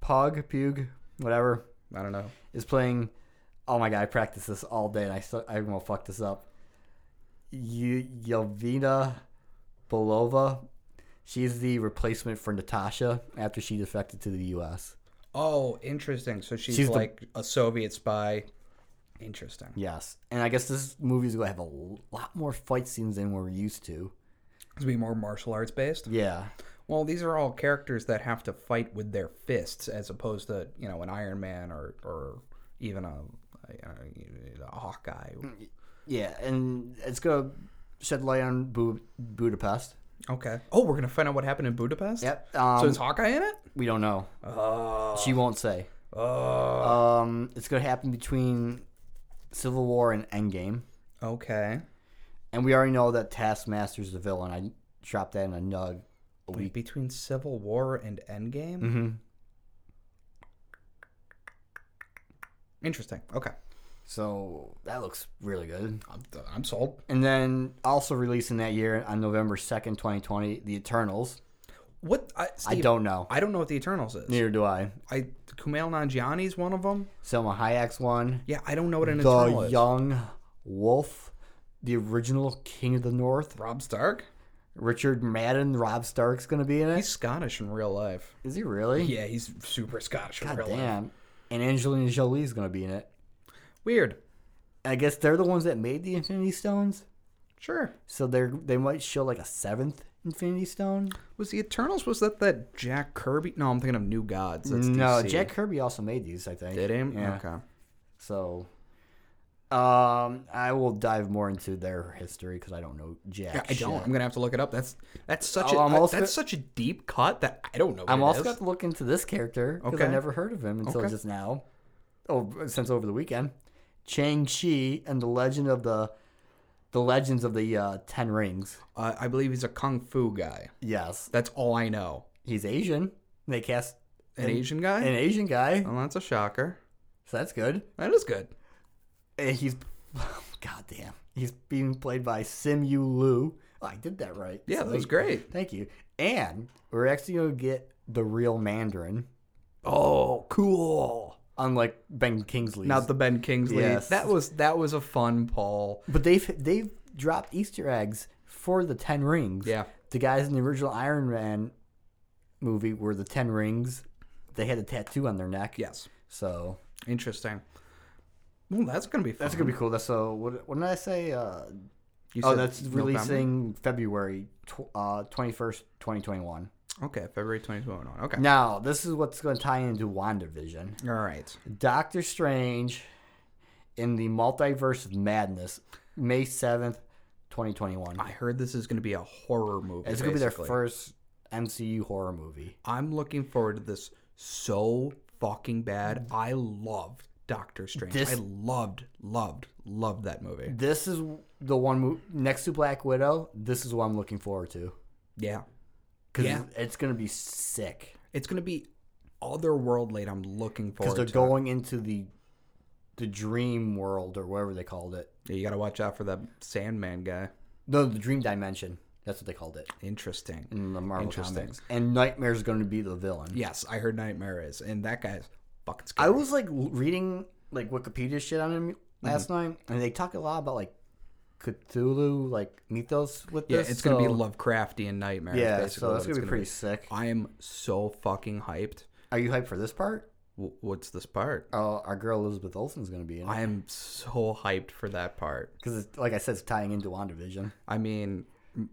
[SPEAKER 1] Pug, Pug, whatever,
[SPEAKER 3] I don't know.
[SPEAKER 1] is playing. Oh my god, I practiced this all day and I still, I'm gonna fuck this up. Y- Yelvina Belova, she's the replacement for Natasha after she defected to the U.S.
[SPEAKER 3] Oh, interesting. So she's,
[SPEAKER 1] She's the-
[SPEAKER 3] like a Soviet spy. Interesting.
[SPEAKER 1] Yes, and I guess this movie's gonna have a l- lot more fight scenes than we're used to.
[SPEAKER 3] It's be more martial arts based.
[SPEAKER 1] Yeah,
[SPEAKER 3] Well, these are all characters that have to fight with their fists, as opposed to you know an Iron Man or or even a, a, a Hawkeye.
[SPEAKER 1] Mm-hmm. yeah, and it's gonna shed light on Bu- Budapest.
[SPEAKER 3] Okay. Oh, we're gonna find out what happened in Budapest.
[SPEAKER 1] Yep. Um, uh,
[SPEAKER 3] so is Hawkeye in it?
[SPEAKER 1] we don't know.
[SPEAKER 3] Oh.
[SPEAKER 1] She won't say.
[SPEAKER 3] oh.
[SPEAKER 1] Um, it's gonna happen between Civil War and Endgame,
[SPEAKER 3] Okay.
[SPEAKER 1] and we already know that Taskmaster's the villain. I dropped that in a nug. A
[SPEAKER 3] Wait,
[SPEAKER 1] week.
[SPEAKER 3] between Civil War and Endgame.
[SPEAKER 1] hmm
[SPEAKER 3] Interesting. Okay.
[SPEAKER 1] So that looks really good.
[SPEAKER 3] I'm, I'm sold.
[SPEAKER 1] And then also releasing that year on November second, twenty twenty, The Eternals.
[SPEAKER 3] What? I,
[SPEAKER 1] I
[SPEAKER 3] Steve,
[SPEAKER 1] don't know.
[SPEAKER 3] I don't know what the Eternals is.
[SPEAKER 1] Neither do I.
[SPEAKER 3] I Kumail Nanjiani's one of them.
[SPEAKER 1] Selma Hayek's one.
[SPEAKER 3] Yeah, I don't know what an Eternal
[SPEAKER 1] The
[SPEAKER 3] is.
[SPEAKER 1] Young Wolf, the original King of the North.
[SPEAKER 3] Rob Stark.
[SPEAKER 1] Richard Madden, Rob Stark's gonna be in it.
[SPEAKER 3] He's Scottish in real life.
[SPEAKER 1] Is he really?
[SPEAKER 3] Yeah, he's super Scottish. in
[SPEAKER 1] God
[SPEAKER 3] real life.
[SPEAKER 1] damn. And Angelina Jolie's gonna be in it.
[SPEAKER 3] Weird.
[SPEAKER 1] I guess they're the ones that made the Infinity Stones,
[SPEAKER 3] Sure.
[SPEAKER 1] so they're they might show like a seventh Infinity Stone.
[SPEAKER 3] Was the Eternals? Was that that Jack Kirby? No, I'm thinking of New Gods. That's
[SPEAKER 1] no,
[SPEAKER 3] DC.
[SPEAKER 1] Jack Kirby also made these, I think.
[SPEAKER 3] Did him?
[SPEAKER 1] Yeah.
[SPEAKER 3] Okay.
[SPEAKER 1] So, um, I will dive more into their history because I don't know Jack.
[SPEAKER 3] Yeah, I don't. I'm
[SPEAKER 1] shit.
[SPEAKER 3] gonna have to look it up. That's that's such
[SPEAKER 1] Oh,
[SPEAKER 3] a
[SPEAKER 1] I'm also
[SPEAKER 3] that's such a deep cut that I don't know.
[SPEAKER 1] I'm
[SPEAKER 3] what it
[SPEAKER 1] also
[SPEAKER 3] is.
[SPEAKER 1] going to look into this character because
[SPEAKER 3] Okay.
[SPEAKER 1] I never heard of him until
[SPEAKER 3] Okay.
[SPEAKER 1] just now. Oh, since over the weekend, Chang Chi and the Legend of the, the Legends of the uh, Ten Rings.
[SPEAKER 3] Uh, I believe he's a kung fu guy.
[SPEAKER 1] Yes,
[SPEAKER 3] That's all I know.
[SPEAKER 1] he's Asian. They cast
[SPEAKER 3] An Asian guy.
[SPEAKER 1] an Asian guy,
[SPEAKER 3] well, that's a shocker.
[SPEAKER 1] so that's good.
[SPEAKER 3] That is good.
[SPEAKER 1] And Eh, he's, [laughs] goddamn, he's being played by Sim Yu Lu. Oh, I did that right.
[SPEAKER 3] Yeah,
[SPEAKER 1] So
[SPEAKER 3] that was
[SPEAKER 1] they-
[SPEAKER 3] great.
[SPEAKER 1] Thank you. And we're actually gonna get the real Mandarin,
[SPEAKER 3] Oh, cool.
[SPEAKER 1] unlike Ben Kingsley.
[SPEAKER 3] Not the Ben Kingsley.
[SPEAKER 1] Yes.
[SPEAKER 3] That was that was a fun Paul.
[SPEAKER 1] But they've they've dropped Easter eggs for the Ten Rings.
[SPEAKER 3] Yeah.
[SPEAKER 1] the guys in the original Iron Man movie were the Ten Rings. They had a tattoo on their neck.
[SPEAKER 3] Yes.
[SPEAKER 1] So
[SPEAKER 3] Interesting. Well, that's gonna be fun.
[SPEAKER 1] That's gonna be cool. That's so. What, what did I say? Uh,
[SPEAKER 3] You
[SPEAKER 1] oh,
[SPEAKER 3] said
[SPEAKER 1] that's
[SPEAKER 3] November?
[SPEAKER 1] releasing February tw- uh, 21st, 2021.
[SPEAKER 3] Okay, February 2021. Okay.
[SPEAKER 1] Now, this is what's going to tie into WandaVision.
[SPEAKER 3] All right.
[SPEAKER 1] Doctor Strange in the Multiverse of Madness, May 7th, 2021.
[SPEAKER 3] I heard this is going to be a horror movie.
[SPEAKER 1] It's going to be their
[SPEAKER 3] basically.
[SPEAKER 1] first MCU horror movie.
[SPEAKER 3] I'm looking forward to this so fucking bad. I loved Doctor Strange.
[SPEAKER 1] This-
[SPEAKER 3] I loved, loved, loved that movie.
[SPEAKER 1] This is the one mo- next to Black Widow. This is what I'm looking forward to
[SPEAKER 3] Yeah.
[SPEAKER 1] because
[SPEAKER 3] Yeah.
[SPEAKER 1] it's going to be sick.
[SPEAKER 3] It's going to be otherworldly. and I'm looking
[SPEAKER 1] Because
[SPEAKER 3] forward
[SPEAKER 1] they're
[SPEAKER 3] to
[SPEAKER 1] going into the the dream world or whatever they called it.
[SPEAKER 3] it. Yeah, You got to watch out for that Sandman guy.
[SPEAKER 1] No, the dream dimension. That's what they called it
[SPEAKER 3] Interesting.
[SPEAKER 1] in the Marvel
[SPEAKER 3] Interesting.
[SPEAKER 1] comics. And Nightmare's going to be the villain.
[SPEAKER 3] Yes, I heard Nightmare is. And that guy's fucking
[SPEAKER 1] I
[SPEAKER 3] scary.
[SPEAKER 1] was like l- reading like Wikipedia shit on him last
[SPEAKER 3] Mm-hmm.
[SPEAKER 1] night, and they talk a lot about like Cthulhu like mythos with
[SPEAKER 3] yeah,
[SPEAKER 1] this.
[SPEAKER 3] it's going to be
[SPEAKER 1] so-
[SPEAKER 3] Lovecraftian Nightmare. is
[SPEAKER 1] yeah,
[SPEAKER 3] basically
[SPEAKER 1] so
[SPEAKER 3] what
[SPEAKER 1] that's gonna be
[SPEAKER 3] gonna
[SPEAKER 1] pretty sick.
[SPEAKER 3] I am so fucking hyped.
[SPEAKER 1] Are you hyped for this part?
[SPEAKER 3] W- what's this part?
[SPEAKER 1] Oh, our girl Elizabeth Olsen's gonna be in it
[SPEAKER 3] I am so hyped for that part.
[SPEAKER 1] because, like I said, it's tying into WandaVision.
[SPEAKER 3] I mean, it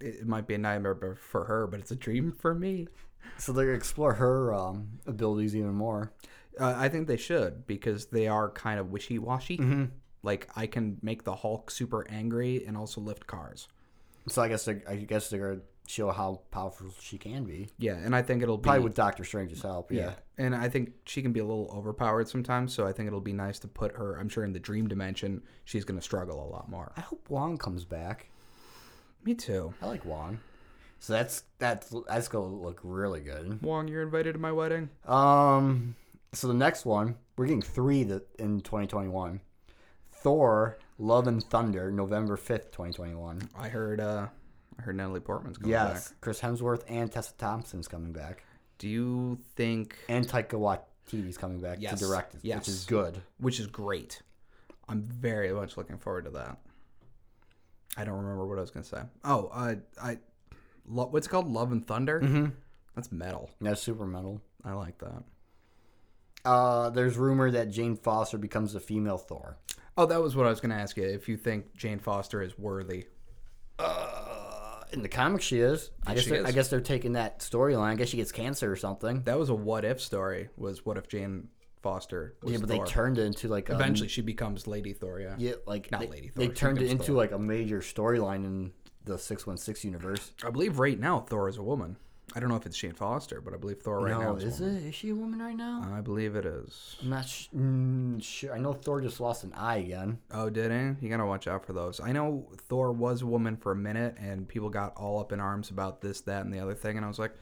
[SPEAKER 3] it might be a nightmare b- for her, but it's a dream for me.
[SPEAKER 1] So they're gonna explore her um, abilities even more.
[SPEAKER 3] Uh, I think they should because they are kind of wishy washy.
[SPEAKER 1] Mm-hmm.
[SPEAKER 3] Like I can make the Hulk super angry and also lift cars.
[SPEAKER 1] So I guess they're, I guess they're gonna show how powerful she can be,
[SPEAKER 3] Yeah, and I think it'll be
[SPEAKER 1] probably with Doctor Strange's help. Yeah.
[SPEAKER 3] yeah. And I think she can be a little overpowered sometimes, so I think it'll be nice to put her. I'm sure in the dream dimension, she's going to struggle a lot more.
[SPEAKER 1] I hope Wong comes back.
[SPEAKER 3] Me too.
[SPEAKER 1] I like Wong. So that's that's that's gonna look really good.
[SPEAKER 3] Wong, you're invited to my wedding.
[SPEAKER 1] Um. So the next one, we're getting three that in 2021. Thor: Love and Thunder, November 5th, 2021.
[SPEAKER 3] I heard. uh I heard Natalie Portman's coming
[SPEAKER 1] Yes,
[SPEAKER 3] back.
[SPEAKER 1] Chris Hemsworth and Tessa Thompson's coming back,
[SPEAKER 3] Do you think
[SPEAKER 1] and Taika Waititi's coming back
[SPEAKER 3] Yes,
[SPEAKER 1] to direct it,
[SPEAKER 3] yes.
[SPEAKER 1] which is good.
[SPEAKER 3] which is great. I'm very much looking forward to that. I don't remember what I was gonna say. Oh, I, I, lo- what's it called Love and Thunder? Mm-hmm. That's metal.
[SPEAKER 1] And That's super metal.
[SPEAKER 3] I like that.
[SPEAKER 1] Uh, there's rumor that Jane Foster becomes the female Thor.
[SPEAKER 3] Oh, that was what I was gonna ask you. If you think Jane Foster is worthy,
[SPEAKER 1] Uh, in the comics, she is. I guess
[SPEAKER 3] she
[SPEAKER 1] they're- I
[SPEAKER 3] is.
[SPEAKER 1] guess they're taking that storyline. I guess she gets cancer or something.
[SPEAKER 3] that was a what if story. Was what if Jane Foster? Was
[SPEAKER 1] yeah, but
[SPEAKER 3] Thor?
[SPEAKER 1] they turned it into like a
[SPEAKER 3] eventually she becomes Lady Thor. Yeah.
[SPEAKER 1] Yeah, like
[SPEAKER 3] Not
[SPEAKER 1] they,
[SPEAKER 3] Lady Thor,
[SPEAKER 1] they
[SPEAKER 3] she
[SPEAKER 1] turned it
[SPEAKER 3] becomes
[SPEAKER 1] into
[SPEAKER 3] Thor.
[SPEAKER 1] like a major storyline in the six one six universe.
[SPEAKER 3] I believe right now Thor is a woman. I don't know if it's Jane Foster, but I believe Thor right now
[SPEAKER 1] no,
[SPEAKER 3] is. a
[SPEAKER 1] Oh, is
[SPEAKER 3] woman.
[SPEAKER 1] it? Is she a woman right now?
[SPEAKER 3] I believe it is.
[SPEAKER 1] I'm not sh- mm, sure. I know Thor just lost an eye again.
[SPEAKER 3] Oh, did he? You gotta watch out for those. I know Thor was a woman for a minute, and people got all up in arms about this, that, and the other thing. And I was like,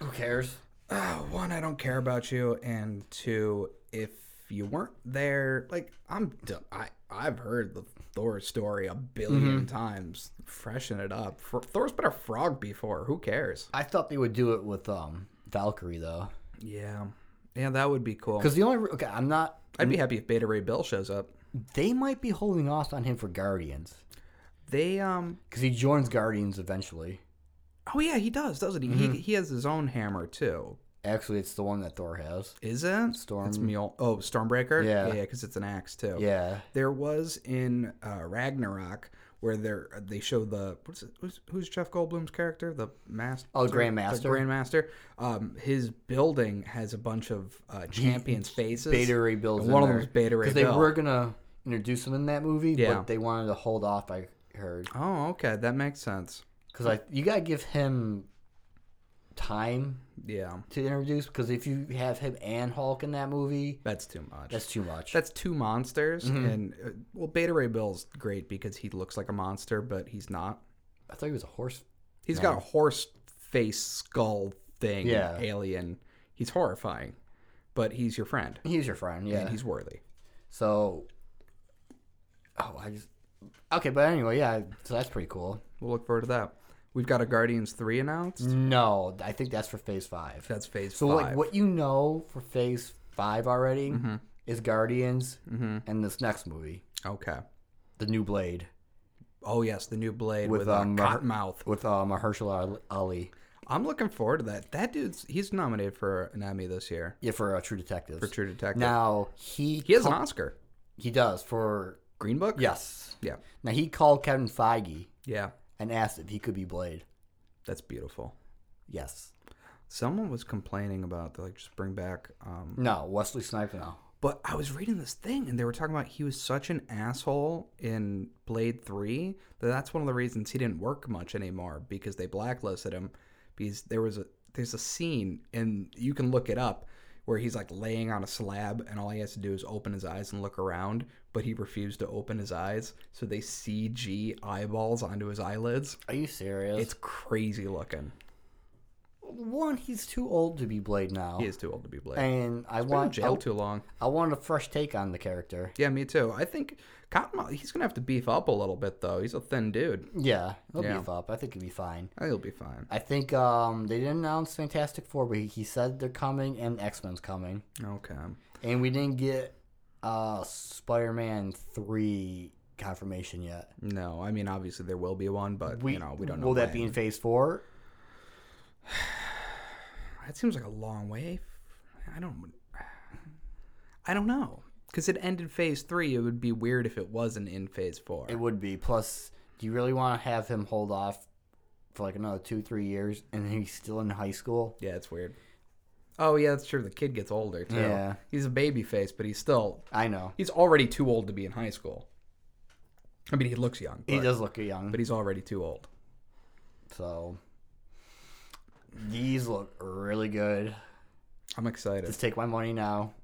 [SPEAKER 1] Who cares?
[SPEAKER 3] oh, one, I don't care about you, and two, if you weren't there, like I'm, d- I, am i have heard the Thor story a 1000000000 times. Freshen it up. Fro- Thor's been a frog before. Who cares?
[SPEAKER 1] I thought they would do it with um Valkyrie though,
[SPEAKER 3] Yeah, yeah, that would be cool. Mm.
[SPEAKER 1] because the only re- okay, I'm not.
[SPEAKER 3] I'd be happy if Beta Ray Bill shows up.
[SPEAKER 1] They might be holding off on him for Guardians
[SPEAKER 3] They um
[SPEAKER 1] because he joins Guardians eventually.
[SPEAKER 3] oh yeah he does doesn't he? He he has his own hammer too.
[SPEAKER 1] Actually, it's the one that Thor has.
[SPEAKER 3] Is it
[SPEAKER 1] Storm-
[SPEAKER 3] It's Mjol- oh, Stormbreaker.
[SPEAKER 1] Yeah.
[SPEAKER 3] yeah, because it's an axe too.
[SPEAKER 1] Yeah,
[SPEAKER 3] There was in uh, Ragnarok where there they show the what's it, who's, who's Jeff Goldblum's character, the master.
[SPEAKER 1] Oh, Grandmaster.
[SPEAKER 3] The Grandmaster. Um, his building has a bunch of uh, champions' faces.
[SPEAKER 1] Beta Ray Bill's
[SPEAKER 3] And
[SPEAKER 1] in
[SPEAKER 3] one of
[SPEAKER 1] there.
[SPEAKER 3] them is Beta Ray
[SPEAKER 1] because they
[SPEAKER 3] Bill.
[SPEAKER 1] were gonna introduce him in that movie,
[SPEAKER 3] Yeah.
[SPEAKER 1] but they wanted to hold off. I heard.
[SPEAKER 3] Oh, okay, that makes sense.
[SPEAKER 1] because I you gotta give him time
[SPEAKER 3] Yeah,
[SPEAKER 1] to introduce because if you have him and Hulk in that movie,
[SPEAKER 3] that's too much.
[SPEAKER 1] that's Mm-hmm. too much.
[SPEAKER 3] That's two monsters, and uh, well, Beta Ray Bill's great because he looks like a monster, but he's not.
[SPEAKER 1] I thought he was a horse.
[SPEAKER 3] He's got a horse face skull thing.
[SPEAKER 1] Yeah.
[SPEAKER 3] Alien. He's horrifying, but he's your friend.
[SPEAKER 1] He's your friend, yeah.
[SPEAKER 3] And he's worthy.
[SPEAKER 1] so, oh, I just okay, but anyway, yeah. So that's pretty cool.
[SPEAKER 3] We'll look forward to that. We've got a Guardians 3 announced.
[SPEAKER 1] No, I think that's for Phase Five. Mm-hmm.
[SPEAKER 3] That's phase
[SPEAKER 1] Mm. so
[SPEAKER 3] 5.
[SPEAKER 1] like what you know for Phase Five already is Guardians and this next movie,
[SPEAKER 3] Okay.
[SPEAKER 1] The New Blade,
[SPEAKER 3] Oh, yes. The new Blade with,
[SPEAKER 1] With,
[SPEAKER 3] uh,
[SPEAKER 1] um, Maher-
[SPEAKER 3] Cottonmouth.
[SPEAKER 1] with uh, Mahershala Ali.
[SPEAKER 3] I'm looking forward to that. That dude's, he's nominated for an Emmy this year
[SPEAKER 1] Yeah, for uh, True Detectives.
[SPEAKER 3] for True Detective.
[SPEAKER 1] Now he
[SPEAKER 3] he has an
[SPEAKER 1] co-
[SPEAKER 3] Oscar.
[SPEAKER 1] He does for
[SPEAKER 3] Green Book?
[SPEAKER 1] yes.
[SPEAKER 3] Yeah.
[SPEAKER 1] Now he called Kevin Feige
[SPEAKER 3] Yeah.
[SPEAKER 1] and asked if he could be Blade.
[SPEAKER 3] That's beautiful.
[SPEAKER 1] Yes.
[SPEAKER 3] Someone was complaining about like just bring back um
[SPEAKER 1] No, Wesley Snipes. No.
[SPEAKER 3] But I was reading this thing, and they were talking about he was such an asshole in Blade Three that that's one of the reasons he didn't work much anymore because they blacklisted him. Because there was a there's a scene, and you can look it up, where he's like laying on a slab, and all he has to do is open his eyes and look around, but he refused to open his eyes, so they CG eyeballs onto his eyelids.
[SPEAKER 1] Are you serious?
[SPEAKER 3] It's crazy looking.
[SPEAKER 1] one. He's too old to be Blade now.
[SPEAKER 3] He is too old to be Blade.
[SPEAKER 1] And I
[SPEAKER 3] Been in
[SPEAKER 1] want
[SPEAKER 3] jail
[SPEAKER 1] I,
[SPEAKER 3] too long.
[SPEAKER 1] I want a fresh take on the character.
[SPEAKER 3] Yeah, me too. I think Cottonmouth, he's going to have to beef up a little bit, though. He's a thin dude.
[SPEAKER 1] Yeah, he'll
[SPEAKER 3] Yeah.
[SPEAKER 1] beef up. I think he'll be fine.
[SPEAKER 3] I think he'll be fine.
[SPEAKER 1] I think um, they didn't announce Fantastic Four, but he, he said they're coming and X Men's coming,
[SPEAKER 3] Okay.
[SPEAKER 1] and we didn't get uh, Spider Man three confirmation yet.
[SPEAKER 3] No, I mean, obviously there will be one, but,
[SPEAKER 1] We,
[SPEAKER 3] you know, we don't know.
[SPEAKER 1] Will that be
[SPEAKER 3] when.
[SPEAKER 1] in Phase four?
[SPEAKER 3] That seems like a long way. I don't. I don't know. Because it ended phase three. It would be weird if it wasn't in phase four.
[SPEAKER 1] It would be. Plus, do you really want to have him hold off for like another two, three years, and then he's still in high school?
[SPEAKER 3] yeah, it's weird. Oh, yeah, that's true. The kid gets older, too.
[SPEAKER 1] Yeah.
[SPEAKER 3] He's a baby face, but he's still.
[SPEAKER 1] I know
[SPEAKER 3] He's already too old to be in high school. I mean, he looks young.
[SPEAKER 1] he
[SPEAKER 3] but-
[SPEAKER 1] does look young,
[SPEAKER 3] But he's already too old.
[SPEAKER 1] so these look really good.
[SPEAKER 3] I'm excited.
[SPEAKER 1] Just take my money now.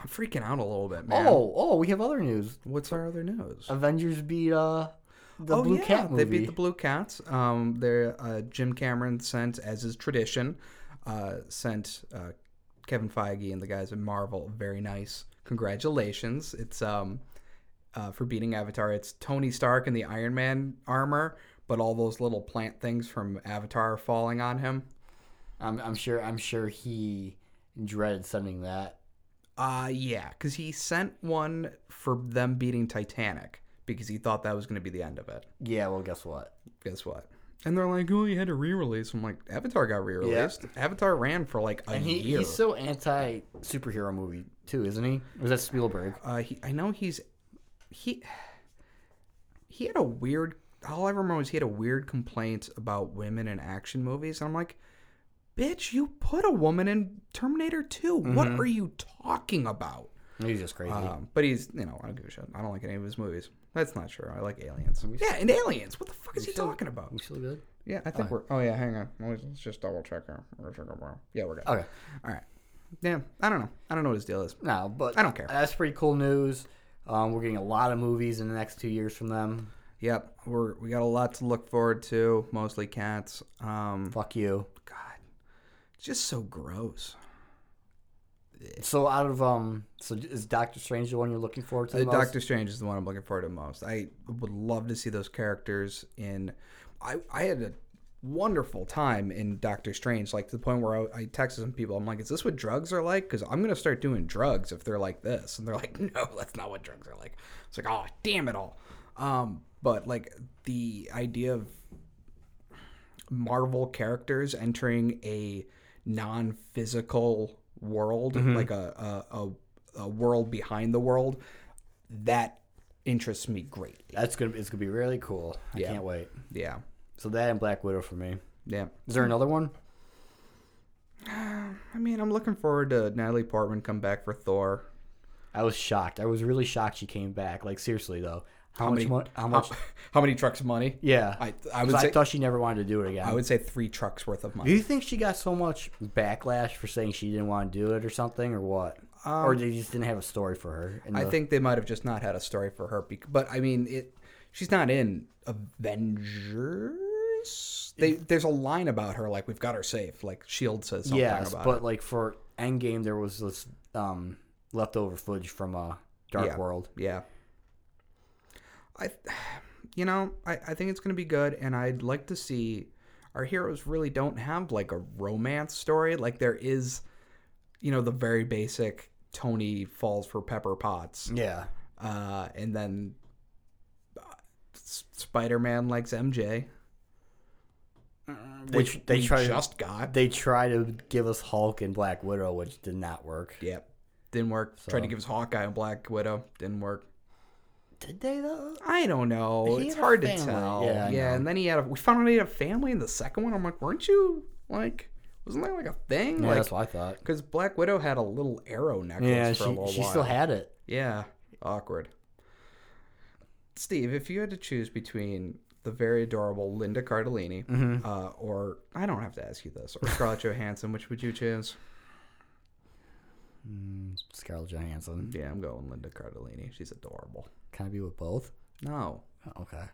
[SPEAKER 3] I'm freaking out a little bit, man.
[SPEAKER 1] Oh, oh, we have other news.
[SPEAKER 3] What's our other news? Oh,
[SPEAKER 1] Avengers beat uh the Blue Cat movie.
[SPEAKER 3] They beat the Blue Cats. Um, they're, uh, Jim Cameron sent, as is tradition, uh, sent uh, Kevin Feige and the guys at Marvel very nice congratulations. It's um, uh, for beating Avatar. It's Tony Stark in the Iron Man armor, but all those little plant things from Avatar are falling on him.
[SPEAKER 1] I'm I'm sure I'm sure he dreaded sending that.
[SPEAKER 3] Uh yeah, because he sent one for them beating Titanic because he thought that was going to be the end of it.
[SPEAKER 1] Yeah, well guess what?
[SPEAKER 3] guess what? And they're like, oh, you had to re-release. I'm like, Avatar got re-released. Avatar ran for like a
[SPEAKER 1] And he,
[SPEAKER 3] year.
[SPEAKER 1] he's so anti superhero movie too, isn't he? Or is that Spielberg?
[SPEAKER 3] uh, he, I know he's he he had a weird. All I remember was he had a weird complaint about women in action movies, and I'm like, bitch, you put a woman in Terminator 2. What are you talking about?
[SPEAKER 1] He's just crazy.
[SPEAKER 3] Um, but he's, you know, I don't give a shit. I don't like any of his movies. That's not true. I like Aliens. Yeah, and Aliens. What the fuck is he
[SPEAKER 1] still-
[SPEAKER 3] talking about?
[SPEAKER 1] we still good?
[SPEAKER 3] Yeah, I think we're. Oh yeah, hang on. Let's let's just double check here. We're gonna check our- Yeah, we're good.
[SPEAKER 1] Okay.
[SPEAKER 3] All right. Yeah, I don't know. I don't know what his deal is.
[SPEAKER 1] No, but
[SPEAKER 3] I don't care.
[SPEAKER 1] That's pretty cool news. Um, we're getting a lot of movies in the next two years from them.
[SPEAKER 3] Yep, we're we got a lot to look forward to. Mostly cats. Um,
[SPEAKER 1] Fuck you.
[SPEAKER 3] God, it's just so gross.
[SPEAKER 1] So out of um, so is Doctor Strange the one you're looking forward to? The
[SPEAKER 3] The
[SPEAKER 1] most?
[SPEAKER 3] Uh, Doctor Strange is the one I'm looking forward to most. I would love to see those characters in. I I had a wonderful time in Doctor Strange, like to the point where I, I texted some people. I'm like, "Is this what drugs are like?" Because I'm gonna start doing drugs if they're like this, and they're like, [laughs] "No, that's not what drugs are like." It's like, "Oh, damn it all." Um, but like the idea of Marvel characters entering a non-physical world, like a a, a a world behind the world, that interests me greatly.
[SPEAKER 1] That's gonna it's gonna be really cool. I
[SPEAKER 3] Yeah.
[SPEAKER 1] can't wait.
[SPEAKER 3] Yeah,
[SPEAKER 1] So that and Black Widow for me.
[SPEAKER 3] yeah.
[SPEAKER 1] Is there another one?
[SPEAKER 3] I mean, I'm looking forward to Natalie Portman come back for Thor.
[SPEAKER 1] I was shocked. I was really shocked she came back. Like seriously though, how, much?
[SPEAKER 3] many-
[SPEAKER 1] Mo- how much?
[SPEAKER 3] How, [laughs] how many trucks of money?
[SPEAKER 1] yeah,
[SPEAKER 3] I- I
[SPEAKER 1] 'Cause
[SPEAKER 3] would say-
[SPEAKER 1] thought she never wanted to do it again.
[SPEAKER 3] I would say three trucks worth of
[SPEAKER 1] do
[SPEAKER 3] money.
[SPEAKER 1] you think she got so much backlash for saying she didn't want to do it or something or what? or they just didn't have a story for her. And
[SPEAKER 3] Um, I
[SPEAKER 1] the-
[SPEAKER 3] think they might have just not had a story for her. bec- But I mean, it. She's not in Avengers. They, there's a line about her like we've got her safe. Like Shield E says something
[SPEAKER 1] yes,
[SPEAKER 3] about
[SPEAKER 1] but
[SPEAKER 3] it.
[SPEAKER 1] like for Endgame, there was this um, leftover footage from uh, Dark
[SPEAKER 3] Yeah.
[SPEAKER 1] World.
[SPEAKER 3] Yeah. I, [sighs] you know, I, I think it's going to be good, and I'd like to see our heroes really don't have like a romance story. Like there is, you know, the very basic Tony falls for Pepper Potts,
[SPEAKER 1] Yeah,
[SPEAKER 3] uh, and then Spider Man likes MJ,
[SPEAKER 1] Mm, they,
[SPEAKER 3] which they
[SPEAKER 1] they
[SPEAKER 3] we
[SPEAKER 1] try to
[SPEAKER 3] just got.
[SPEAKER 1] they try to give us Hulk and Black Widow, which did not work.
[SPEAKER 3] Yep. Didn't work. Tried
[SPEAKER 1] So-
[SPEAKER 3] to give us Hawkeye and Black Widow. Didn't work.
[SPEAKER 1] Did they though?
[SPEAKER 3] I don't know.
[SPEAKER 1] He
[SPEAKER 3] it's
[SPEAKER 1] had a
[SPEAKER 3] hard to
[SPEAKER 1] family.
[SPEAKER 3] tell.
[SPEAKER 1] Yeah, I know.
[SPEAKER 3] and then he had a. We found out he had a family in the second one. I'm like, weren't you like? Wasn't that like a thing?
[SPEAKER 1] Yeah,
[SPEAKER 3] like,
[SPEAKER 1] that's what I thought.
[SPEAKER 3] because Black Widow had a little arrow necklace
[SPEAKER 1] Yeah,
[SPEAKER 3] for a
[SPEAKER 1] she,
[SPEAKER 3] little
[SPEAKER 1] she
[SPEAKER 3] while.
[SPEAKER 1] still had it.
[SPEAKER 3] Yeah, awkward. Steve, if you had to choose between the very adorable Linda Cardellini
[SPEAKER 1] Mm-hmm.
[SPEAKER 3] uh, or I don't have to ask you this, or Scarlett [laughs] Johansson, which would you choose?
[SPEAKER 1] Scarlett Johansson.
[SPEAKER 3] Yeah, I'm going Linda Cardellini. She's adorable.
[SPEAKER 1] Can I be with both?
[SPEAKER 3] No,
[SPEAKER 1] Oh, okay.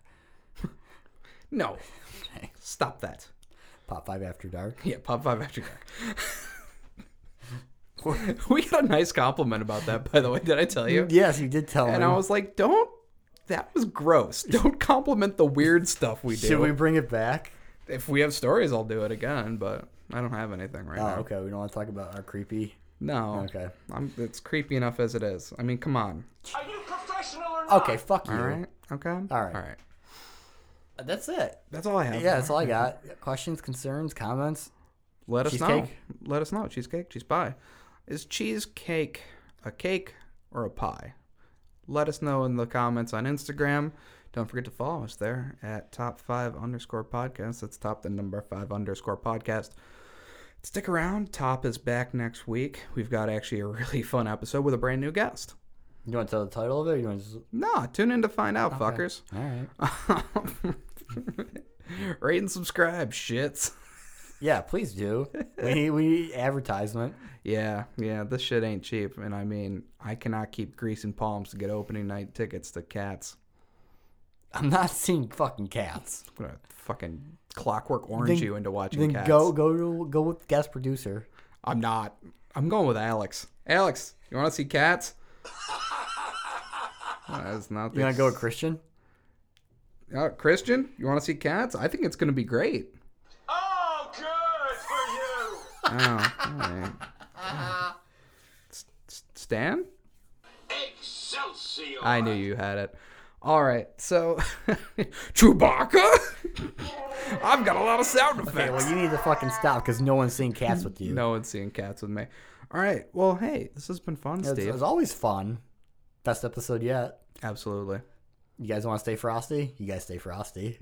[SPEAKER 1] [laughs]
[SPEAKER 3] no, stop that.
[SPEAKER 1] Pop Five After Dark.
[SPEAKER 3] Yeah, pop five after dark. [laughs] we got a nice compliment about that, by the way. Did I tell you?
[SPEAKER 1] Yes, you did tell me.
[SPEAKER 3] And I was like, don't. That was gross. [laughs] Don't compliment the weird stuff we do.
[SPEAKER 1] Should we bring it back?
[SPEAKER 3] If we have stories, I'll do it again, but I don't have anything right
[SPEAKER 1] Oh,
[SPEAKER 3] now.
[SPEAKER 1] okay. We don't want to talk about our creepy.
[SPEAKER 3] No.
[SPEAKER 1] Okay.
[SPEAKER 3] I'm, it's creepy enough as it is. I mean, come on.
[SPEAKER 2] Are you professional or not?
[SPEAKER 1] Okay, fuck you.
[SPEAKER 3] All right. Okay. All
[SPEAKER 1] right.
[SPEAKER 3] All right.
[SPEAKER 1] That's it.
[SPEAKER 3] That's all I have.
[SPEAKER 1] Yeah, that's all I got. Questions, concerns, comments?
[SPEAKER 3] Let us know.
[SPEAKER 1] Cheesecake?
[SPEAKER 3] Let us know. Cheesecake, cheese pie. Is cheesecake a cake or a pie? Let us know in the comments on Instagram. Don't forget to follow us there at top five underscore podcast. That's top the number five underscore podcast. Stick around. Top is back next week. We've got actually a [laughs] really fun episode with a brand new guest.
[SPEAKER 1] You want to tell the title of it? Or you want to? Just...
[SPEAKER 3] No, tune in to find out, fuckers.
[SPEAKER 1] All right.
[SPEAKER 3] [laughs] Rate and subscribe, shits.
[SPEAKER 1] Yeah, please
[SPEAKER 3] [laughs]
[SPEAKER 1] do. we need we need advertisement.
[SPEAKER 3] Yeah, yeah, this shit ain't cheap, and I mean, I cannot keep greasing palms to get opening night tickets to cats.
[SPEAKER 1] I'm not seeing fucking cats.
[SPEAKER 3] I'm gonna fucking clockwork orange
[SPEAKER 1] Then-
[SPEAKER 3] you into watching
[SPEAKER 1] Then
[SPEAKER 3] cats.
[SPEAKER 1] go go to, go with guest producer.
[SPEAKER 3] I'm not. I'm going with Alex. Alex, you want to
[SPEAKER 1] [laughs]
[SPEAKER 3] see cats? That's not.
[SPEAKER 1] You want to go with Christian?
[SPEAKER 3] uh, Christian? You want to see cats? I think it's gonna be great.
[SPEAKER 2] Oh, good for you.
[SPEAKER 3] Oh, all
[SPEAKER 1] [laughs]
[SPEAKER 3] right. S- S- Stan? [laughs]
[SPEAKER 2] Excelsior.
[SPEAKER 3] I knew you had it. All right, so [laughs] Chewbacca. [laughs] I've got a lot of sound effects.
[SPEAKER 1] [laughs] Okay, well you need to fucking stop because no one's seeing cats with you.
[SPEAKER 3] No one's seeing cats with me. All right. Well, hey, this has been fun,
[SPEAKER 1] It's,
[SPEAKER 3] Steve.
[SPEAKER 1] it's always fun. Best episode yet.
[SPEAKER 3] Absolutely.
[SPEAKER 1] You guys want to stay frosty? You guys stay frosty.